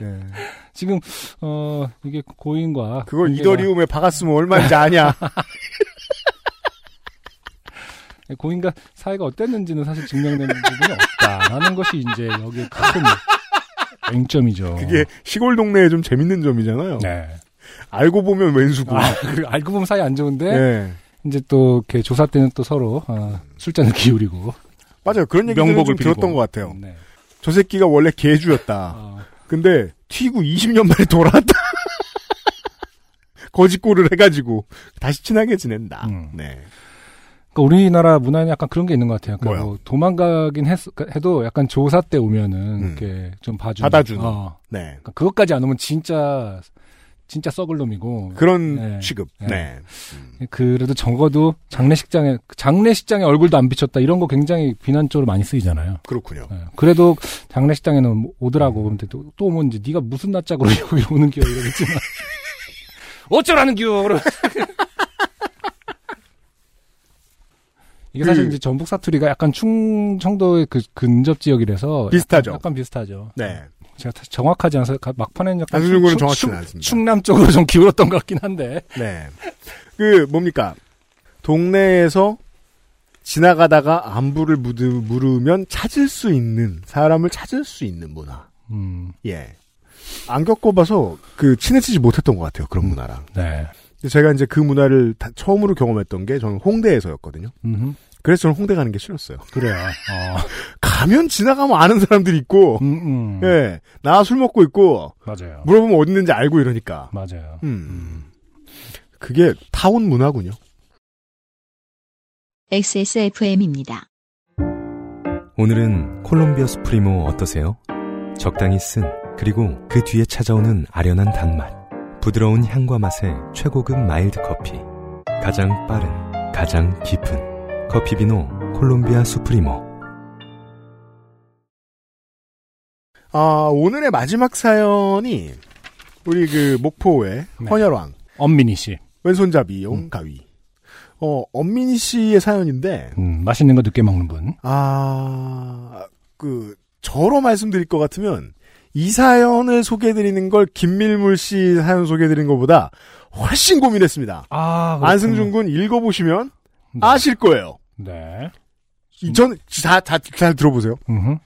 [SPEAKER 1] 네.
[SPEAKER 2] 지금 어 이게 고인과
[SPEAKER 1] 그걸
[SPEAKER 2] 관계가-
[SPEAKER 1] 이더리움에 박았으면 얼마인지 아냐.
[SPEAKER 2] 고인과 사이가 어땠는지는 사실 증명되는 부분이 없다라는 것이 이제 여기에 큰 맹점이죠.
[SPEAKER 1] 그게 시골 동네에 좀 재밌는 점이잖아요.
[SPEAKER 2] 네.
[SPEAKER 1] 알고 보면 왼수고.
[SPEAKER 2] 아, 그리고 알고 보면 사이 안 좋은데
[SPEAKER 1] 네.
[SPEAKER 2] 이제 또 이렇게 조사 때는 또 서로 아, 술잔을 기울이고
[SPEAKER 1] 맞아요. 그런 얘기를
[SPEAKER 2] 명복을
[SPEAKER 1] 좀
[SPEAKER 2] 빌고.
[SPEAKER 1] 들었던 것 같아요.
[SPEAKER 2] 네.
[SPEAKER 1] 저 새끼가 원래 개주였다.
[SPEAKER 2] 어,
[SPEAKER 1] 근데 튀고 20년 만에 돌아왔다. 거짓골을 해가지고 다시 친하게 지낸다.
[SPEAKER 2] 음.
[SPEAKER 1] 네.
[SPEAKER 2] 그러니까 우리나라 문화는 약간 그런 게 있는 것 같아요. 그러니까
[SPEAKER 1] 뭐요?
[SPEAKER 2] 뭐 도망가긴 했, 해도 약간 조사 때 오면은
[SPEAKER 1] 음.
[SPEAKER 2] 이렇게 좀 봐주는.
[SPEAKER 1] 받아주는.
[SPEAKER 2] 어.
[SPEAKER 1] 네.
[SPEAKER 2] 그러니까 그것까지 안 오면 진짜 진짜 썩을 놈이고.
[SPEAKER 1] 그런
[SPEAKER 2] 네.
[SPEAKER 1] 취급.
[SPEAKER 2] 네.
[SPEAKER 1] 네.
[SPEAKER 2] 그래도 적어도 장례식장에 장례식장에 얼굴도 안 비쳤다 이런 거 굉장히 비난적으로 많이 쓰이잖아요.
[SPEAKER 1] 그렇군요.
[SPEAKER 2] 예. 그래도 장례식장에는 오더라고. 근데 또, 또 오면 이제 네가 무슨 낯짝으로 여기 오는 기어 이러겠지만 어쩌라는 기어. 그러- 이게 사실
[SPEAKER 1] 그-
[SPEAKER 2] 이제 전북 사투리가 약간 충청도의 그 근접 지역이라서
[SPEAKER 1] 비슷하죠.
[SPEAKER 2] 약간 비슷하죠.
[SPEAKER 1] 네.
[SPEAKER 2] 제가 사실 정확하지 않아서 가- 막판에는 약간
[SPEAKER 1] 안승준 군은
[SPEAKER 2] 충-
[SPEAKER 1] 정확치는
[SPEAKER 2] 충-
[SPEAKER 1] 않습니다.
[SPEAKER 2] 충남 쪽으로 좀 기울었던 것 같긴 한데.
[SPEAKER 1] 네. 그 뭡니까? 동네에서 지나가다가 안부를 묻으- 물으면 찾을 수 있는 사람을 찾을 수 있는 문화.
[SPEAKER 2] 음,
[SPEAKER 1] 예. 안 겪어봐서 그 친해지지 못했던 것 같아요. 그런 문화랑.
[SPEAKER 2] 네.
[SPEAKER 1] 근데 제가 이제 그 문화를 다- 처음으로 경험했던 게 저는 홍대에서였거든요.
[SPEAKER 2] 음흠.
[SPEAKER 1] 그래서 저는 홍대 가는 게 싫었어요.
[SPEAKER 2] 그래요. 어.
[SPEAKER 1] 가면 지나가면 아는 사람들이 있고,
[SPEAKER 2] 음, 음.
[SPEAKER 1] 예, 나 술 먹고 있고,
[SPEAKER 2] 맞아요.
[SPEAKER 1] 물어보면 어디 있는지 알고 이러니까.
[SPEAKER 2] 맞아요.
[SPEAKER 1] 음. 그게 타운 문화군요.
[SPEAKER 3] XSFM입니다.
[SPEAKER 4] 오늘은 콜롬비아 수프리모 어떠세요? 적당히 쓴 그리고 그 뒤에 찾아오는 아련한 단맛 부드러운 향과 맛의 최고급 마일드 커피 가장 빠른 가장 깊은 커피 비노 콜롬비아 수프리모
[SPEAKER 1] 아, 오늘의 마지막 사연이, 우리 그, 목포의
[SPEAKER 2] 네. 음.
[SPEAKER 1] 헌혈왕,
[SPEAKER 2] 엄민희 씨.
[SPEAKER 1] 왼손잡이 용가위. 어, 엄민희 씨의 사연인데,
[SPEAKER 2] 음, 맛있는 거 늦게 먹는 분.
[SPEAKER 1] 아, 그, 저로 말씀드릴 것 같으면, 이 사연을 소개해드리는 걸 김밀물 씨 사연 소개해드린 것보다 훨씬 고민했습니다.
[SPEAKER 2] 아,
[SPEAKER 1] 안승준 군 읽어보시면
[SPEAKER 2] 네.
[SPEAKER 1] 아실 거예요.
[SPEAKER 2] 네.
[SPEAKER 1] 이- 전, 다, 다, 잘 들어보세요.
[SPEAKER 2] 음.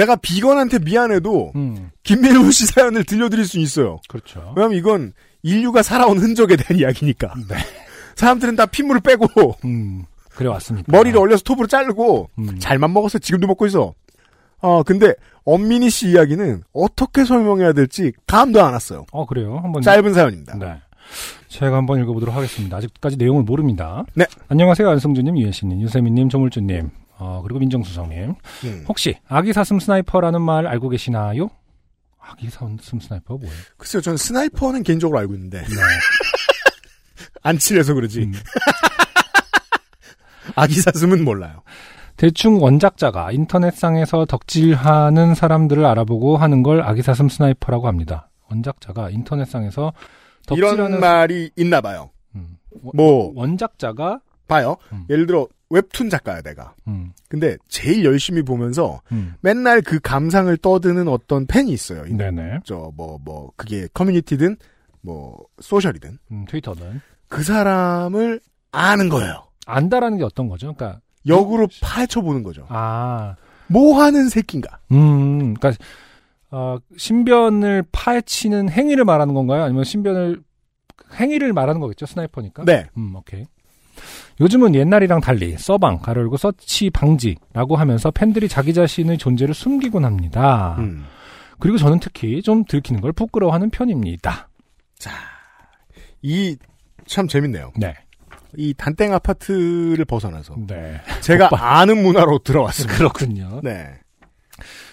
[SPEAKER 1] 내가 비건한테 미안해도,
[SPEAKER 2] 음.
[SPEAKER 1] 김밀물 씨 사연을 들려드릴 수 있어요.
[SPEAKER 2] 그렇죠.
[SPEAKER 1] 왜냐면 이건 인류가 살아온 흔적에 대한 이야기니까.
[SPEAKER 2] 네.
[SPEAKER 1] 사람들은 다 핏물을 빼고,
[SPEAKER 2] 음. 그래 왔습니다.
[SPEAKER 1] 머리를 올려서 톱으로 자르고,
[SPEAKER 2] 음.
[SPEAKER 1] 잘만 먹었어. 지금도 먹고 있어. 어, 근데, 엄민희 씨 이야기는 어떻게 설명해야 될지 감도 안 왔어요.
[SPEAKER 2] 어, 그래요. 한번
[SPEAKER 1] 짧은 사연입니다.
[SPEAKER 2] 네. 제가 한번 읽어보도록 하겠습니다. 아직까지 내용을 모릅니다.
[SPEAKER 1] 네.
[SPEAKER 2] 안녕하세요. 안승준님, 유혜씨님, 유세민님, 조물주님, 어, 그리고 민정수석님.
[SPEAKER 1] 음.
[SPEAKER 2] 혹시 아기 사슴 스나이퍼라는 말 알고 계시나요? 아기 사슴 스나이퍼 뭐예요?
[SPEAKER 1] 글쎄요, 저는 스나이퍼는 개인적으로 알고 있는데,
[SPEAKER 2] 네.
[SPEAKER 1] 안 칠해서 그러지.
[SPEAKER 2] 음.
[SPEAKER 1] 아기 사슴은 몰라요.
[SPEAKER 2] 대충 원작자가 인터넷상에서 덕질하는 사람들을 알아보고 하는 걸 아기 사슴 스나이퍼라고 합니다. 원작자가 인터넷상에서 덕질하는
[SPEAKER 1] 이런 말이 있나 봐요.
[SPEAKER 2] 음.
[SPEAKER 1] 뭐,
[SPEAKER 2] 원작자가
[SPEAKER 1] 봐요.
[SPEAKER 2] 음.
[SPEAKER 1] 예를 들어, 웹툰 작가야, 내가.
[SPEAKER 2] 음,
[SPEAKER 1] 근데 제일 열심히 보면서
[SPEAKER 2] 음.
[SPEAKER 1] 맨날 그 감상을 떠드는 어떤 팬이 있어요.
[SPEAKER 2] 네네
[SPEAKER 1] 저, 뭐, 뭐, 그게 커뮤니티든, 뭐, 소셜이든.
[SPEAKER 2] 음, 트위터는
[SPEAKER 1] 그 사람을 아는 거예요.
[SPEAKER 2] 안다라는 게 어떤 거죠? 그러니까
[SPEAKER 1] 역으로 파헤쳐 보는 거죠.
[SPEAKER 2] 아,
[SPEAKER 1] 뭐 하는 새끼인가?
[SPEAKER 2] 음, 그러니까 어, 신변을 파헤치는 행위를 말하는 건가요? 아니면 신변을 행위를 말하는 거겠죠? 스나이퍼니까.
[SPEAKER 1] 네.
[SPEAKER 2] 음, 오케이. 요즘은 옛날이랑 달리 서방 가로열고 서치 방지라고 하면서 팬들이 자기 자신의 존재를 숨기곤 합니다.
[SPEAKER 1] 음.
[SPEAKER 2] 그리고 저는 특히 좀 들키는 걸 부끄러워하는 편입니다.
[SPEAKER 1] 이 참 재밌네요.
[SPEAKER 2] 네.
[SPEAKER 1] 이 단땡 아파트를 벗어나서
[SPEAKER 2] 네.
[SPEAKER 1] 제가 아는 문화로 들어왔습니다.
[SPEAKER 2] 그렇군요.
[SPEAKER 1] 네.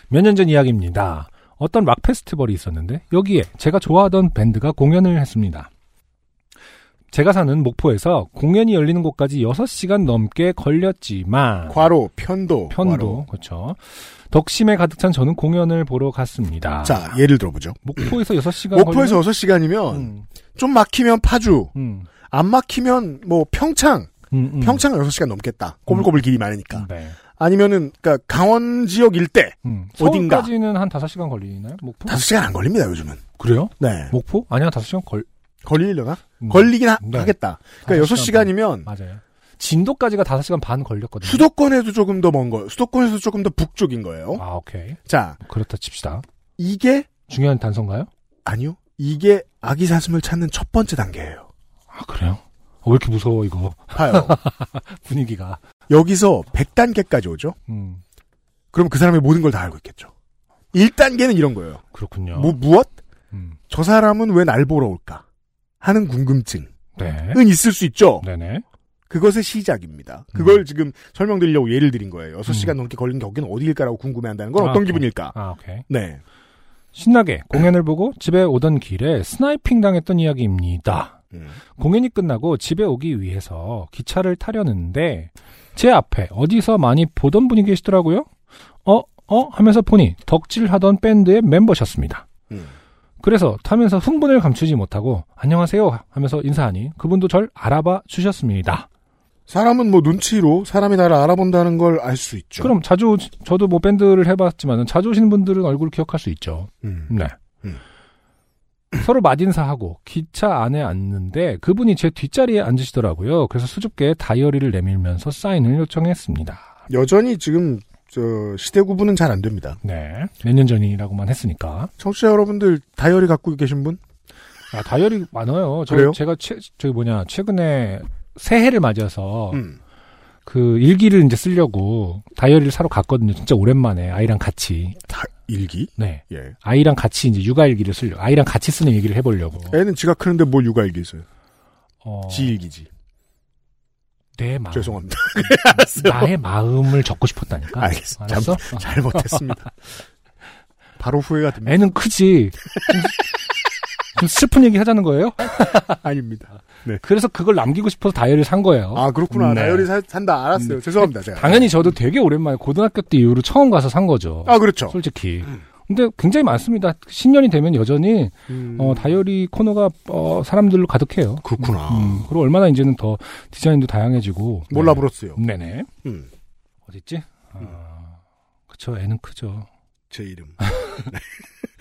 [SPEAKER 2] 몇 년 전 이야기입니다. 어떤 락 페스티벌이 있었는데 여기에 제가 좋아하던 밴드가 공연을 했습니다. 제가 사는 목포에서 공연이 열리는 곳까지 6시간 넘게 걸렸지만
[SPEAKER 1] 과로 편도.
[SPEAKER 2] 음. 편도 그렇죠. 덕심에 가득 찬 저는 공연을 보러 갔습니다.
[SPEAKER 1] 과로. 자 예를 들어보죠.
[SPEAKER 2] 목포에서 6시간
[SPEAKER 1] 목포에서
[SPEAKER 2] 걸리면-
[SPEAKER 1] 6시간이면
[SPEAKER 2] 그러니까 음,
[SPEAKER 1] 좀 막히면 파주,
[SPEAKER 2] 음,
[SPEAKER 1] 안 막히면 뭐 평창,
[SPEAKER 2] 음, 음.
[SPEAKER 1] 평창은 6시간 넘겠다. 꼬불꼬불 길이 많으니까.
[SPEAKER 2] 네.
[SPEAKER 1] 아니면은 그러니까 강원 지역 일대
[SPEAKER 2] 음.
[SPEAKER 1] 어딘가.
[SPEAKER 2] 서울까지는 한 5시간 걸리나요? 목포?
[SPEAKER 1] 5시간 안 걸립니다, 요즘은.
[SPEAKER 2] 그래요?
[SPEAKER 1] 네.
[SPEAKER 2] 목포? 아니야, 5시간 걸
[SPEAKER 1] 걸리려나?
[SPEAKER 2] 음.
[SPEAKER 1] 걸리긴 하,
[SPEAKER 2] 네.
[SPEAKER 1] 겠다 그러니까
[SPEAKER 2] 다섯 시간
[SPEAKER 1] 6시간이면
[SPEAKER 2] 맞아요. 진도까지가 5시간 반 걸렸거든요.
[SPEAKER 1] 수도권에도 조금 더 먼 거예요. 수도권에서 조금 더 북쪽인 거예요.
[SPEAKER 2] 아, 오케이.
[SPEAKER 1] 자,
[SPEAKER 2] 그렇다 칩시다.
[SPEAKER 1] 이게
[SPEAKER 2] 중요한 단서인가요?
[SPEAKER 1] 아니요. 이게 아기 사슴을 찾는 첫 번째 단계예요.
[SPEAKER 2] 아, 그래요? 어, 왜 이렇게 무서워, 이거.
[SPEAKER 1] 봐요.
[SPEAKER 2] 분위기가.
[SPEAKER 1] 여기서 100단계까지 오죠.
[SPEAKER 2] 음,
[SPEAKER 1] 그럼 그 사람의 모든 걸 다 알고 있겠죠. 1단계는 이런 거예요.
[SPEAKER 2] 그렇군요.
[SPEAKER 1] 뭐 무엇?
[SPEAKER 2] 음,
[SPEAKER 1] 저 사람은 왜 날 보러 올까? 하는 궁금증은
[SPEAKER 2] 네.
[SPEAKER 1] 있을 수 있죠.
[SPEAKER 2] 네네.
[SPEAKER 1] 그것의 시작입니다.
[SPEAKER 2] 음.
[SPEAKER 1] 그걸 지금 설명드리려고 예를 드린 거예요. 6시간
[SPEAKER 2] 음.
[SPEAKER 1] 넘게 걸린 게 여기는 어디일까라고 궁금해한다는 건
[SPEAKER 2] 아,
[SPEAKER 1] 어떤
[SPEAKER 2] 오케이.
[SPEAKER 1] 기분일까?
[SPEAKER 2] 아, 오케이.
[SPEAKER 1] 네.
[SPEAKER 2] 신나게 공연을 보고 집에 오던 길에 스나이핑 당했던 이야기입니다.
[SPEAKER 1] 음.
[SPEAKER 2] 공연이 끝나고 집에 오기 위해서 기차를 타려는데 제 앞에 어디서 많이 보던 분이 계시더라고요. 어, 어 하면서 보니 덕질하던 밴드의 멤버셨습니다.
[SPEAKER 1] 음.
[SPEAKER 2] 그래서 타면서 흥분을 감추지 못하고 안녕하세요 하면서 인사하니 그분도 절 알아봐 주셨습니다.
[SPEAKER 1] 사람은 뭐 눈치로 사람이 나를 알아본다는 걸 알 수 있죠.
[SPEAKER 2] 그럼 자주 오시- 저도 뭐 밴드를 해봤지만 자주 오시는 분들은 얼굴 기억할 수 있죠.
[SPEAKER 1] 음.
[SPEAKER 2] 네.
[SPEAKER 1] 음.
[SPEAKER 2] 서로 맞인사하고 기차 안에 앉는데 그분이 제 뒷자리에 앉으시더라고요. 그래서 수줍게 다이어리를 내밀면서 사인을 요청했습니다.
[SPEAKER 1] 여전히 지금 저 시대 구분은 잘 안 됩니다.
[SPEAKER 2] 네. 몇 년 전이라고만 했으니까.
[SPEAKER 1] 청취자 여러분들 다이어리 갖고 계신 분?
[SPEAKER 2] 아, 다이어리 많아요. 저,
[SPEAKER 1] 그래요?
[SPEAKER 2] 제가 최, 저기 뭐냐, 최근에 새해를 맞아서
[SPEAKER 1] 음.
[SPEAKER 2] 그 일기를 이제 쓰려고 다이어리를 사러 갔거든요. 진짜 오랜만에 아이랑 같이.
[SPEAKER 1] 다 일기?
[SPEAKER 2] 네.
[SPEAKER 1] 예.
[SPEAKER 2] 아이랑 같이 이제 육아 일기를 쓰려고. 아이랑 같이 쓰는 얘기를 해보려고.
[SPEAKER 1] 애는 지가 크는데 뭘 육아 일기겠어요?
[SPEAKER 2] 어,
[SPEAKER 1] 지 일기지.
[SPEAKER 2] 내 마음.
[SPEAKER 1] 죄송합니다.
[SPEAKER 2] 나의 마음을 적고 싶었다니까.
[SPEAKER 1] 알겠어.
[SPEAKER 2] 알았어? 어.
[SPEAKER 1] 잘못했습니다. 바로 후회가 됩니다.
[SPEAKER 2] 애는 크지. 좀- 좀 슬픈 얘기 하자는 거예요?
[SPEAKER 1] 아닙니다.
[SPEAKER 2] 그래서 그걸 남기고 싶어서 다이어리를 산 거예요.
[SPEAKER 1] 아 네. 그렇구나.
[SPEAKER 2] 네. 음.
[SPEAKER 1] 다이어리 사- 산다. 알았어요. 죄송합니다. 제가.
[SPEAKER 2] 당연히 저도 되게 오랜만에 고등학교 때 이후로 처음 가서 산 거죠.
[SPEAKER 1] 아 그렇죠.
[SPEAKER 2] 솔직히. 근데 굉장히 많습니다. 신년이 되면 여전히
[SPEAKER 1] 음.
[SPEAKER 2] 어, 다이어리 코너가 어, 사람들로 가득해요.
[SPEAKER 1] 그렇구나.
[SPEAKER 2] 음, 그리고 얼마나 이제는 더 디자인도 다양해지고.
[SPEAKER 1] 아. 몰라 불었어요.
[SPEAKER 2] 네. 네네.
[SPEAKER 1] 음.
[SPEAKER 2] 어딨지? 아, 그쵸. 애는 크죠.
[SPEAKER 1] 제 이름.
[SPEAKER 2] 어,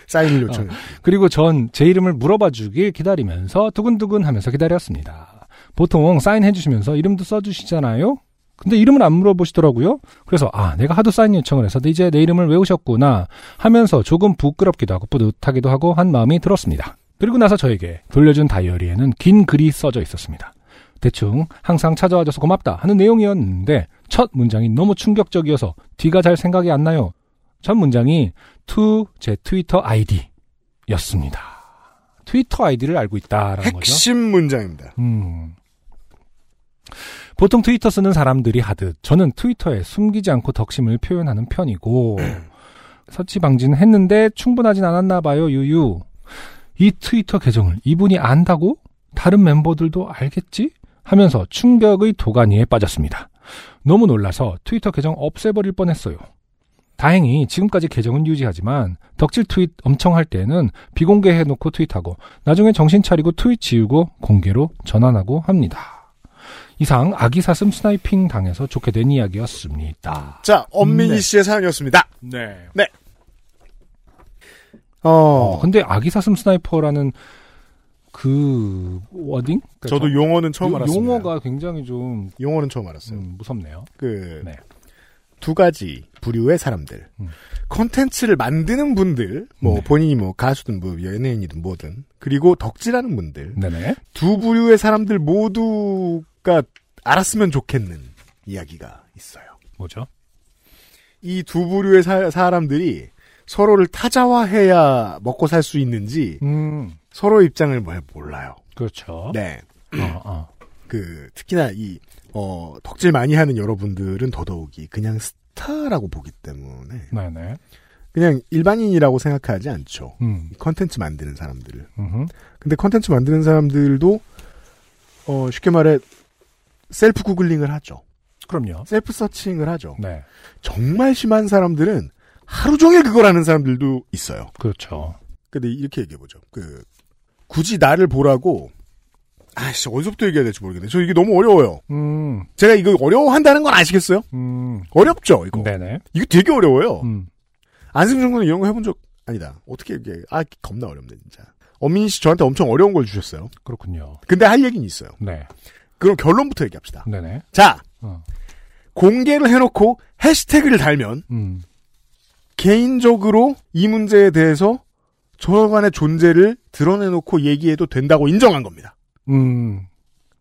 [SPEAKER 1] 사인을 요청해.
[SPEAKER 2] 그리고 전 제 이름을 물어봐 주길 기다리면서 두근두근 하면서 기다렸습니다. 보통 사인해 주시면서 이름도 써주시잖아요? 근데 이름을 안 물어보시더라고요? 그래서, 아, 내가 하도 사인 요청을 해서 이제 내 이름을 외우셨구나 하면서 조금 부끄럽기도 하고 뿌듯하기도 하고 한 마음이 들었습니다. 그리고 나서 저에게 돌려준 다이어리에는 긴 글이 써져 있었습니다. 대충 항상 찾아와줘서 고맙다 하는 내용이었는데 첫 문장이 너무 충격적이어서 뒤가 잘 생각이 안 나요. 첫 문장이 to 제 트위터 아이디 였습니다. 트위터 아이디를 알고 있다라는 거죠.
[SPEAKER 1] 핵심 문장입니다.
[SPEAKER 2] 음. 보통 트위터 쓰는 사람들이 하듯 저는 트위터에 숨기지 않고 덕심을 표현하는 편이고 서치 방지는 했는데 충분하진 않았나 봐요 유유 이 트위터 계정을 이분이 안다고 다른 멤버들도 알겠지 하면서 충격의 도가니에 빠졌습니다 너무 놀라서 트위터 계정 없애버릴 뻔했어요 다행히 지금까지 계정은 유지하지만 덕질 트윗 엄청 할 때는 비공개해놓고 트윗하고 나중에 정신 차리고 트윗 지우고 공개로 전환하고 합니다. 이상 아기 사슴 스나이핑 당해서 좋게 된 이야기였습니다.
[SPEAKER 1] 자, 엄민희
[SPEAKER 2] 네.
[SPEAKER 1] 씨의 사연이었습니다.
[SPEAKER 2] 네.
[SPEAKER 1] 어,
[SPEAKER 2] 어, 근데 아기 사슴 스나이퍼라는 그 워딩? 그러니까
[SPEAKER 1] 저도
[SPEAKER 2] 저-
[SPEAKER 1] 용어는 처음
[SPEAKER 2] 요-
[SPEAKER 1] 알았습니다. 네.
[SPEAKER 2] 용어가 굉장히 좀
[SPEAKER 1] 용어는 처음 알았어요.
[SPEAKER 2] 음, 무섭네요.
[SPEAKER 1] 그
[SPEAKER 2] 네.
[SPEAKER 1] 두 가지 부류의 사람들.
[SPEAKER 2] 음.
[SPEAKER 1] 컨텐츠를 만드는 분들, 뭐
[SPEAKER 2] 네.
[SPEAKER 1] 본인이 뭐 가수든 뭐 연예인이든 뭐든, 그리고 덕질하는 분들.
[SPEAKER 2] 네네.
[SPEAKER 1] 두 부류의 사람들 모두가 알았으면 좋겠는 이야기가 있어요.
[SPEAKER 2] 뭐죠?
[SPEAKER 1] 이 두 부류의 사, 사람들이 서로를 타자화해야 먹고 살 수 있는지
[SPEAKER 2] 음,
[SPEAKER 1] 서로 입장을 뭘 몰라요.
[SPEAKER 2] 그렇죠.
[SPEAKER 1] 네.
[SPEAKER 2] 어, 어.
[SPEAKER 1] 그 특히나 이 어, 덕질 많이 하는 여러분들은 더더욱이 그냥 스타라고 보기 때문에
[SPEAKER 2] 네네.
[SPEAKER 1] 그냥 일반인이라고 생각하지 않죠.
[SPEAKER 2] 음,
[SPEAKER 1] 이 컨텐츠 만드는 사람들을.
[SPEAKER 2] 음,
[SPEAKER 1] 근데 컨텐츠 만드는 사람들도 어, 쉽게 말해 셀프 구글링을 하죠.
[SPEAKER 2] 그럼요.
[SPEAKER 1] 셀프 서칭을 하죠.
[SPEAKER 2] 네,
[SPEAKER 1] 정말 심한 사람들은 하루 종일 그걸 하는 사람들도 있어요.
[SPEAKER 2] 그렇죠.
[SPEAKER 1] 근데 이렇게 얘기해보죠. 그, 굳이 나를 보라고, 아씨, 어디서부터 얘기해야 될지 모르겠네. 저 이게 너무 어려워요.
[SPEAKER 2] 음,
[SPEAKER 1] 제가 이거 어려워한다는 건 아시겠어요?
[SPEAKER 2] 음,
[SPEAKER 1] 어렵죠, 이거.
[SPEAKER 2] 네네.
[SPEAKER 1] 이거 되게 어려워요.
[SPEAKER 2] 음,
[SPEAKER 1] 안승준 군은 이런 거 해본 적, 아니다. 어떻게 얘기해. 아, 겁나 어렵네, 진짜. 엄민희 씨 저한테 엄청 어려운 걸 주셨어요.
[SPEAKER 2] 그렇군요.
[SPEAKER 1] 근데 할 얘기는 있어요.
[SPEAKER 2] 네,
[SPEAKER 1] 그럼 결론부터 얘기합시다.
[SPEAKER 2] 네네.
[SPEAKER 1] 자,
[SPEAKER 2] 어,
[SPEAKER 1] 공개를 해놓고 해시태그를 달면,
[SPEAKER 2] 음,
[SPEAKER 1] 개인적으로 이 문제에 대해서 서로간의 존재를 드러내놓고 얘기해도 된다고 인정한 겁니다.
[SPEAKER 2] 음.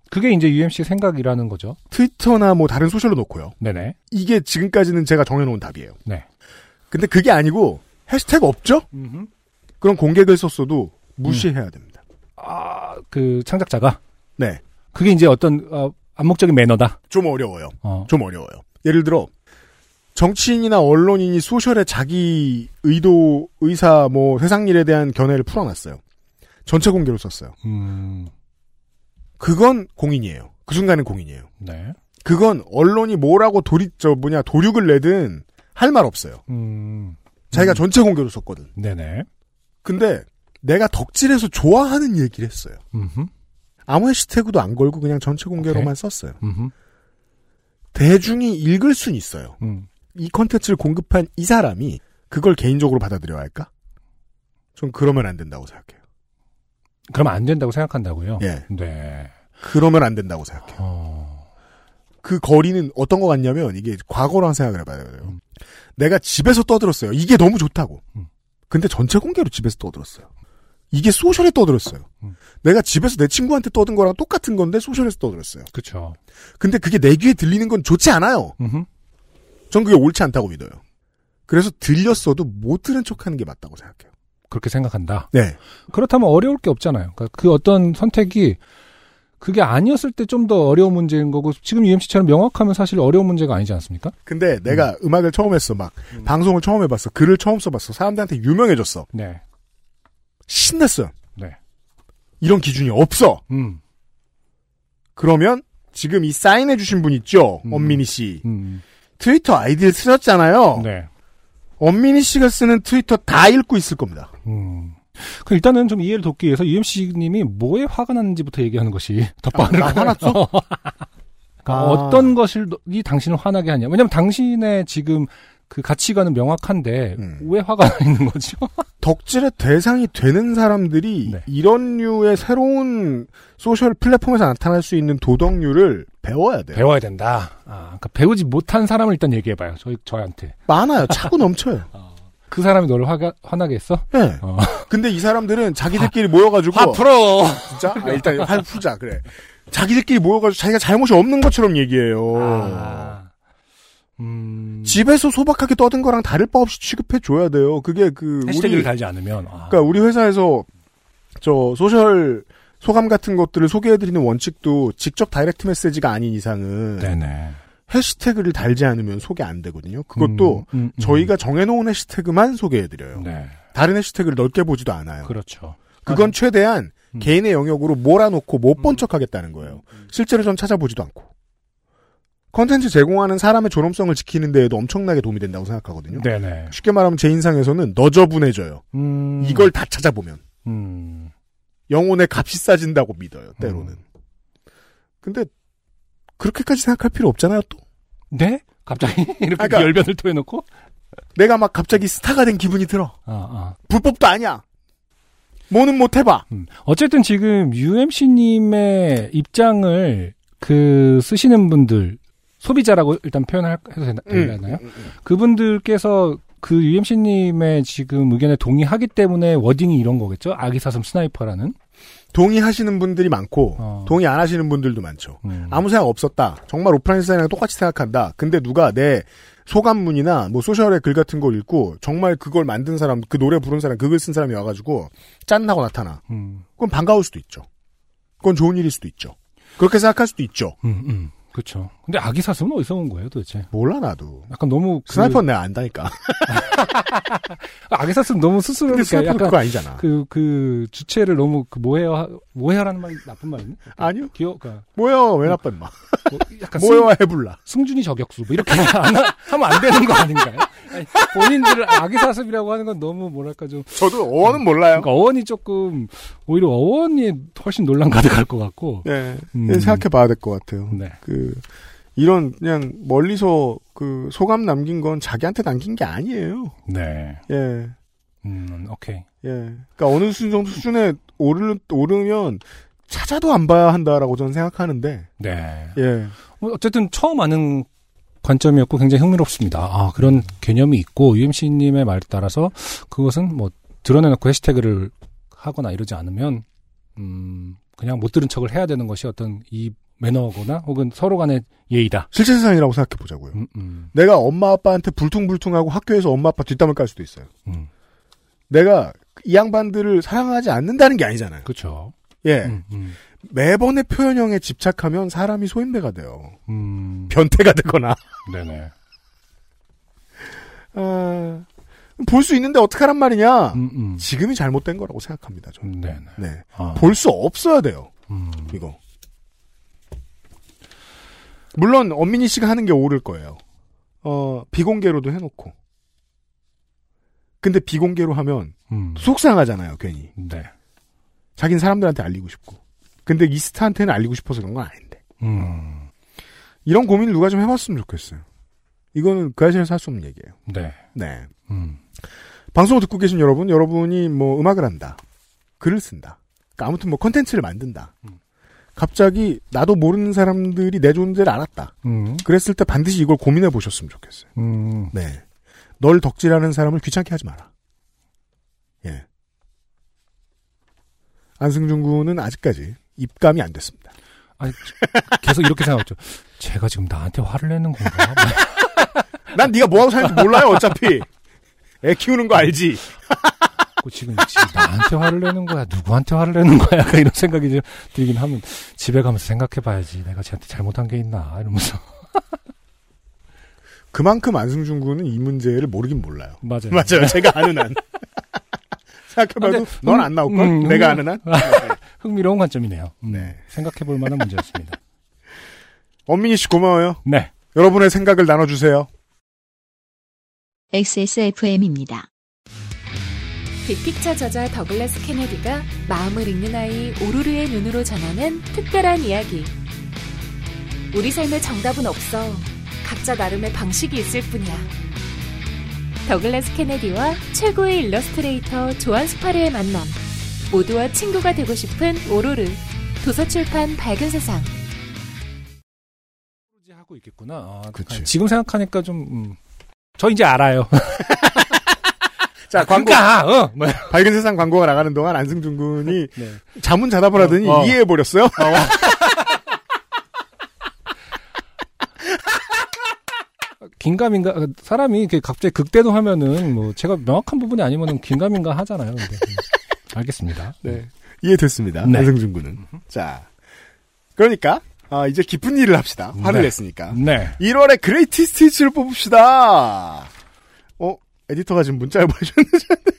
[SPEAKER 2] 그게 이제 UMC 생각이라는 거죠.
[SPEAKER 1] 트위터나 뭐 다른 소셜로 놓고요.
[SPEAKER 2] 네네.
[SPEAKER 1] 이게 지금까지는 제가 정해놓은 답이에요.
[SPEAKER 2] 네.
[SPEAKER 1] 근데 그게 아니고 해시태그 없죠? 그럼 공개글 썼어도 무시해야 됩니다.
[SPEAKER 2] 아, 그 창작자가
[SPEAKER 1] 네,
[SPEAKER 2] 그게 이제 어떤 어, 암묵적인 매너다.
[SPEAKER 1] 좀 어려워요.
[SPEAKER 2] 어,
[SPEAKER 1] 좀 어려워요. 예를 들어 정치인이나 언론인이 소셜에 자기 의도, 의사, 뭐 세상 일에 대한 견해를 풀어놨어요. 전체 공개로 썼어요.
[SPEAKER 2] 음,
[SPEAKER 1] 그건 공인이에요. 그 순간은 공인이에요.
[SPEAKER 2] 네.
[SPEAKER 1] 그건 언론이 뭐라고 도리 저 뭐냐 도륙을 내든 할 말 없어요.
[SPEAKER 2] 음,
[SPEAKER 1] 자기가 전체 공개로 썼거든.
[SPEAKER 2] 네네.
[SPEAKER 1] 근데 내가 덕질해서 좋아하는 얘기를 했어요.
[SPEAKER 2] 음흠,
[SPEAKER 1] 아무 해시태그도 안 걸고 그냥 전체 공개로만
[SPEAKER 2] 오케이.
[SPEAKER 1] 썼어요.
[SPEAKER 2] 음흠,
[SPEAKER 1] 대중이 읽을 순 있어요.
[SPEAKER 2] 음,
[SPEAKER 1] 이 컨텐츠를 공급한 이 사람이 그걸 개인적으로 받아들여야 할까? 전 그러면 안 된다고 생각해요.
[SPEAKER 2] 그러면 안 된다고 생각한다고요.
[SPEAKER 1] 예.
[SPEAKER 2] 네.
[SPEAKER 1] 그러면 안 된다고 생각해요.
[SPEAKER 2] 어,
[SPEAKER 1] 그 거리는 어떤 것 같냐면 이게 과거랑 생각을 해봐야 돼요. 내가 집에서 떠들었어요. 이게 너무 좋다고.
[SPEAKER 2] 음.
[SPEAKER 1] 근데 전체 공개로 집에서 떠들었어요. 이게 소셜에 떠들었어요.
[SPEAKER 2] 음.
[SPEAKER 1] 내가 집에서 내 친구한테 떠든 거랑 똑같은 건데 소셜에서 떠들었어요.
[SPEAKER 2] 그렇죠.
[SPEAKER 1] 근데 그게 내 귀에 들리는 건 좋지 않아요.
[SPEAKER 2] 음,
[SPEAKER 1] 전 그게 옳지 않다고 믿어요. 그래서 들렸어도 못 들은 척하는 게 맞다고 생각해요.
[SPEAKER 2] 그렇게 생각한다.
[SPEAKER 1] 네,
[SPEAKER 2] 그렇다면 어려울 게 없잖아요. 그러니까 그 어떤 선택이 그게 아니었을 때 좀 더 어려운 문제인 거고 지금 UMC처럼 명확하면 사실 어려운 문제가 아니지 않습니까?
[SPEAKER 1] 근데 내가 음. 악을 처음 했어, 막 방송을 처음 해봤어, 글을 처음 써봤어, 사람들한테 유명해졌어,
[SPEAKER 2] 네.
[SPEAKER 1] 신났어.
[SPEAKER 2] 네.
[SPEAKER 1] 이런 기준이 없어.
[SPEAKER 2] 음.
[SPEAKER 1] 그러면 지금 이 사인해주신 분 있죠,
[SPEAKER 2] 음.
[SPEAKER 1] 엄민희 씨.
[SPEAKER 2] 음.
[SPEAKER 1] 트위터 아이디를 쓰셨잖아요.
[SPEAKER 2] 네.
[SPEAKER 1] 엄민희 씨가 쓰는 트위터 다 읽고 있을 겁니다.
[SPEAKER 2] 음. 그 일단은 좀 이해를 돕기 위해서 UMC 님이 뭐에 화가 났는지부터 얘기하는 것이 더 빠를
[SPEAKER 1] 나 화났어? 아.
[SPEAKER 2] 어떤 것이 당신을 화나게 하냐. 왜냐면 당신의 지금 그 가치관은 명확한데
[SPEAKER 1] 음.
[SPEAKER 2] 왜 화가 나 있는 거죠?
[SPEAKER 1] 덕질의 대상이 되는 사람들이
[SPEAKER 2] 네.
[SPEAKER 1] 이런 류의 새로운 소셜 플랫폼에서 나타날 수 있는 도덕률을 배워야 돼요.
[SPEAKER 2] 배워야 된다. 아, 그러니까 배우지 못한 사람을 일단 얘기해 봐요. 저희 저한테.
[SPEAKER 1] 많아요. 차고 넘쳐요.
[SPEAKER 2] 그 사람이 너를 화가, 화나게 했어?
[SPEAKER 1] 네.
[SPEAKER 2] 어.
[SPEAKER 1] 근데 이 사람들은 자기들끼리 모여가지고
[SPEAKER 2] 풀어.
[SPEAKER 1] 진짜 아, 일단 화 풀자 그래. 자기들끼리 모여가지고 자기가 잘못이 없는 것처럼 얘기해요. 어.
[SPEAKER 2] 아. 음.
[SPEAKER 1] 집에서 소박하게 떠든 거랑 다를 바 없이 취급해 줘야 돼요. 그게 그
[SPEAKER 2] 해시태그를
[SPEAKER 1] 우리
[SPEAKER 2] 달지 않으면. 아.
[SPEAKER 1] 그러니까 우리 회사에서 저 소셜 소감 같은 것들을 소개해드리는 원칙도 직접 다이렉트 메시지가 아닌 이상은
[SPEAKER 2] 네네.
[SPEAKER 1] 해시태그를 달지 않으면 소개 안 되거든요. 그것도
[SPEAKER 2] 음, 음, 음.
[SPEAKER 1] 저희가 정해놓은 해시태그만 소개해드려요.
[SPEAKER 2] 네.
[SPEAKER 1] 다른 해시태그를 넓게 보지도 않아요.
[SPEAKER 2] 그렇죠.
[SPEAKER 1] 그건 최대한
[SPEAKER 2] 음.
[SPEAKER 1] 개인의 영역으로 몰아놓고 못 본 척하겠다는 거예요. 실제로 전 찾아보지도 않고. 컨텐츠 제공하는 사람의 존엄성을 지키는 데에도 엄청나게 도움이 된다고 생각하거든요.
[SPEAKER 2] 네네.
[SPEAKER 1] 쉽게 말하면 제 인상에서는 너저분해져요.
[SPEAKER 2] 음.
[SPEAKER 1] 이걸 다 찾아보면
[SPEAKER 2] 음.
[SPEAKER 1] 영혼의 값이 싸진다고 믿어요. 때로는. 근데 그렇게까지 생각할 필요 없잖아요. 또
[SPEAKER 2] 네? 갑자기 이렇게
[SPEAKER 1] 그러니까-
[SPEAKER 2] 열변을 토해놓고?
[SPEAKER 1] 내가 막 갑자기 스타가 된 기분이 들어.
[SPEAKER 2] 아, 아.
[SPEAKER 1] 불법도 아니야. 뭐는 못 해봐.
[SPEAKER 2] 음. 어쨌든 지금 UMC님의 입장을 그 쓰시는 분들, 소비자라고 일단 표현해도 되나요?
[SPEAKER 1] 음, 음.
[SPEAKER 2] 그분들께서 그 UMC님의 지금 의견에 동의하기 때문에 워딩이 이런 거겠죠? 아기사슴 스나이퍼라는.
[SPEAKER 1] 동의하시는 분들이 많고
[SPEAKER 2] 어.
[SPEAKER 1] 동의 안 하시는 분들도 많죠.
[SPEAKER 2] 음.
[SPEAKER 1] 아무 생각 없었다. 정말 오프라인 사이랑 똑같이 생각한다. 근데 누가 내 소감문이나 뭐 소셜의 글 같은 걸 읽고 정말 그걸 만든 사람, 그 노래 부른 사람, 그 글 쓴 사람이 와가지고 짠하고 나타나.
[SPEAKER 2] 음,
[SPEAKER 1] 그건 반가울 수도 있죠. 그건 좋은 일일 수도 있죠. 그렇게 생각할 수도 있죠.
[SPEAKER 2] 음, 음. 그렇죠. 근데 아기사슴은 어디서 온 거예요, 도대체?
[SPEAKER 1] 몰라 나도.
[SPEAKER 2] 약간 너무 그-
[SPEAKER 1] 스나이퍼는 내가 안다니까.
[SPEAKER 2] 아기사슴 너무 스스로
[SPEAKER 1] 근데
[SPEAKER 2] 이렇게
[SPEAKER 1] 스나이퍼는
[SPEAKER 2] 약간
[SPEAKER 1] 그거 아니잖아.
[SPEAKER 2] 그, 그, 주체를 너무, 그, 뭐해요, 뭐해요라는 말, 나쁜 말이네?
[SPEAKER 1] 아니요.
[SPEAKER 2] 기억, 그니까,
[SPEAKER 1] 뭐야 왜 나쁜 마.
[SPEAKER 2] 뭐, 약간, 승,
[SPEAKER 1] 뭐야 해불라.
[SPEAKER 2] 승준이 저격수, 뭐, 이렇게 안 하, 하면 안 되는 거 아닌가요? 아니, 본인들을 아기사슴이라고 하는 건 너무, 뭐랄까, 좀,
[SPEAKER 1] 저도 어원은 몰라요.
[SPEAKER 2] 그러니까 어원이 조금, 오히려 어원이 훨씬 논란 가득할 것 같고,
[SPEAKER 1] 네.
[SPEAKER 2] 음.
[SPEAKER 1] 생각해 봐야 될 것 같아요.
[SPEAKER 2] 네.
[SPEAKER 1] 그 이런 그냥 멀리서 그 소감 남긴 건 자기한테 남긴 게 아니에요.
[SPEAKER 2] 네.
[SPEAKER 1] 예.
[SPEAKER 2] 음, 오케이.
[SPEAKER 1] 예. 그러니까 어느 수준 정도 수준에 오르 오르면 찾아도 안 봐야 한다라고 저는 생각하는데.
[SPEAKER 2] 네.
[SPEAKER 1] 예.
[SPEAKER 2] 뭐 어쨌든 처음 아는 관점이었고 굉장히 흥미롭습니다. 아, 그런 개념이 있고, UMC님의 말에 따라서 그것은 뭐 드러내놓고 해시태그를 하거나 이러지 않으면, 음, 그냥 못 들은 척을 해야 되는 것이 어떤 이 매너거나 혹은 서로 간의 예의다.
[SPEAKER 1] 실제 세상이라고 생각해 보자고요.
[SPEAKER 2] 음, 음,
[SPEAKER 1] 내가 엄마 아빠한테 불퉁불퉁하고 학교에서 엄마 아빠 뒷담을 깔 수도 있어요.
[SPEAKER 2] 음.
[SPEAKER 1] 내가 이 양반들을 사랑하지 않는다는 게 아니잖아요.
[SPEAKER 2] 그쵸.
[SPEAKER 1] 예.
[SPEAKER 2] 음, 음,
[SPEAKER 1] 매번의 표현형에 집착하면 사람이 소인배가 돼요.
[SPEAKER 2] 음,
[SPEAKER 1] 변태가 되거나.
[SPEAKER 2] 네네.
[SPEAKER 1] 아, 볼 수 있는데 어떡하란 말이냐.
[SPEAKER 2] 음, 음.
[SPEAKER 1] 지금이 잘못된 거라고 생각합니다. 저는.
[SPEAKER 2] 음, 네네.
[SPEAKER 1] 네.
[SPEAKER 2] 아,
[SPEAKER 1] 볼 수 없어야 돼요.
[SPEAKER 2] 음,
[SPEAKER 1] 이거. 물론 엄민희 씨가 하는 게 옳을 거예요. 어, 비공개로도 해놓고. 근데 비공개로 하면
[SPEAKER 2] 음.
[SPEAKER 1] 속상하잖아요. 괜히.
[SPEAKER 2] 네.
[SPEAKER 1] 자기는 사람들한테 알리고 싶고. 근데 이스타한테는 알리고 싶어서 그런 건 아닌데.
[SPEAKER 2] 음,
[SPEAKER 1] 이런 고민을 누가 좀 해봤으면 좋겠어요. 이거는 그 아시아에서 할 수 없는 얘기예요.
[SPEAKER 2] 네.
[SPEAKER 1] 네.
[SPEAKER 2] 음,
[SPEAKER 1] 방송을 듣고 계신 여러분, 여러분이 뭐 음악을 한다, 글을 쓴다, 그러니까 아무튼 뭐 컨텐츠를 만든다. 갑자기 나도 모르는 사람들이 내 존재를 알았다.
[SPEAKER 2] 음,
[SPEAKER 1] 그랬을 때 반드시 이걸 고민해 보셨으면 좋겠어요.
[SPEAKER 2] 음.
[SPEAKER 1] 네. 널 덕질하는 사람을 귀찮게 하지 마라. 예. 안승준 군은 아직까지 입감이 안 됐습니다.
[SPEAKER 2] 아니, 계속 이렇게 생각했죠. 제가 지금 나한테 화를 내는 건가?
[SPEAKER 1] 난 네가 뭐하고 사는지 몰라요, 어차피. 애 키우는 거 알지?
[SPEAKER 2] 그 지금, 지금 나한테 화를 내는 거야? 누구한테 화를 내는 거야? 약간 이런 생각이 좀 들긴 하면 집에 가면서 생각해봐야지. 내가 쟤한테 잘못한 게 있나? 이러면서.
[SPEAKER 1] 그만큼 안승준 군은 이 문제를 모르긴 몰라요.
[SPEAKER 2] 맞아요.
[SPEAKER 1] 음. 맞아요. 제가 아는 한. 아, 생각해봐도
[SPEAKER 2] 근데,
[SPEAKER 1] 넌
[SPEAKER 2] 음,
[SPEAKER 1] 안 나올걸?
[SPEAKER 2] 음,
[SPEAKER 1] 내가
[SPEAKER 2] 음.
[SPEAKER 1] 아는 한?
[SPEAKER 2] 흥미로운 관점이네요. 음,
[SPEAKER 1] 네.
[SPEAKER 2] 생각해볼 만한 문제였습니다.
[SPEAKER 1] 엄민희 씨 고마워요.
[SPEAKER 2] 네.
[SPEAKER 1] 여러분의 생각을 나눠주세요.
[SPEAKER 3] XSFM입니다.
[SPEAKER 6] 빅픽처 저자 더글라스 케네디가 마음을 읽는 아이 오루르의 눈으로 전하는 특별한 이야기. 우리 삶에 정답은 없어. 각자 나름의 방식이 있을 뿐이야. 더글라스 케네디와 최고의 일러스트레이터 조한 스파르의 만남. 모두와 친구가 되고 싶은 오로르. 도서출판 밝은 세상.
[SPEAKER 2] 하고 있겠구나. 아,
[SPEAKER 1] 그치.
[SPEAKER 2] 지금 생각하니까 좀, 음. 저 이제 알아요.
[SPEAKER 1] 자, 광고.
[SPEAKER 2] 그러니까, 어! 뭐.
[SPEAKER 1] 밝은 세상 광고가 나가는 동안 안승준 군이
[SPEAKER 2] 네.
[SPEAKER 1] 자문자답을 하더니
[SPEAKER 2] 어, 어.
[SPEAKER 1] 이해해버렸어요.
[SPEAKER 2] 긴가민가, 사람이 이렇게 갑자기 극대도 하면은, 뭐, 제가 명확한 부분이 아니면은 긴가민가 하잖아요. 근데. 음. 알겠습니다.
[SPEAKER 1] 네. 이해됐습니다.
[SPEAKER 2] 네.
[SPEAKER 1] 안승준 군은. 자. 그러니까, 아, 이제 깊은 일을 합시다. 화를
[SPEAKER 2] 네.
[SPEAKER 1] 냈으니까.
[SPEAKER 2] 네.
[SPEAKER 1] 1월에 그레이티 스티치를 뽑읍시다. 어? 에디터가 지금 문자를 보내셨는데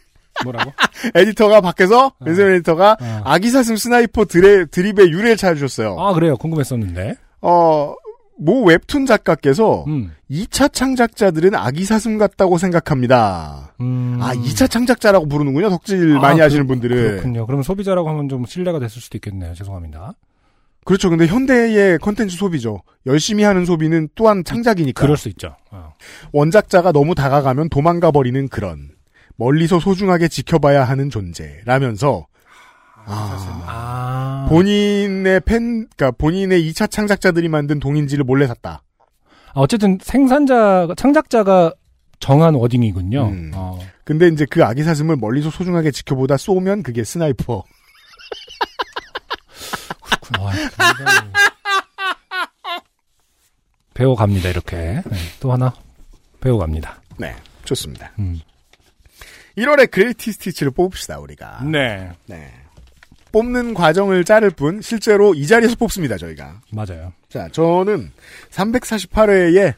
[SPEAKER 2] 뭐라고?
[SPEAKER 1] 에디터가 밖에서 왼세민 에디터가
[SPEAKER 2] 어.
[SPEAKER 1] 아기사슴 스나이퍼 드레, 드립의 유래를 찾아주셨어요.
[SPEAKER 2] 아, 그래요. 궁금했었는데.
[SPEAKER 1] 어, 모 웹툰 작가께서
[SPEAKER 2] 음.
[SPEAKER 1] 2차 창작자들은 아기사슴 같다고 생각합니다.
[SPEAKER 2] 음.
[SPEAKER 1] 아, 2차 창작자라고 부르는군요. 덕질 많이
[SPEAKER 2] 아,
[SPEAKER 1] 하시는
[SPEAKER 2] 그-
[SPEAKER 1] 분들은.
[SPEAKER 2] 그렇군요. 그럼 소비자라고 하면 좀 신뢰가 됐을 수도 있겠네요. 죄송합니다.
[SPEAKER 1] 그렇죠 근데 현대의 컨텐츠 소비죠. 열심히 하는 소비는 또한 창작이니까.
[SPEAKER 2] 그럴 수 있죠. 어.
[SPEAKER 1] 원작자가 너무 다가가면 도망가 버리는 그런 멀리서 소중하게 지켜봐야 하는 존재라면서 아,
[SPEAKER 2] 아.
[SPEAKER 1] 본인의 팬, 그러니까 본인의 2차 창작자들이 만든 동인지를 몰래 샀다.
[SPEAKER 2] 아, 어쨌든 생산자, 창작자가 정한 워딩이군요.
[SPEAKER 1] 음.
[SPEAKER 2] 어.
[SPEAKER 1] 근데 이제 그 아기 사슴을 멀리서 소중하게 지켜보다 쏘면 그게 스나이퍼.
[SPEAKER 2] 그렇구나. 와, 굉장히 배워갑니다, 이렇게. 네, 또 하나 배워갑니다.
[SPEAKER 1] 네, 좋습니다.
[SPEAKER 2] 음.
[SPEAKER 1] 1월에 그레이티 스티치를 뽑읍시다 우리가.
[SPEAKER 2] 네.
[SPEAKER 1] 네. 뽑는 과정을 자를 뿐 실제로 이 자리에서 뽑습니다 저희가.
[SPEAKER 2] 맞아요.
[SPEAKER 1] 자, 저는 348회에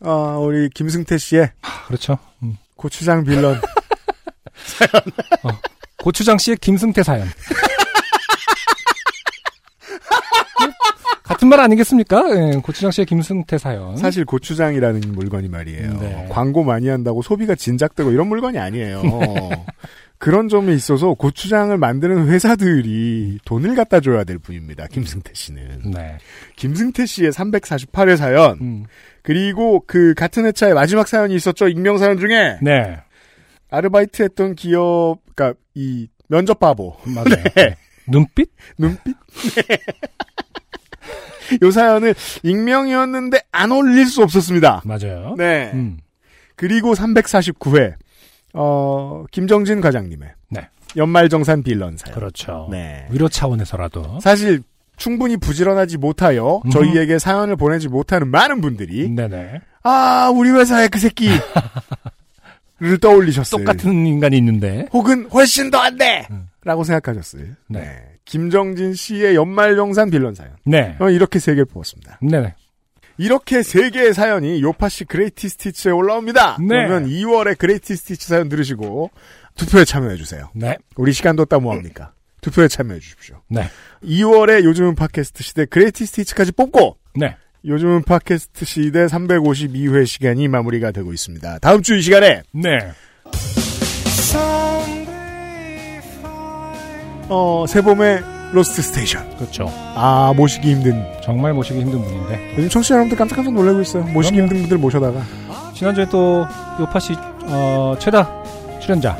[SPEAKER 1] 어, 우리 김승태 씨의
[SPEAKER 2] 아, 그렇죠. 음.
[SPEAKER 1] 고추장 빌런
[SPEAKER 2] 고추장 씨의 김승태 사연. 같은 말 아니겠습니까? 예, 고추장 씨의 김승태 사연.
[SPEAKER 1] 사실 고추장이라는 물건이 말이에요.
[SPEAKER 2] 네.
[SPEAKER 1] 광고 많이 한다고 소비가 진작되고 이런 물건이 아니에요. 그런 점에 있어서 고추장을 만드는 회사들이 돈을 갖다 줘야 될 분입니다. 김승태 씨는.
[SPEAKER 2] 네.
[SPEAKER 1] 김승태 씨의 348회 사연
[SPEAKER 2] 음.
[SPEAKER 1] 그리고 그 같은 회차의 마지막 사연이 있었죠. 익명 사연 중에
[SPEAKER 2] 네.
[SPEAKER 1] 아르바이트 했던 기업 그러니까 이 면접 바보
[SPEAKER 2] 맞아요. 네.
[SPEAKER 1] 네.
[SPEAKER 2] 눈빛?
[SPEAKER 1] 눈빛? 요 사연을 익명이었는데 안 올릴 수 없었습니다.
[SPEAKER 2] 맞아요.
[SPEAKER 1] 네.
[SPEAKER 2] 음.
[SPEAKER 1] 그리고 349회, 어, 김정진 과장님의
[SPEAKER 2] 네.
[SPEAKER 1] 연말정산 빌런 사연.
[SPEAKER 2] 그렇죠.
[SPEAKER 1] 네.
[SPEAKER 2] 위로 차원에서라도.
[SPEAKER 1] 사실, 충분히 부지런하지 못하여
[SPEAKER 2] 음.
[SPEAKER 1] 저희에게 사연을 보내지 못하는 많은 분들이,
[SPEAKER 2] 네네.
[SPEAKER 1] 아, 우리 회사의 그 새끼! 를 떠올리셨어요.
[SPEAKER 2] 똑같은 인간이 있는데.
[SPEAKER 1] 혹은 훨씬 더 안 돼!
[SPEAKER 2] 음.
[SPEAKER 1] 라고 생각하셨어요.
[SPEAKER 2] 네.
[SPEAKER 1] 김정진 씨의 연말정산 빌런 사연.
[SPEAKER 2] 네.
[SPEAKER 1] 어, 이렇게 세 개를 뽑았습니다.
[SPEAKER 2] 네네.
[SPEAKER 1] 이렇게 세 개의 사연이 요파시 그레이티 스티치에 올라옵니다.
[SPEAKER 2] 네.
[SPEAKER 1] 그러면 2월에 그레이티 스티치 사연 들으시고 투표에 참여해 주세요.
[SPEAKER 2] 네.
[SPEAKER 1] 우리 시간 뒀다 뭐합니까? 투표에 참여해 주십시오.
[SPEAKER 2] 네.
[SPEAKER 1] 2월에 요즘은 팟캐스트 시대 그레이티 스티치까지 뽑고
[SPEAKER 2] 네.
[SPEAKER 1] 요즘은 팟캐스트 시대 352회 시간이 마무리가 되고 있습니다. 다음 주 이 시간에
[SPEAKER 2] 네.
[SPEAKER 1] 어, 세봄의 로스트 스테이션
[SPEAKER 2] 그렇죠.
[SPEAKER 1] 아 모시기 힘든
[SPEAKER 2] 정말 모시기 힘든 분인데.
[SPEAKER 1] 요즘 청취자 여러분들 깜짝깜짝 놀라고 있어요. 모시기
[SPEAKER 2] 그럼요.
[SPEAKER 1] 힘든 분들 모셔다가
[SPEAKER 2] 지난주에 또 요파 씨, 어, 최다 출연자.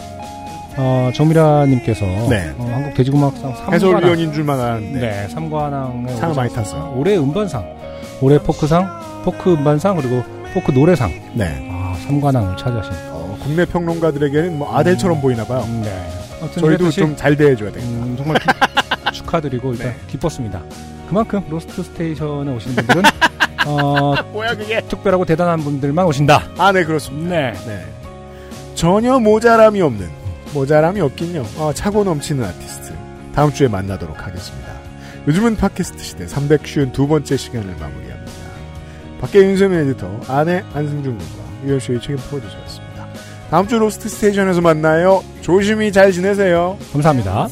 [SPEAKER 2] 어, 정미라님께서.
[SPEAKER 1] 네.
[SPEAKER 2] 어, 한국 돼지고막상 3관.
[SPEAKER 1] 해설위원인 줄만 아는데
[SPEAKER 2] 네. 삼관왕의
[SPEAKER 1] 상을 많이 탔어요.
[SPEAKER 2] 올해 음반상. 올해 포크상, 포크 음반상, 그리고 포크 노래상.
[SPEAKER 1] 네.
[SPEAKER 2] 아, 삼관왕을 차지하신.
[SPEAKER 1] 어, 국내 평론가들에게는 뭐 아델처럼 보이나 봐요.
[SPEAKER 2] 음, 네. 아무튼
[SPEAKER 1] 저희도
[SPEAKER 2] 이랬듯이,
[SPEAKER 1] 좀 네. 잘 대해줘야 돼요.
[SPEAKER 2] 음, 정말 기- 축하드리고 일단 기뻤습니다. 그만큼 로스트 스테이션에 오시는 분들은 어,
[SPEAKER 1] 뭐야 그게?
[SPEAKER 2] 특별하고 대단한 분들만 오신다.
[SPEAKER 1] 아, 네 그렇습니다.
[SPEAKER 2] 네.
[SPEAKER 1] 네. 전혀 모자람이 없는 모자람이 없긴요. 어, 차고 넘치는 아티스트 다음 주에 만나도록 하겠습니다. 요즘은 팟캐스트 시대 352번째 시간을 마무리합니다. 밖에 윤세민 에디터, 아내 안승준 군과 유현수의 책임 프로듀서였습니다. 다음 주 로스트 스테이션에서 만나요. 조심히 잘 지내세요.
[SPEAKER 2] 감사합니다.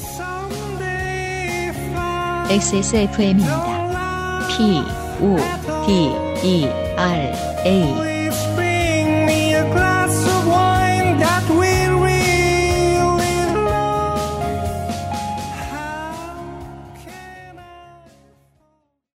[SPEAKER 3] XSFM입니다. P, O, D, E, R, A.